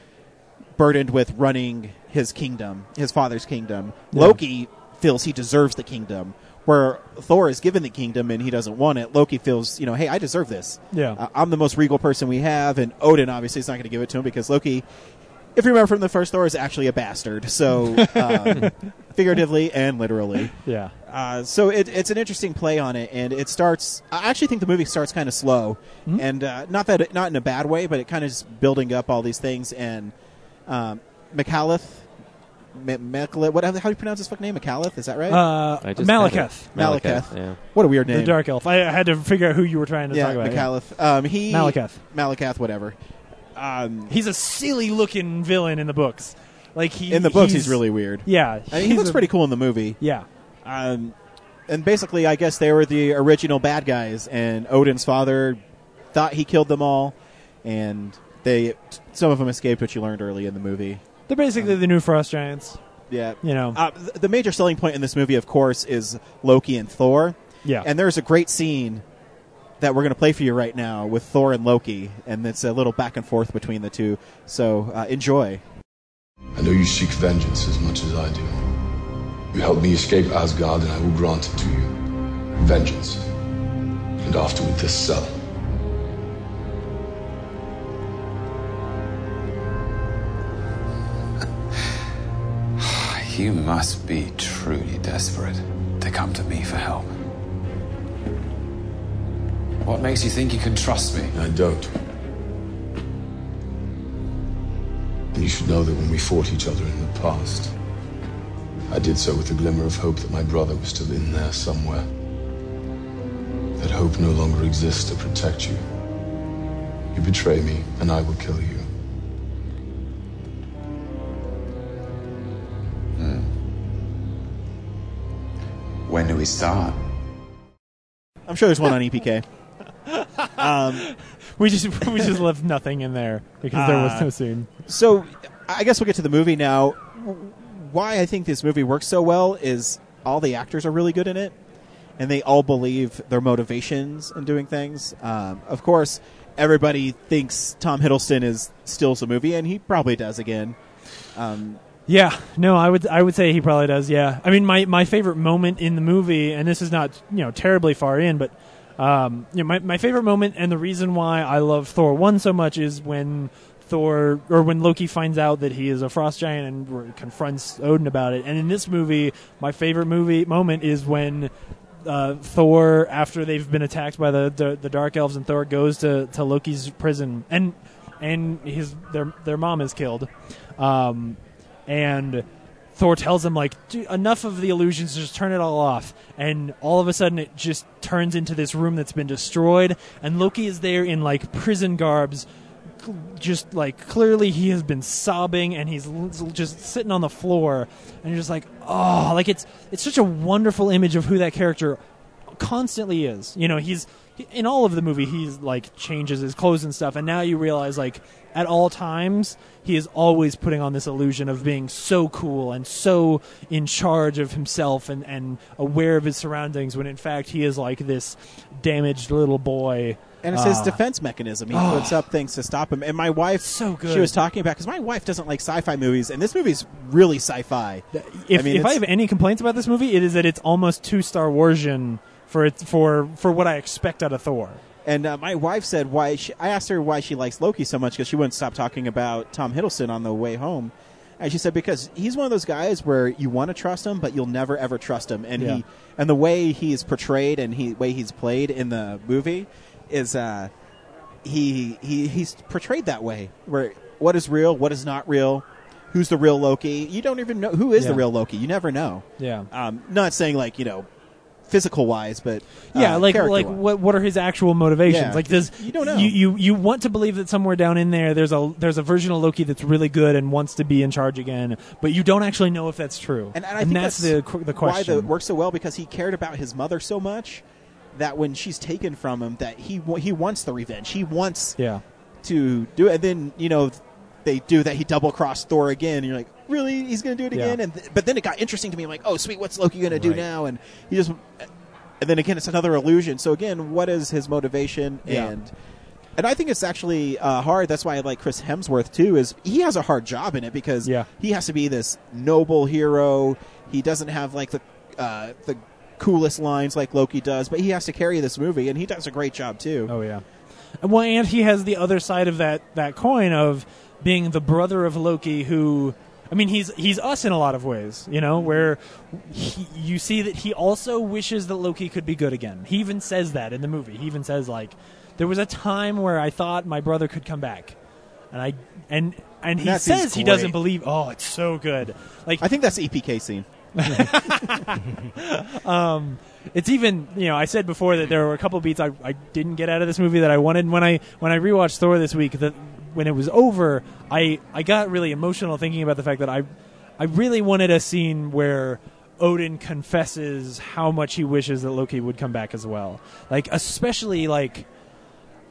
[SPEAKER 1] burdened with running his kingdom, his father's kingdom. Loki feels he deserves the kingdom, where Thor is given the kingdom and he doesn't want it. Loki feels, you know, hey, I deserve this.
[SPEAKER 2] Yeah.
[SPEAKER 1] Uh, I'm the most regal person we have, and Odin obviously is not going to give it to him because Loki, if you remember from the first Thor, is actually a bastard. So, um, figuratively and literally.
[SPEAKER 2] yeah.
[SPEAKER 1] Uh, so it, it's an interesting play on it, and it starts. I actually think the movie starts kind of slow,
[SPEAKER 2] Mm-hmm.
[SPEAKER 1] and uh, not that it, not in a bad way, but it kind of just building up all these things. And um, McAuliffe, M- Mechalith, what how do you pronounce his fucking name? McAuliffe, is that right?
[SPEAKER 2] Uh,
[SPEAKER 4] I just had it.
[SPEAKER 2] Malekith.
[SPEAKER 1] Malekith.
[SPEAKER 4] Yeah.
[SPEAKER 1] what a weird name.
[SPEAKER 2] The Dark Elf. I, I had to figure out who you were trying to
[SPEAKER 1] yeah,
[SPEAKER 2] talk about. yeah.
[SPEAKER 1] McAuliffe. Um, he
[SPEAKER 2] Malekith.
[SPEAKER 1] Malekith, whatever. Um,
[SPEAKER 2] He's a silly looking villain in the books. Like he
[SPEAKER 1] in the books, he's, really weird.
[SPEAKER 2] yeah.
[SPEAKER 1] I mean, he
[SPEAKER 2] he's
[SPEAKER 1] looks
[SPEAKER 2] a-
[SPEAKER 1] pretty cool in the movie.
[SPEAKER 2] Yeah,
[SPEAKER 1] Um, and basically, I guess they were the original bad guys, and Odin's father thought he killed them all, and they some of them escaped, which you learned early in the movie.
[SPEAKER 2] they're basically the new Frost Giants.
[SPEAKER 1] Yeah,
[SPEAKER 2] You know.
[SPEAKER 1] Uh, th- the major selling point in this movie, of course, is Loki and Thor.
[SPEAKER 2] Yeah.
[SPEAKER 1] and there's a great scene that we're going to play for you right now with Thor and Loki, and it's a little back and forth between the two. So uh, enjoy.
[SPEAKER 7] I know you seek vengeance as much as I do. You helped me escape Asgard, and I will grant it to you. Vengeance. And afterward, this cell.
[SPEAKER 8] You must be truly desperate to come to me for help. What makes you think you can trust me?
[SPEAKER 7] I don't. And you should know that when we fought each other in the past, I did so with a glimmer of hope that my brother was still in there somewhere. That hope no longer exists to protect you. You betray me, and I will kill you.
[SPEAKER 8] When do we start?
[SPEAKER 1] I'm sure there's one on E EPK. Um,
[SPEAKER 2] We just we just left nothing in there because there was no scene.
[SPEAKER 1] so I guess we'll get to the movie now. Why I think this movie works so well is all the actors are really good in it, and they all believe their motivations in doing things. Um, of course, everybody thinks Tom Hiddleston is steals the movie, and he probably does again. Um,
[SPEAKER 2] Yeah, no, I would I would say he probably does. Yeah, I mean my, my favorite moment in the movie, and this is not you know terribly far in, but um, you know, my my favorite moment and the reason why I love Thor one so much is when Thor or when Loki finds out that he is a frost giant and r- confronts Odin about it. And in this movie, my favorite movie moment is when uh, Thor, after they've been attacked by the, the the dark elves, and Thor goes to, to Loki's prison, and and his their their mom is killed, um, and Thor tells him like "Dude, enough of the illusions, just turn it all off. And all of a sudden, it just turns into this room that's been destroyed, and Loki is there in like prison garbs. cl- Just like clearly, he has been sobbing and he's l- just sitting on the floor, and you're just like, oh, like it's it's such a wonderful image of who that character constantly is. You know, he's he- in all of the movie. He's like changes his clothes and stuff, and now you realize like at all times he is always putting on this illusion of being so cool and so in charge of himself and and aware of his surroundings. When in fact he is like this damaged little boy.
[SPEAKER 1] And it's his
[SPEAKER 2] Uh,
[SPEAKER 1] defense mechanism. He
[SPEAKER 2] Oh.
[SPEAKER 1] puts up things to stop him. And my wife, so
[SPEAKER 2] good.
[SPEAKER 1] She was talking about because my wife doesn't like sci-fi movies, and this movie's really sci-fi.
[SPEAKER 2] if
[SPEAKER 1] I mean,
[SPEAKER 2] if I
[SPEAKER 1] it's-
[SPEAKER 2] have any complaints about this movie, it is that it's almost too Star Warsian for it for for what I expect out of Thor.
[SPEAKER 1] And uh, my wife said why she, I asked her why she likes Loki so much because she wouldn't stop talking about Tom Hiddleston on the way home. And she said because he's one of those guys where you want to trust him, but you'll never ever trust him. And
[SPEAKER 2] Yeah.
[SPEAKER 1] he and the way he's portrayed and he way he's played in the movie is uh, he he he's portrayed that way where what is real, what is not real, who's the real Loki. You don't even know who is the
[SPEAKER 2] Yeah.
[SPEAKER 1] real Loki. You never know.
[SPEAKER 2] Yeah.
[SPEAKER 1] Um, not saying like you know physical wise, but
[SPEAKER 2] Yeah,
[SPEAKER 1] uh,
[SPEAKER 2] like like
[SPEAKER 1] character-wise.
[SPEAKER 2] what what are his actual motivations?
[SPEAKER 1] Yeah.
[SPEAKER 2] Like does
[SPEAKER 1] You don't know.
[SPEAKER 2] You, you you want to believe that somewhere down in there there's a there's a version of Loki that's really good and wants to be in charge again, but you don't actually know if that's true.
[SPEAKER 1] And, and I think
[SPEAKER 2] that's,
[SPEAKER 1] that's,
[SPEAKER 2] the qu- the
[SPEAKER 1] Why
[SPEAKER 2] question.
[SPEAKER 1] it works so well because he cared about his mother so much that when she's taken from him, that he wa- he wants the revenge. He wants
[SPEAKER 2] yeah.
[SPEAKER 1] to do it. And then you know they do that. He double crossed Thor again. And you're like, really? He's going to do it
[SPEAKER 2] Yeah.
[SPEAKER 1] again? And th- but then it got interesting to me. I'm like, oh sweet, what's Loki going to do
[SPEAKER 2] Right.
[SPEAKER 1] now? And he just and then again, it's another illusion. So again, what is his motivation?
[SPEAKER 2] Yeah.
[SPEAKER 1] And and I think it's actually uh, hard. That's why I like Chris Hemsworth too. Is he has a hard job in it because
[SPEAKER 2] Yeah.
[SPEAKER 1] he has to be this noble hero. He doesn't have like the uh, the coolest lines like Loki does, but he has to carry this movie, and he does a great job too.
[SPEAKER 2] Oh yeah. Well, and he has the other side of that that coin of being the brother of Loki, who I mean, he's he's us in a lot of ways, you know, where he, you see that he also wishes that Loki could be good again. He even says that in the movie. He even says like, there was a time where I thought my brother could come back, and I and and he
[SPEAKER 1] That scene's
[SPEAKER 2] says he
[SPEAKER 1] great.
[SPEAKER 2] doesn't believe. Oh, it's so good. Like
[SPEAKER 1] I think that's the EPK scene.
[SPEAKER 2] um, it's even you know I said before that there were a couple beats I, I didn't get out of this movie that I wanted. And when I when I rewatched Thor this week, that when it was over, I I got really emotional thinking about the fact that I I really wanted a scene where Odin confesses how much he wishes that Loki would come back as well. Like especially like.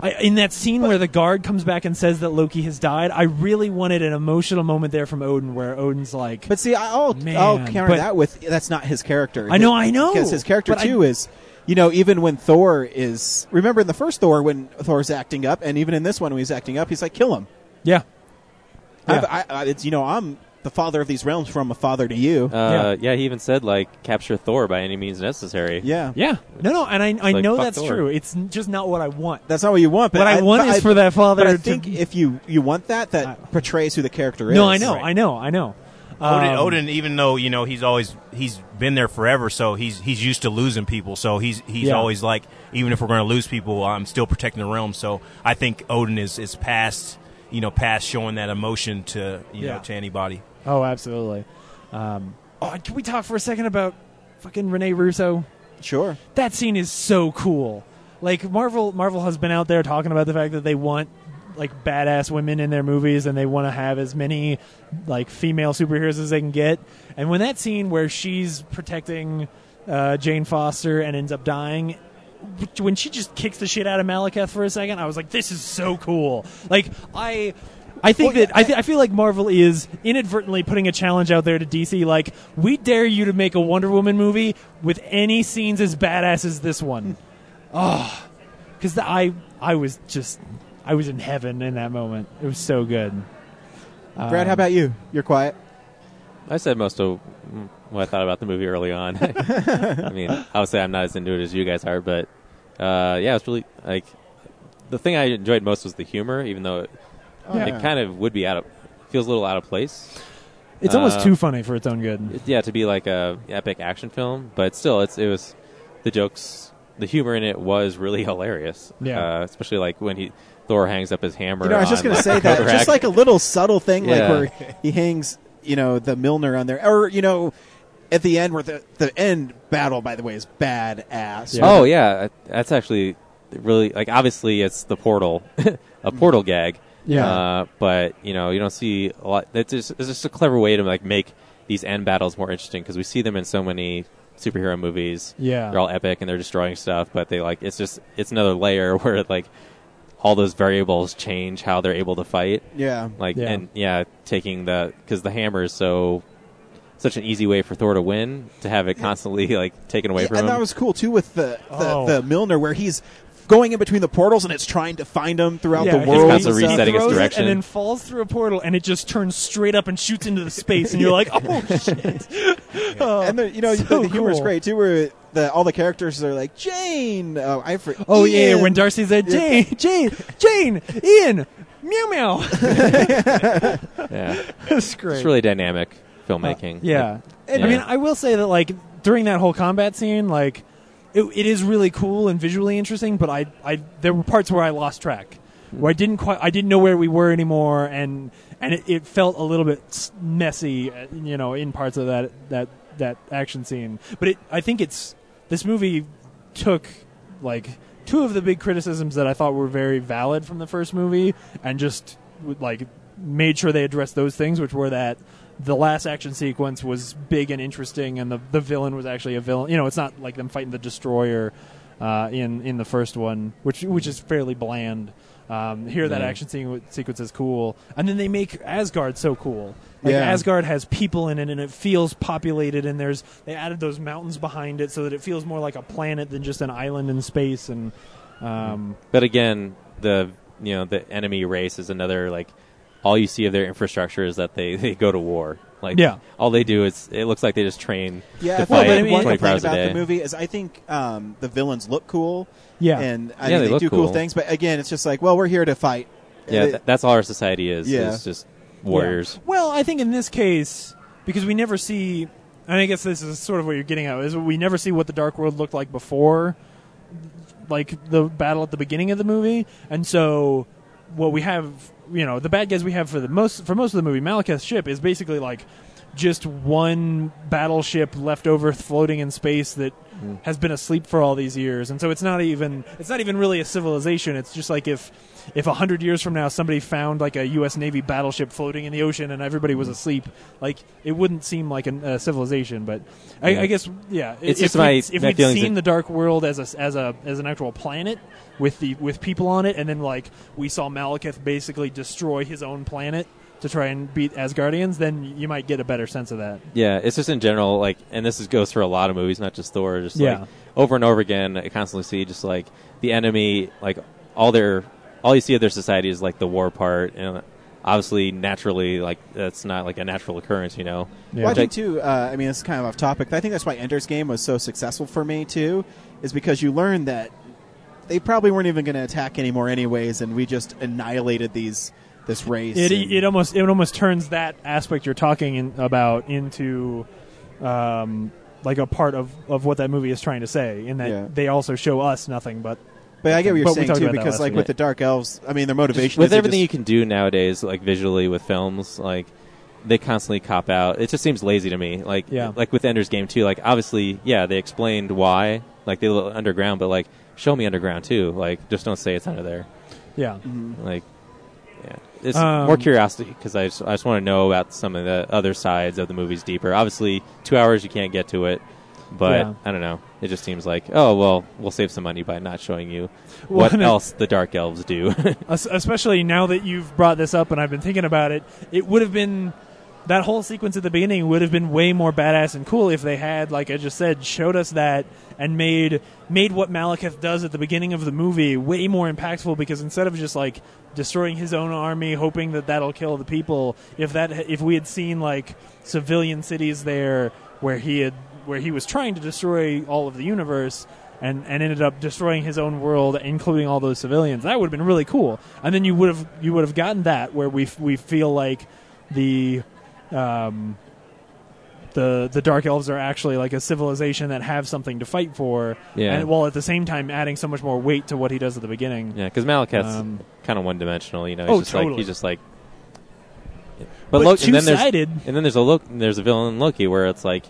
[SPEAKER 2] I, in that scene where the guard comes back and says that Loki has died, I really wanted an emotional moment there from Odin, where Odin's like,
[SPEAKER 1] But see, I- I'll,
[SPEAKER 2] Man,
[SPEAKER 1] I'll counter
[SPEAKER 2] but-
[SPEAKER 1] that with that's not his character.
[SPEAKER 2] I know, I know,
[SPEAKER 1] because his character
[SPEAKER 2] but I-
[SPEAKER 1] too is, you know, even when Thor is remember in the first Thor when Thor's acting up, and even in this one when he's acting up, he's like, kill him.
[SPEAKER 2] "Yeah,
[SPEAKER 1] I've- I, I, it's you know, I'm the father of these realms, from a father to you.
[SPEAKER 4] Uh, yeah. he even said like capture Thor by any means necessary.
[SPEAKER 1] yeah,
[SPEAKER 2] Yeah. No, no, and I, I
[SPEAKER 4] like,
[SPEAKER 2] know
[SPEAKER 4] fuck
[SPEAKER 2] that's
[SPEAKER 4] Thor.
[SPEAKER 2] true. It's n- just not what I want.
[SPEAKER 1] That's not what you want. But
[SPEAKER 2] What I want
[SPEAKER 1] but
[SPEAKER 2] is for that father
[SPEAKER 1] But I
[SPEAKER 2] to-
[SPEAKER 1] think if you you want that, that portrays who the character is.
[SPEAKER 2] No, I know, I know, I know.
[SPEAKER 3] Odin,
[SPEAKER 2] Um,
[SPEAKER 3] Odin, even though you know he's always he's been there forever, so he's he's used to losing people. So he's he's
[SPEAKER 2] Yeah.
[SPEAKER 3] always like, even if we're going to lose people, I'm still protecting the realm. So I think Odin is is past you know past showing that emotion to you
[SPEAKER 2] Yeah.
[SPEAKER 3] know to anybody.
[SPEAKER 2] Oh, absolutely. Um, oh, and can we talk for a second about fucking Rene Russo?
[SPEAKER 1] Sure.
[SPEAKER 2] That scene is so cool. Like Marvel, Marvel has been out there talking about the fact that they want like badass women in their movies, and they want to have as many like female superheroes as they can get. And when that scene where she's protecting uh, Jane Foster and ends up dying, when she just kicks the shit out of Malekith for a second, I was like, "This is so cool!" Like I, I think that I, th- I feel like Marvel is inadvertently putting a challenge out there to DC. Like, we dare you to make a Wonder Woman movie with any scenes as badass as this one. oh, because I I was just I was in heaven in that moment. It was so good. Uh,
[SPEAKER 1] Brad, how about you? You're quiet.
[SPEAKER 4] I said most of what I thought about the movie early on. I mean, obviously, I'm not as into it as you guys are, but uh, yeah, it's really like the thing I enjoyed most was the humor, even though
[SPEAKER 2] Yeah.
[SPEAKER 4] It kind of would be out of feels a little out of place.
[SPEAKER 2] It's almost
[SPEAKER 4] Uh,
[SPEAKER 2] too funny for its own good.
[SPEAKER 4] Yeah, to be like a epic action film, but still, it's it was the jokes, the humor in it was really hilarious.
[SPEAKER 1] Yeah.
[SPEAKER 4] uh, especially like when he Thor hangs up his hammer.
[SPEAKER 1] You know, I was just
[SPEAKER 4] on,
[SPEAKER 1] going to
[SPEAKER 4] like,
[SPEAKER 1] say
[SPEAKER 4] the
[SPEAKER 1] that.
[SPEAKER 4] coat
[SPEAKER 1] Just
[SPEAKER 4] rack.
[SPEAKER 1] like a little subtle thing, like
[SPEAKER 4] Yeah.
[SPEAKER 1] where he hangs, you know, the Milner on there, or you know, at the end where the the end battle, by the way, is badass.
[SPEAKER 4] Oh yeah, that's actually really like obviously it's the portal, a portal gag.
[SPEAKER 1] Yeah.
[SPEAKER 4] Uh, but you know you don't see a lot. That's just, it's just a clever way to like make these end battles more interesting because we see them in so many superhero movies.
[SPEAKER 2] Yeah.
[SPEAKER 4] They're all epic and they're destroying stuff, but they like it's just it's another layer where like all those variables change how they're able to fight.
[SPEAKER 1] Yeah.
[SPEAKER 4] Like
[SPEAKER 1] Yeah.
[SPEAKER 4] and yeah, taking the because the hammer is so. Such an easy way for Thor to win to have it constantly like taken away
[SPEAKER 1] Yeah,
[SPEAKER 4] from him.
[SPEAKER 1] and that was cool too with the the,
[SPEAKER 4] Oh.
[SPEAKER 1] the Milner where he's going in between the portals and it's trying to find him throughout
[SPEAKER 2] Yeah,
[SPEAKER 1] the
[SPEAKER 2] it's
[SPEAKER 1] world.
[SPEAKER 4] constantly
[SPEAKER 1] and stuff.
[SPEAKER 4] resetting its
[SPEAKER 2] Throws it
[SPEAKER 4] direction.
[SPEAKER 2] and then falls through a portal, and it just turns straight up and shoots into the space, and you're like, "Oh shit!" Oh,
[SPEAKER 1] and the, you know
[SPEAKER 2] so
[SPEAKER 1] the, the humor is
[SPEAKER 2] cool.
[SPEAKER 1] great too, where the, all the characters are like Jane. Oh, I for,
[SPEAKER 2] Oh yeah, yeah,
[SPEAKER 1] Ian."
[SPEAKER 2] when Darcy said
[SPEAKER 1] Yeah.
[SPEAKER 2] Jane, Jane, Jane, Ian, meow meow.
[SPEAKER 4] Yeah,
[SPEAKER 2] That's great.
[SPEAKER 4] It's really dynamic filmmaking.
[SPEAKER 2] Uh, yeah.
[SPEAKER 4] It-
[SPEAKER 2] I mean, I will say that like during that whole combat scene, like it, it is really cool and visually interesting. But I, I there were parts where I lost track, where I didn't quite, I didn't know where we were anymore, and and it, it felt a little bit s- messy, uh, you know, in parts of that that that action scene. But it, I think it's this movie took like two of the big criticisms that I thought were very valid from the first movie and just like made sure they addressed those things, which were that the last action sequence was big and interesting, and the the villain was actually a villain. You know, it's not like them fighting the destroyer uh, in in the first one, which which is fairly bland. Um, here, that
[SPEAKER 4] Yeah.
[SPEAKER 2] action sequ- sequence is cool, and then they make Asgard so cool. Like
[SPEAKER 1] Yeah.
[SPEAKER 2] Asgard has people in it, and it feels populated. And there's they added those mountains behind it so that it feels more like a planet than just an island in space. And um,
[SPEAKER 4] But again, the you know the enemy race is another like all you see of their infrastructure is that they, they go to war. Like
[SPEAKER 2] Yeah.
[SPEAKER 4] all they do is it looks like they just train.
[SPEAKER 1] Yeah,
[SPEAKER 4] to
[SPEAKER 1] I thought
[SPEAKER 4] fight
[SPEAKER 1] that one
[SPEAKER 4] 24
[SPEAKER 1] complaint
[SPEAKER 4] hours a
[SPEAKER 1] about
[SPEAKER 4] day.
[SPEAKER 1] the movie is I think um, the villains look cool.
[SPEAKER 4] Yeah.
[SPEAKER 1] and I
[SPEAKER 4] Yeah,
[SPEAKER 1] mean,
[SPEAKER 4] they
[SPEAKER 1] they,
[SPEAKER 4] look
[SPEAKER 1] do cool.
[SPEAKER 4] cool.
[SPEAKER 1] things, but again, it's just like, well, we're here to fight.
[SPEAKER 4] Yeah,
[SPEAKER 1] They-
[SPEAKER 4] th- that's all our society is.
[SPEAKER 1] Yeah.
[SPEAKER 4] is just warriors.
[SPEAKER 2] Well, I think in this case, because we never see, and I guess this is sort of what you're getting at, is we never see what the Dark World looked like before, like the battle at the beginning of the movie, and so what we have, you know, the bad guys we have for the most for most of the movie, Malekith's ship is basically like just one battleship left over floating in space that
[SPEAKER 4] Mm.
[SPEAKER 2] has been asleep for all these years and so it's not even it's not even really a civilization it's just like if if a hundred years from now somebody found like a u.s navy battleship floating in the ocean and everybody was asleep like it wouldn't seem like an- a civilization but I,
[SPEAKER 4] Yeah.
[SPEAKER 2] I guess yeah
[SPEAKER 4] It's
[SPEAKER 2] if
[SPEAKER 4] just my-
[SPEAKER 2] we'd- if
[SPEAKER 4] my
[SPEAKER 2] we'd
[SPEAKER 4] feelings
[SPEAKER 2] seen
[SPEAKER 4] that-
[SPEAKER 2] the dark world as a as a as an actual planet with the with people on it and then like we saw malekith basically destroy his own planet to try and beat asgardians then you might get a better sense of that
[SPEAKER 4] Yeah, it's just in general like, and this is, goes for a lot of movies, not just Thor. Just
[SPEAKER 2] Yeah.
[SPEAKER 4] like over and over again, I constantly see just like the enemy, like all their, all you see of their society is like the war part, and obviously naturally, like that's not like a natural occurrence, you know.
[SPEAKER 1] Well, I
[SPEAKER 4] Which I-
[SPEAKER 1] think too. Uh, I mean, it's kind of off topic. But I think that's why Ender's Game was so successful for me too, is because you learn that they probably weren't even going to attack anymore anyways, and we just annihilated these this race.
[SPEAKER 2] It,
[SPEAKER 1] and-
[SPEAKER 2] it almost it almost turns that aspect you're talking in, about into um, like a part of, of what that movie is trying to say, in that
[SPEAKER 1] Yeah.
[SPEAKER 2] they also show us nothing but.
[SPEAKER 1] but I get what you're
[SPEAKER 2] but we
[SPEAKER 1] saying
[SPEAKER 2] talked
[SPEAKER 1] too,
[SPEAKER 2] about that
[SPEAKER 1] because
[SPEAKER 2] last
[SPEAKER 1] like
[SPEAKER 2] week.
[SPEAKER 1] with the Dark Elves, I mean, their motivation
[SPEAKER 4] with
[SPEAKER 1] is to
[SPEAKER 4] everything
[SPEAKER 1] just-
[SPEAKER 4] you can do nowadays, like visually with films, like they constantly cop out. It just seems lazy to me. Like
[SPEAKER 2] Yeah.
[SPEAKER 4] like with Ender's Game too. Like obviously, yeah, they explained why, like they look underground, but like show me underground too. Like just don't say it's under there.
[SPEAKER 2] Yeah.
[SPEAKER 4] Like, yeah, it's
[SPEAKER 2] Um,
[SPEAKER 4] more curiosity because I just, I just want to know about some of the other sides of the movies deeper. Obviously, two hours you can't get to it, but
[SPEAKER 2] Yeah.
[SPEAKER 4] I don't know. It just seems like oh well, we'll save some money by not showing you
[SPEAKER 2] Well,
[SPEAKER 4] what
[SPEAKER 2] no.
[SPEAKER 4] else the Dark Elves do.
[SPEAKER 2] Es- Especially now that you've brought this up and I've been thinking about it, it would have been that whole sequence at the beginning would have been way more badass and cool if they had, like I just said, showed us that and made made what Malekith does at the beginning of the movie way more impactful. Because instead of just like destroying his own army, hoping that that'll kill the people, if that if we had seen like civilian cities there where he had where he was trying to destroy all of the universe and, and ended up destroying his own world, including all those civilians. That would have been really cool. And then you would have you would have gotten that where we f- we feel like the um, the the dark elves are actually like a civilization that have something to fight for.
[SPEAKER 4] Yeah.
[SPEAKER 2] And while at the same time adding so much more weight to what he does at the beginning.
[SPEAKER 4] Yeah, because Malaketh's
[SPEAKER 2] Um,
[SPEAKER 4] kind of one dimensional. You know, he's
[SPEAKER 2] Oh,
[SPEAKER 4] just
[SPEAKER 2] totally.
[SPEAKER 4] like he's just like.
[SPEAKER 2] But
[SPEAKER 4] Loki, and then there's
[SPEAKER 2] two-sided.
[SPEAKER 4] and then there's a look there's a villain in Loki where it's like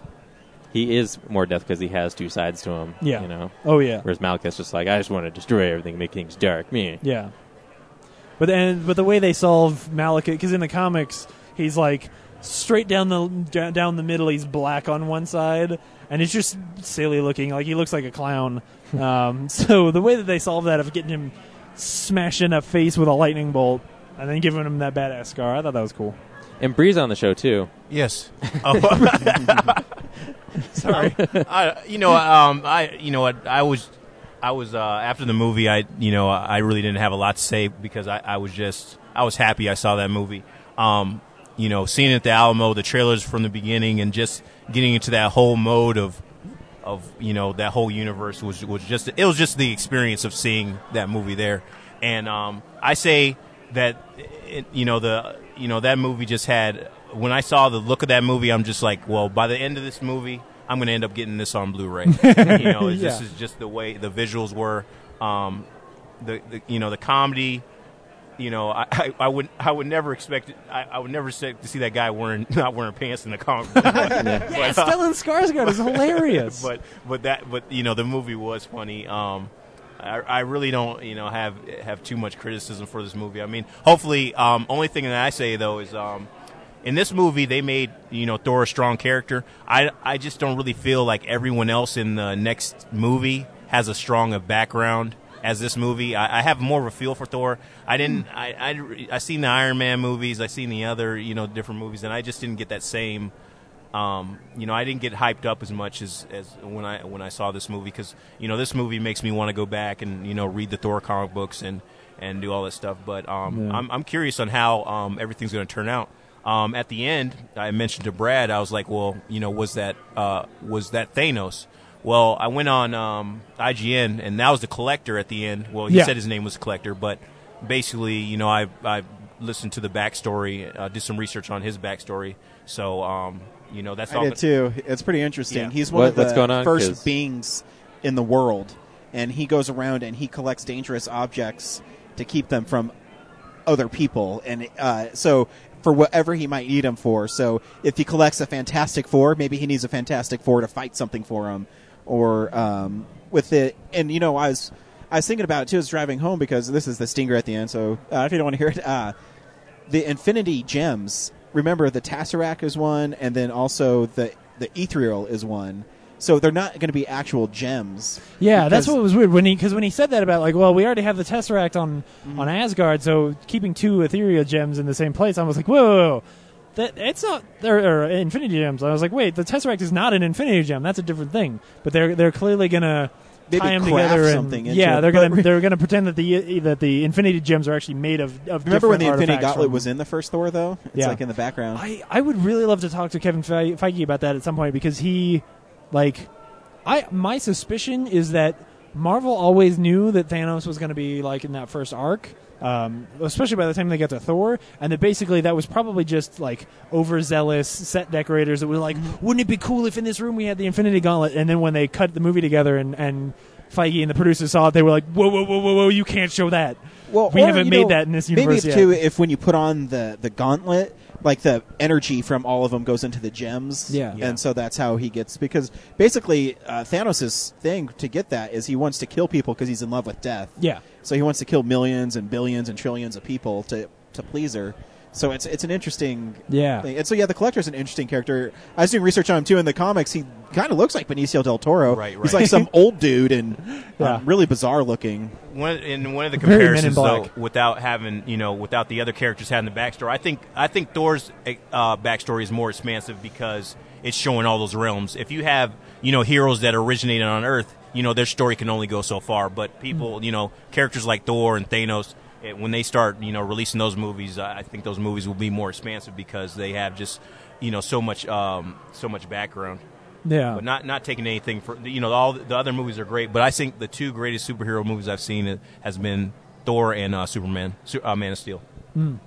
[SPEAKER 4] he is more death because he has two sides to him.
[SPEAKER 2] Yeah.
[SPEAKER 4] You know.
[SPEAKER 2] Oh, yeah.
[SPEAKER 4] Whereas Malekith's just like I just want to destroy everything, make things dark. Me.
[SPEAKER 2] Yeah. But then, but the way they solve Malekith, because in the comics he's like straight down the da- down the middle. He's black on one side, and it's just silly looking. Like he looks like a clown. um, so the way that they solve that of getting him smashed in a face with a lightning bolt, and then giving him that badass scar, I thought that was cool.
[SPEAKER 4] And Bree's on the show too.
[SPEAKER 3] Yes. Oh.
[SPEAKER 2] Sorry.
[SPEAKER 3] I, you know, um, I, you know, what I was, I was uh, after the movie. I, you know, I really didn't have a lot to say because I, I was just, I was happy I saw that movie. Um, you know, seeing it at the Alamo, the trailers from the beginning, and just getting into that whole mode of, of you know, that whole universe was was just, it was just the experience of seeing that movie there. And um, I say that, it, you know, the, you know, that movie just had. When I saw the look of that movie, I'm just like, well, by the end of this movie, I'm going to end up getting this on Blu-ray. you know, it's- this
[SPEAKER 12] Yeah.
[SPEAKER 3] is just the way the visuals were. Um, the, the you know the comedy. You know, I, I, I would I would never expect it, I, I would never expect to see that guy wearing not wearing pants in the comic. book. But,
[SPEAKER 2] Yeah,
[SPEAKER 3] uh,
[SPEAKER 2] Stellan Skarsgård is hilarious.
[SPEAKER 3] but but that but you know the movie was funny. Um, I, I really don't you know have have too much criticism for this movie. I mean, hopefully, um, only thing that I say though is um, in this movie they made you know Thor a strong character. I I just don't really feel like everyone else in the next movie has a strong a background as this movie. I, I have more of a feel for Thor. I didn't. I, I I seen the Iron Man movies. I seen the other you know different movies, and I just didn't get that same. Um, you know, I didn't get hyped up as much as, as when I when I saw this movie because you know this movie makes me want to go back and you know read the Thor comic books and and do all that stuff. But um,
[SPEAKER 12] Yeah.
[SPEAKER 3] I'm I'm curious on how um, everything's going to turn out. Um, at the end, I mentioned to Brad, I was like, well, you know, was that uh, was that Thanos? Well, I went on um, IGN, and that was the collector at the end. Well, he
[SPEAKER 12] Yeah.
[SPEAKER 3] said his name was collector, but basically, you know, I I listened to the backstory, uh, did some research on his backstory. So, um, you know, that's
[SPEAKER 1] I
[SPEAKER 3] all.
[SPEAKER 1] did too. It's pretty interesting.
[SPEAKER 3] Yeah.
[SPEAKER 1] He's one
[SPEAKER 4] What-
[SPEAKER 1] of the
[SPEAKER 4] what's going on,
[SPEAKER 1] first
[SPEAKER 4] 'cause-
[SPEAKER 1] beings in the world, and he goes around and he collects dangerous objects to keep them from other people, and uh, so for whatever he might need them for. So if he collects a Fantastic Four, maybe he needs a Fantastic Four to fight something for him, or um, with it. And you know, I was I was thinking about it too. I was driving home because this is the stinger at the end. So uh, if you don't want to hear it. Uh, the Infinity Gems. Remember, the Tesseract is one, and then also the the Ethereal is one. So they're not going to be actual gems.
[SPEAKER 2] Yeah, that's
[SPEAKER 1] Because-
[SPEAKER 2] what was weird when he because when he said that about like, well, we already have the Tesseract on
[SPEAKER 1] Mm-hmm.
[SPEAKER 2] on Asgard, so keeping two Ethereal gems in the same place, I was like, whoa, whoa, whoa. that it's not there are Infinity gems. I was like, wait, the Tesseract is not an Infinity gem. That's a different thing. But they're they're clearly gonna
[SPEAKER 1] Maybe
[SPEAKER 2] tie them
[SPEAKER 1] craft
[SPEAKER 2] together. and-
[SPEAKER 1] something into
[SPEAKER 2] yeah,
[SPEAKER 1] it,
[SPEAKER 2] they're
[SPEAKER 1] but
[SPEAKER 2] gonna they're gonna pretend that the that the Infinity gems are actually made of of.
[SPEAKER 1] Remember when the
[SPEAKER 2] different
[SPEAKER 1] Infinity
[SPEAKER 2] artifacts
[SPEAKER 1] Gauntlet
[SPEAKER 2] from-
[SPEAKER 1] was in the first Thor, though? It's
[SPEAKER 2] Yeah.
[SPEAKER 1] like in the background.
[SPEAKER 2] I, I would really love to talk to Kevin Fe- Feige about that at some point because he, like, I my suspicion is that Marvel always knew that Thanos was going to be like in that first arc, um, especially by the time they got to Thor, and that basically that was probably just like overzealous set decorators that were like, wouldn't it be cool if in this room we had the Infinity Gauntlet? And then when they cut the movie together and and Feige and the producers saw it, they were like, whoa whoa whoa whoa whoa, you can't show that.
[SPEAKER 1] Well,
[SPEAKER 2] we
[SPEAKER 1] or,
[SPEAKER 2] haven't
[SPEAKER 1] you
[SPEAKER 2] made
[SPEAKER 1] know,
[SPEAKER 2] that in this universe
[SPEAKER 1] Maybe if
[SPEAKER 2] yet.
[SPEAKER 1] too, if when you put on the the gauntlet, like the energy from all of them goes into the gems.
[SPEAKER 2] Yeah. Yeah.
[SPEAKER 1] and so that's how he gets because basically uh, Thanos' thing to get that is he wants to kill people because he's in love with death.
[SPEAKER 2] Yeah.
[SPEAKER 1] so he wants to kill millions and billions and trillions of people to to please her. So it's it's an interesting
[SPEAKER 2] Yeah.
[SPEAKER 1] thing. and so yeah, the collector's an interesting character. I was doing research on him too in the comics. He kind of looks like Benicio del Toro.
[SPEAKER 3] Right, right.
[SPEAKER 1] He's like some old dude and um,
[SPEAKER 3] Yeah.
[SPEAKER 1] really bizarre looking.
[SPEAKER 3] one in one of the
[SPEAKER 1] Very Men in
[SPEAKER 3] comparisons though,
[SPEAKER 1] Black.
[SPEAKER 3] without having you know without the other characters having the backstory, I think I think Thor's uh, backstory is more expansive because it's showing all those realms. If you have you know heroes that originated on Earth, you know their story can only go so far. But
[SPEAKER 1] Mm.
[SPEAKER 3] people, you know, characters like Thor and Thanos, it, when they start you know releasing those movies, I I think those movies will be more expansive because they have just you know so much um, so much background.
[SPEAKER 2] Yeah.
[SPEAKER 3] But not not taking anything for you know all the other movies are great, but I think the two greatest superhero movies I've seen has been Thor and uh, Superman, Su- uh, Man of Steel.
[SPEAKER 2] Mm.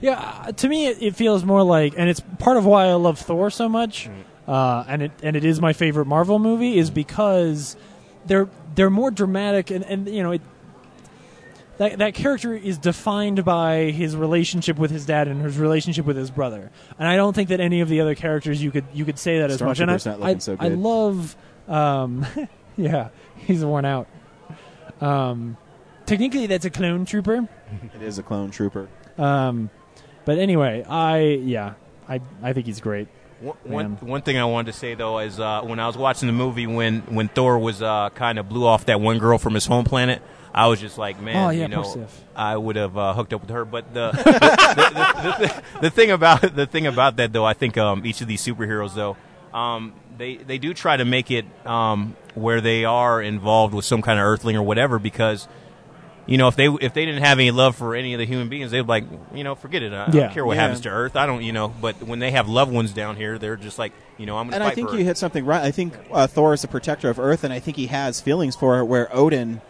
[SPEAKER 2] Yeah, uh, to me it, it, feels more like, and it's part of why I love Thor so
[SPEAKER 1] Mm.
[SPEAKER 2] much, uh, and it and it is my favorite Marvel movie is because they're they're more dramatic and and you know it. That, that character is defined by his relationship with his dad and his relationship with his brother, and I don't think that any of the other characters you could you could say that as much. And I,
[SPEAKER 1] not looking
[SPEAKER 2] I,
[SPEAKER 1] so
[SPEAKER 2] I
[SPEAKER 1] good.
[SPEAKER 2] love, um, yeah, he's worn out. Um, technically, that's a clone trooper.
[SPEAKER 1] it is a clone trooper.
[SPEAKER 2] Um, but anyway, I yeah, I I think he's great.
[SPEAKER 3] One, one, one thing I wanted to say though is uh, when I was watching the movie when when Thor was uh, kind of blew off that one girl from his home planet, I was just like, man,
[SPEAKER 2] Oh, yeah,
[SPEAKER 3] you know,
[SPEAKER 2] poor Sif.
[SPEAKER 3] I would have uh, hooked up with her. But the the, the, the, the, the thing about the thing about that though, I think um, each of these superheroes though, um, they they do try to make it um, where they are involved with some kind of Earthling or whatever because. You know, if they if they didn't have any love for any of the human beings, they'd be like, you know, forget it. I
[SPEAKER 1] Yeah.
[SPEAKER 3] don't care what
[SPEAKER 1] Yeah.
[SPEAKER 3] happens to Earth. I don't, you know. But when they have loved ones down here, they're just like, you know, I'm going
[SPEAKER 1] And
[SPEAKER 3] to
[SPEAKER 1] I
[SPEAKER 3] fight
[SPEAKER 1] think
[SPEAKER 3] for
[SPEAKER 1] you hit something right. I think uh, Thor is the protector of Earth, and I think he has feelings for it. Where Odin,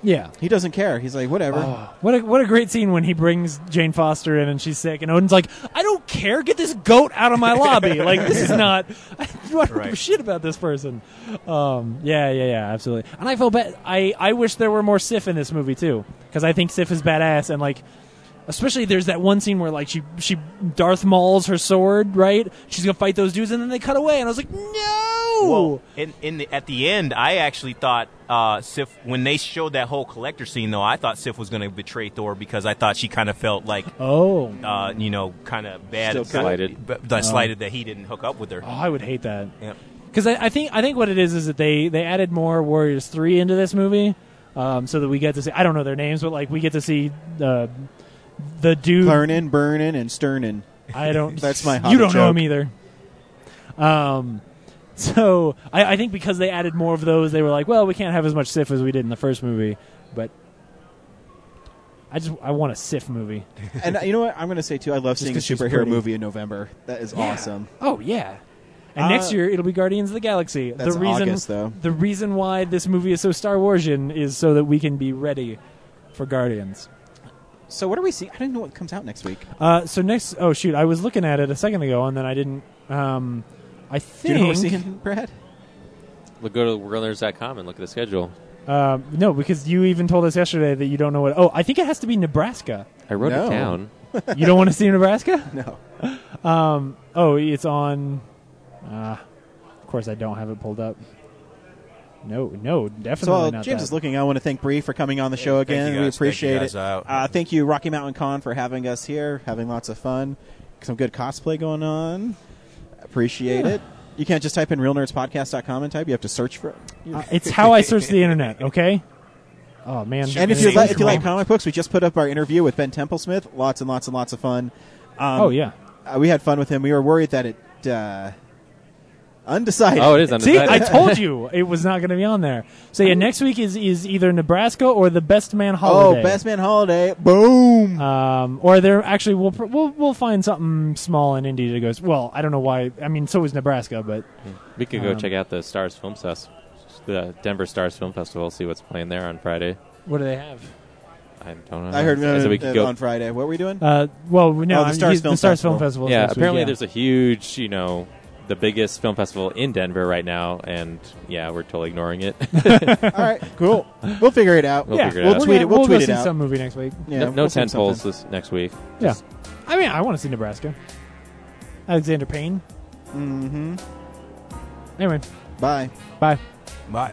[SPEAKER 2] Yeah.
[SPEAKER 1] he doesn't care. He's like, whatever.
[SPEAKER 3] Ah.
[SPEAKER 2] What a, what a great scene when he brings Jane Foster in and she's sick and Odin's like, I don't care, get this goat out of my lobby. Like this is not, I don't give a
[SPEAKER 3] Right.
[SPEAKER 2] shit about this person. Um, yeah, yeah, yeah, absolutely. And I feel bad. I I wish there were more Sif in this movie too, because I think Sif is badass and like, especially there's that one scene where like she she Darth Mauls her sword right. She's gonna fight those dudes and then they cut away and I was like, no.
[SPEAKER 3] Well, in, in the, at the end, I actually thought uh, Sif when they showed that whole collector scene, though, I thought Sif was going to betray Thor because I thought she kind of felt like,
[SPEAKER 2] Oh.
[SPEAKER 3] uh, you know, kind of bad,
[SPEAKER 2] Still
[SPEAKER 3] kinda-
[SPEAKER 2] slighted.
[SPEAKER 3] b- that
[SPEAKER 2] Oh.
[SPEAKER 3] slighted that he didn't hook up with her.
[SPEAKER 2] Oh, I would hate that.
[SPEAKER 3] Yeah.
[SPEAKER 2] Because I, I think I think what it is is that they they added more Warriors three into this movie, um, so that we get to see I don't know their names, but like we get to see uh, the dude.
[SPEAKER 1] Clarnin, Burnin, and Sternin.
[SPEAKER 2] I don't.
[SPEAKER 1] That's my.
[SPEAKER 2] You
[SPEAKER 1] Hobbit
[SPEAKER 2] don't know
[SPEAKER 1] joke.
[SPEAKER 2] him either. Um, so I, I think because they added more of those, they were like, well, we can't have as much Sif as we did in the first movie, but. I just I want a Sif movie.
[SPEAKER 1] and uh, you know what? I'm going to say too. I love
[SPEAKER 2] Just
[SPEAKER 1] seeing a
[SPEAKER 2] 'cause she's
[SPEAKER 1] superhero
[SPEAKER 2] pretty.
[SPEAKER 1] movie in November. That is
[SPEAKER 2] Yeah.
[SPEAKER 1] awesome.
[SPEAKER 2] Oh yeah. And
[SPEAKER 1] Uh,
[SPEAKER 2] next year it'll be Guardians of the Galaxy.
[SPEAKER 1] that's
[SPEAKER 2] the reason
[SPEAKER 1] August, though.
[SPEAKER 2] the reason why this movie is so Star Warsian is so that we can be ready for Guardians.
[SPEAKER 1] So what are we seeing? I don't know what comes out next week.
[SPEAKER 2] Uh, so next oh shoot, I was looking at it a second ago and then I didn't um, I
[SPEAKER 1] Do you
[SPEAKER 2] think
[SPEAKER 1] know what we're seeing, Brad?
[SPEAKER 4] Look, go to worldlearners.com and look at the schedule.
[SPEAKER 2] Um, no, because you even told us yesterday that you don't know what Oh, I think it has to be Nebraska.
[SPEAKER 4] I wrote
[SPEAKER 2] No.
[SPEAKER 4] it down.
[SPEAKER 2] you don't want to see Nebraska?
[SPEAKER 1] No.
[SPEAKER 2] Um, oh, it's on. Uh, of course, I don't have it pulled up. No, no, definitely
[SPEAKER 1] So while
[SPEAKER 2] not.
[SPEAKER 1] James
[SPEAKER 2] that.
[SPEAKER 1] is looking, I want to thank Bree for coming on the show
[SPEAKER 3] you
[SPEAKER 1] again.
[SPEAKER 3] guys.
[SPEAKER 1] We
[SPEAKER 3] Thank you
[SPEAKER 1] appreciate
[SPEAKER 3] guys.
[SPEAKER 1] it.
[SPEAKER 3] Uh,
[SPEAKER 1] Uh, thank you, Rocky Mountain Con, for having us here, having lots of fun, some good cosplay going on. Appreciate
[SPEAKER 2] Yeah.
[SPEAKER 1] it. You can't just type in realnerdspodcast.com and type. You have to search for it.
[SPEAKER 2] Uh, it's how I search the internet. Okay. Oh man.
[SPEAKER 1] And if you like, if you like comic books, we just put up our interview with Ben Temple Smith. Lots and lots and lots of fun. Um,
[SPEAKER 2] Oh, yeah.
[SPEAKER 1] uh, we had fun with him. We were worried that it uh, undecided.
[SPEAKER 4] Oh, it is
[SPEAKER 2] See, I told you it was not going to be on there. So yeah, next week is is either Nebraska or the Best Man Holiday.
[SPEAKER 1] Oh, Best Man Holiday. Boom.
[SPEAKER 2] Um, or there actually we'll pr- we'll we'll find something small and indie that goes. Well, I don't know why. I mean, so is Nebraska, but
[SPEAKER 4] We could go
[SPEAKER 2] Um,
[SPEAKER 4] check out the Stars Film Fest, the Denver Stars Film Festival, see what's playing there on Friday.
[SPEAKER 2] what do they have?
[SPEAKER 4] I don't know.
[SPEAKER 1] I heard
[SPEAKER 4] Um, So we
[SPEAKER 1] uh,
[SPEAKER 4] could go-
[SPEAKER 1] on Friday. What were we doing?
[SPEAKER 2] Uh, well, no,
[SPEAKER 1] Oh, the
[SPEAKER 2] I'm-
[SPEAKER 1] Stars
[SPEAKER 2] he's-
[SPEAKER 1] Film
[SPEAKER 2] the Stars Film
[SPEAKER 1] Festival.
[SPEAKER 2] Festival. is
[SPEAKER 4] yeah,
[SPEAKER 2] next week,
[SPEAKER 4] apparently
[SPEAKER 2] yeah.
[SPEAKER 4] there's a huge, you know, the biggest film festival in Denver right now, and yeah, we're totally ignoring it.
[SPEAKER 1] All right, cool. We'll figure it out.
[SPEAKER 4] We'll
[SPEAKER 2] yeah,
[SPEAKER 4] figure it
[SPEAKER 2] we'll
[SPEAKER 4] out.
[SPEAKER 1] tweet it- we'll
[SPEAKER 2] go
[SPEAKER 1] tweet it
[SPEAKER 2] see
[SPEAKER 1] out.
[SPEAKER 2] some movie next week.
[SPEAKER 1] Yeah,
[SPEAKER 4] no no
[SPEAKER 1] we'll see
[SPEAKER 4] tent poles
[SPEAKER 1] something.
[SPEAKER 4] this next week.
[SPEAKER 2] Yeah. I mean, I want to see Nebraska. Alexander Payne.
[SPEAKER 1] Mm-hmm.
[SPEAKER 2] Anyway,
[SPEAKER 1] Bye.
[SPEAKER 2] bye.
[SPEAKER 3] Bye.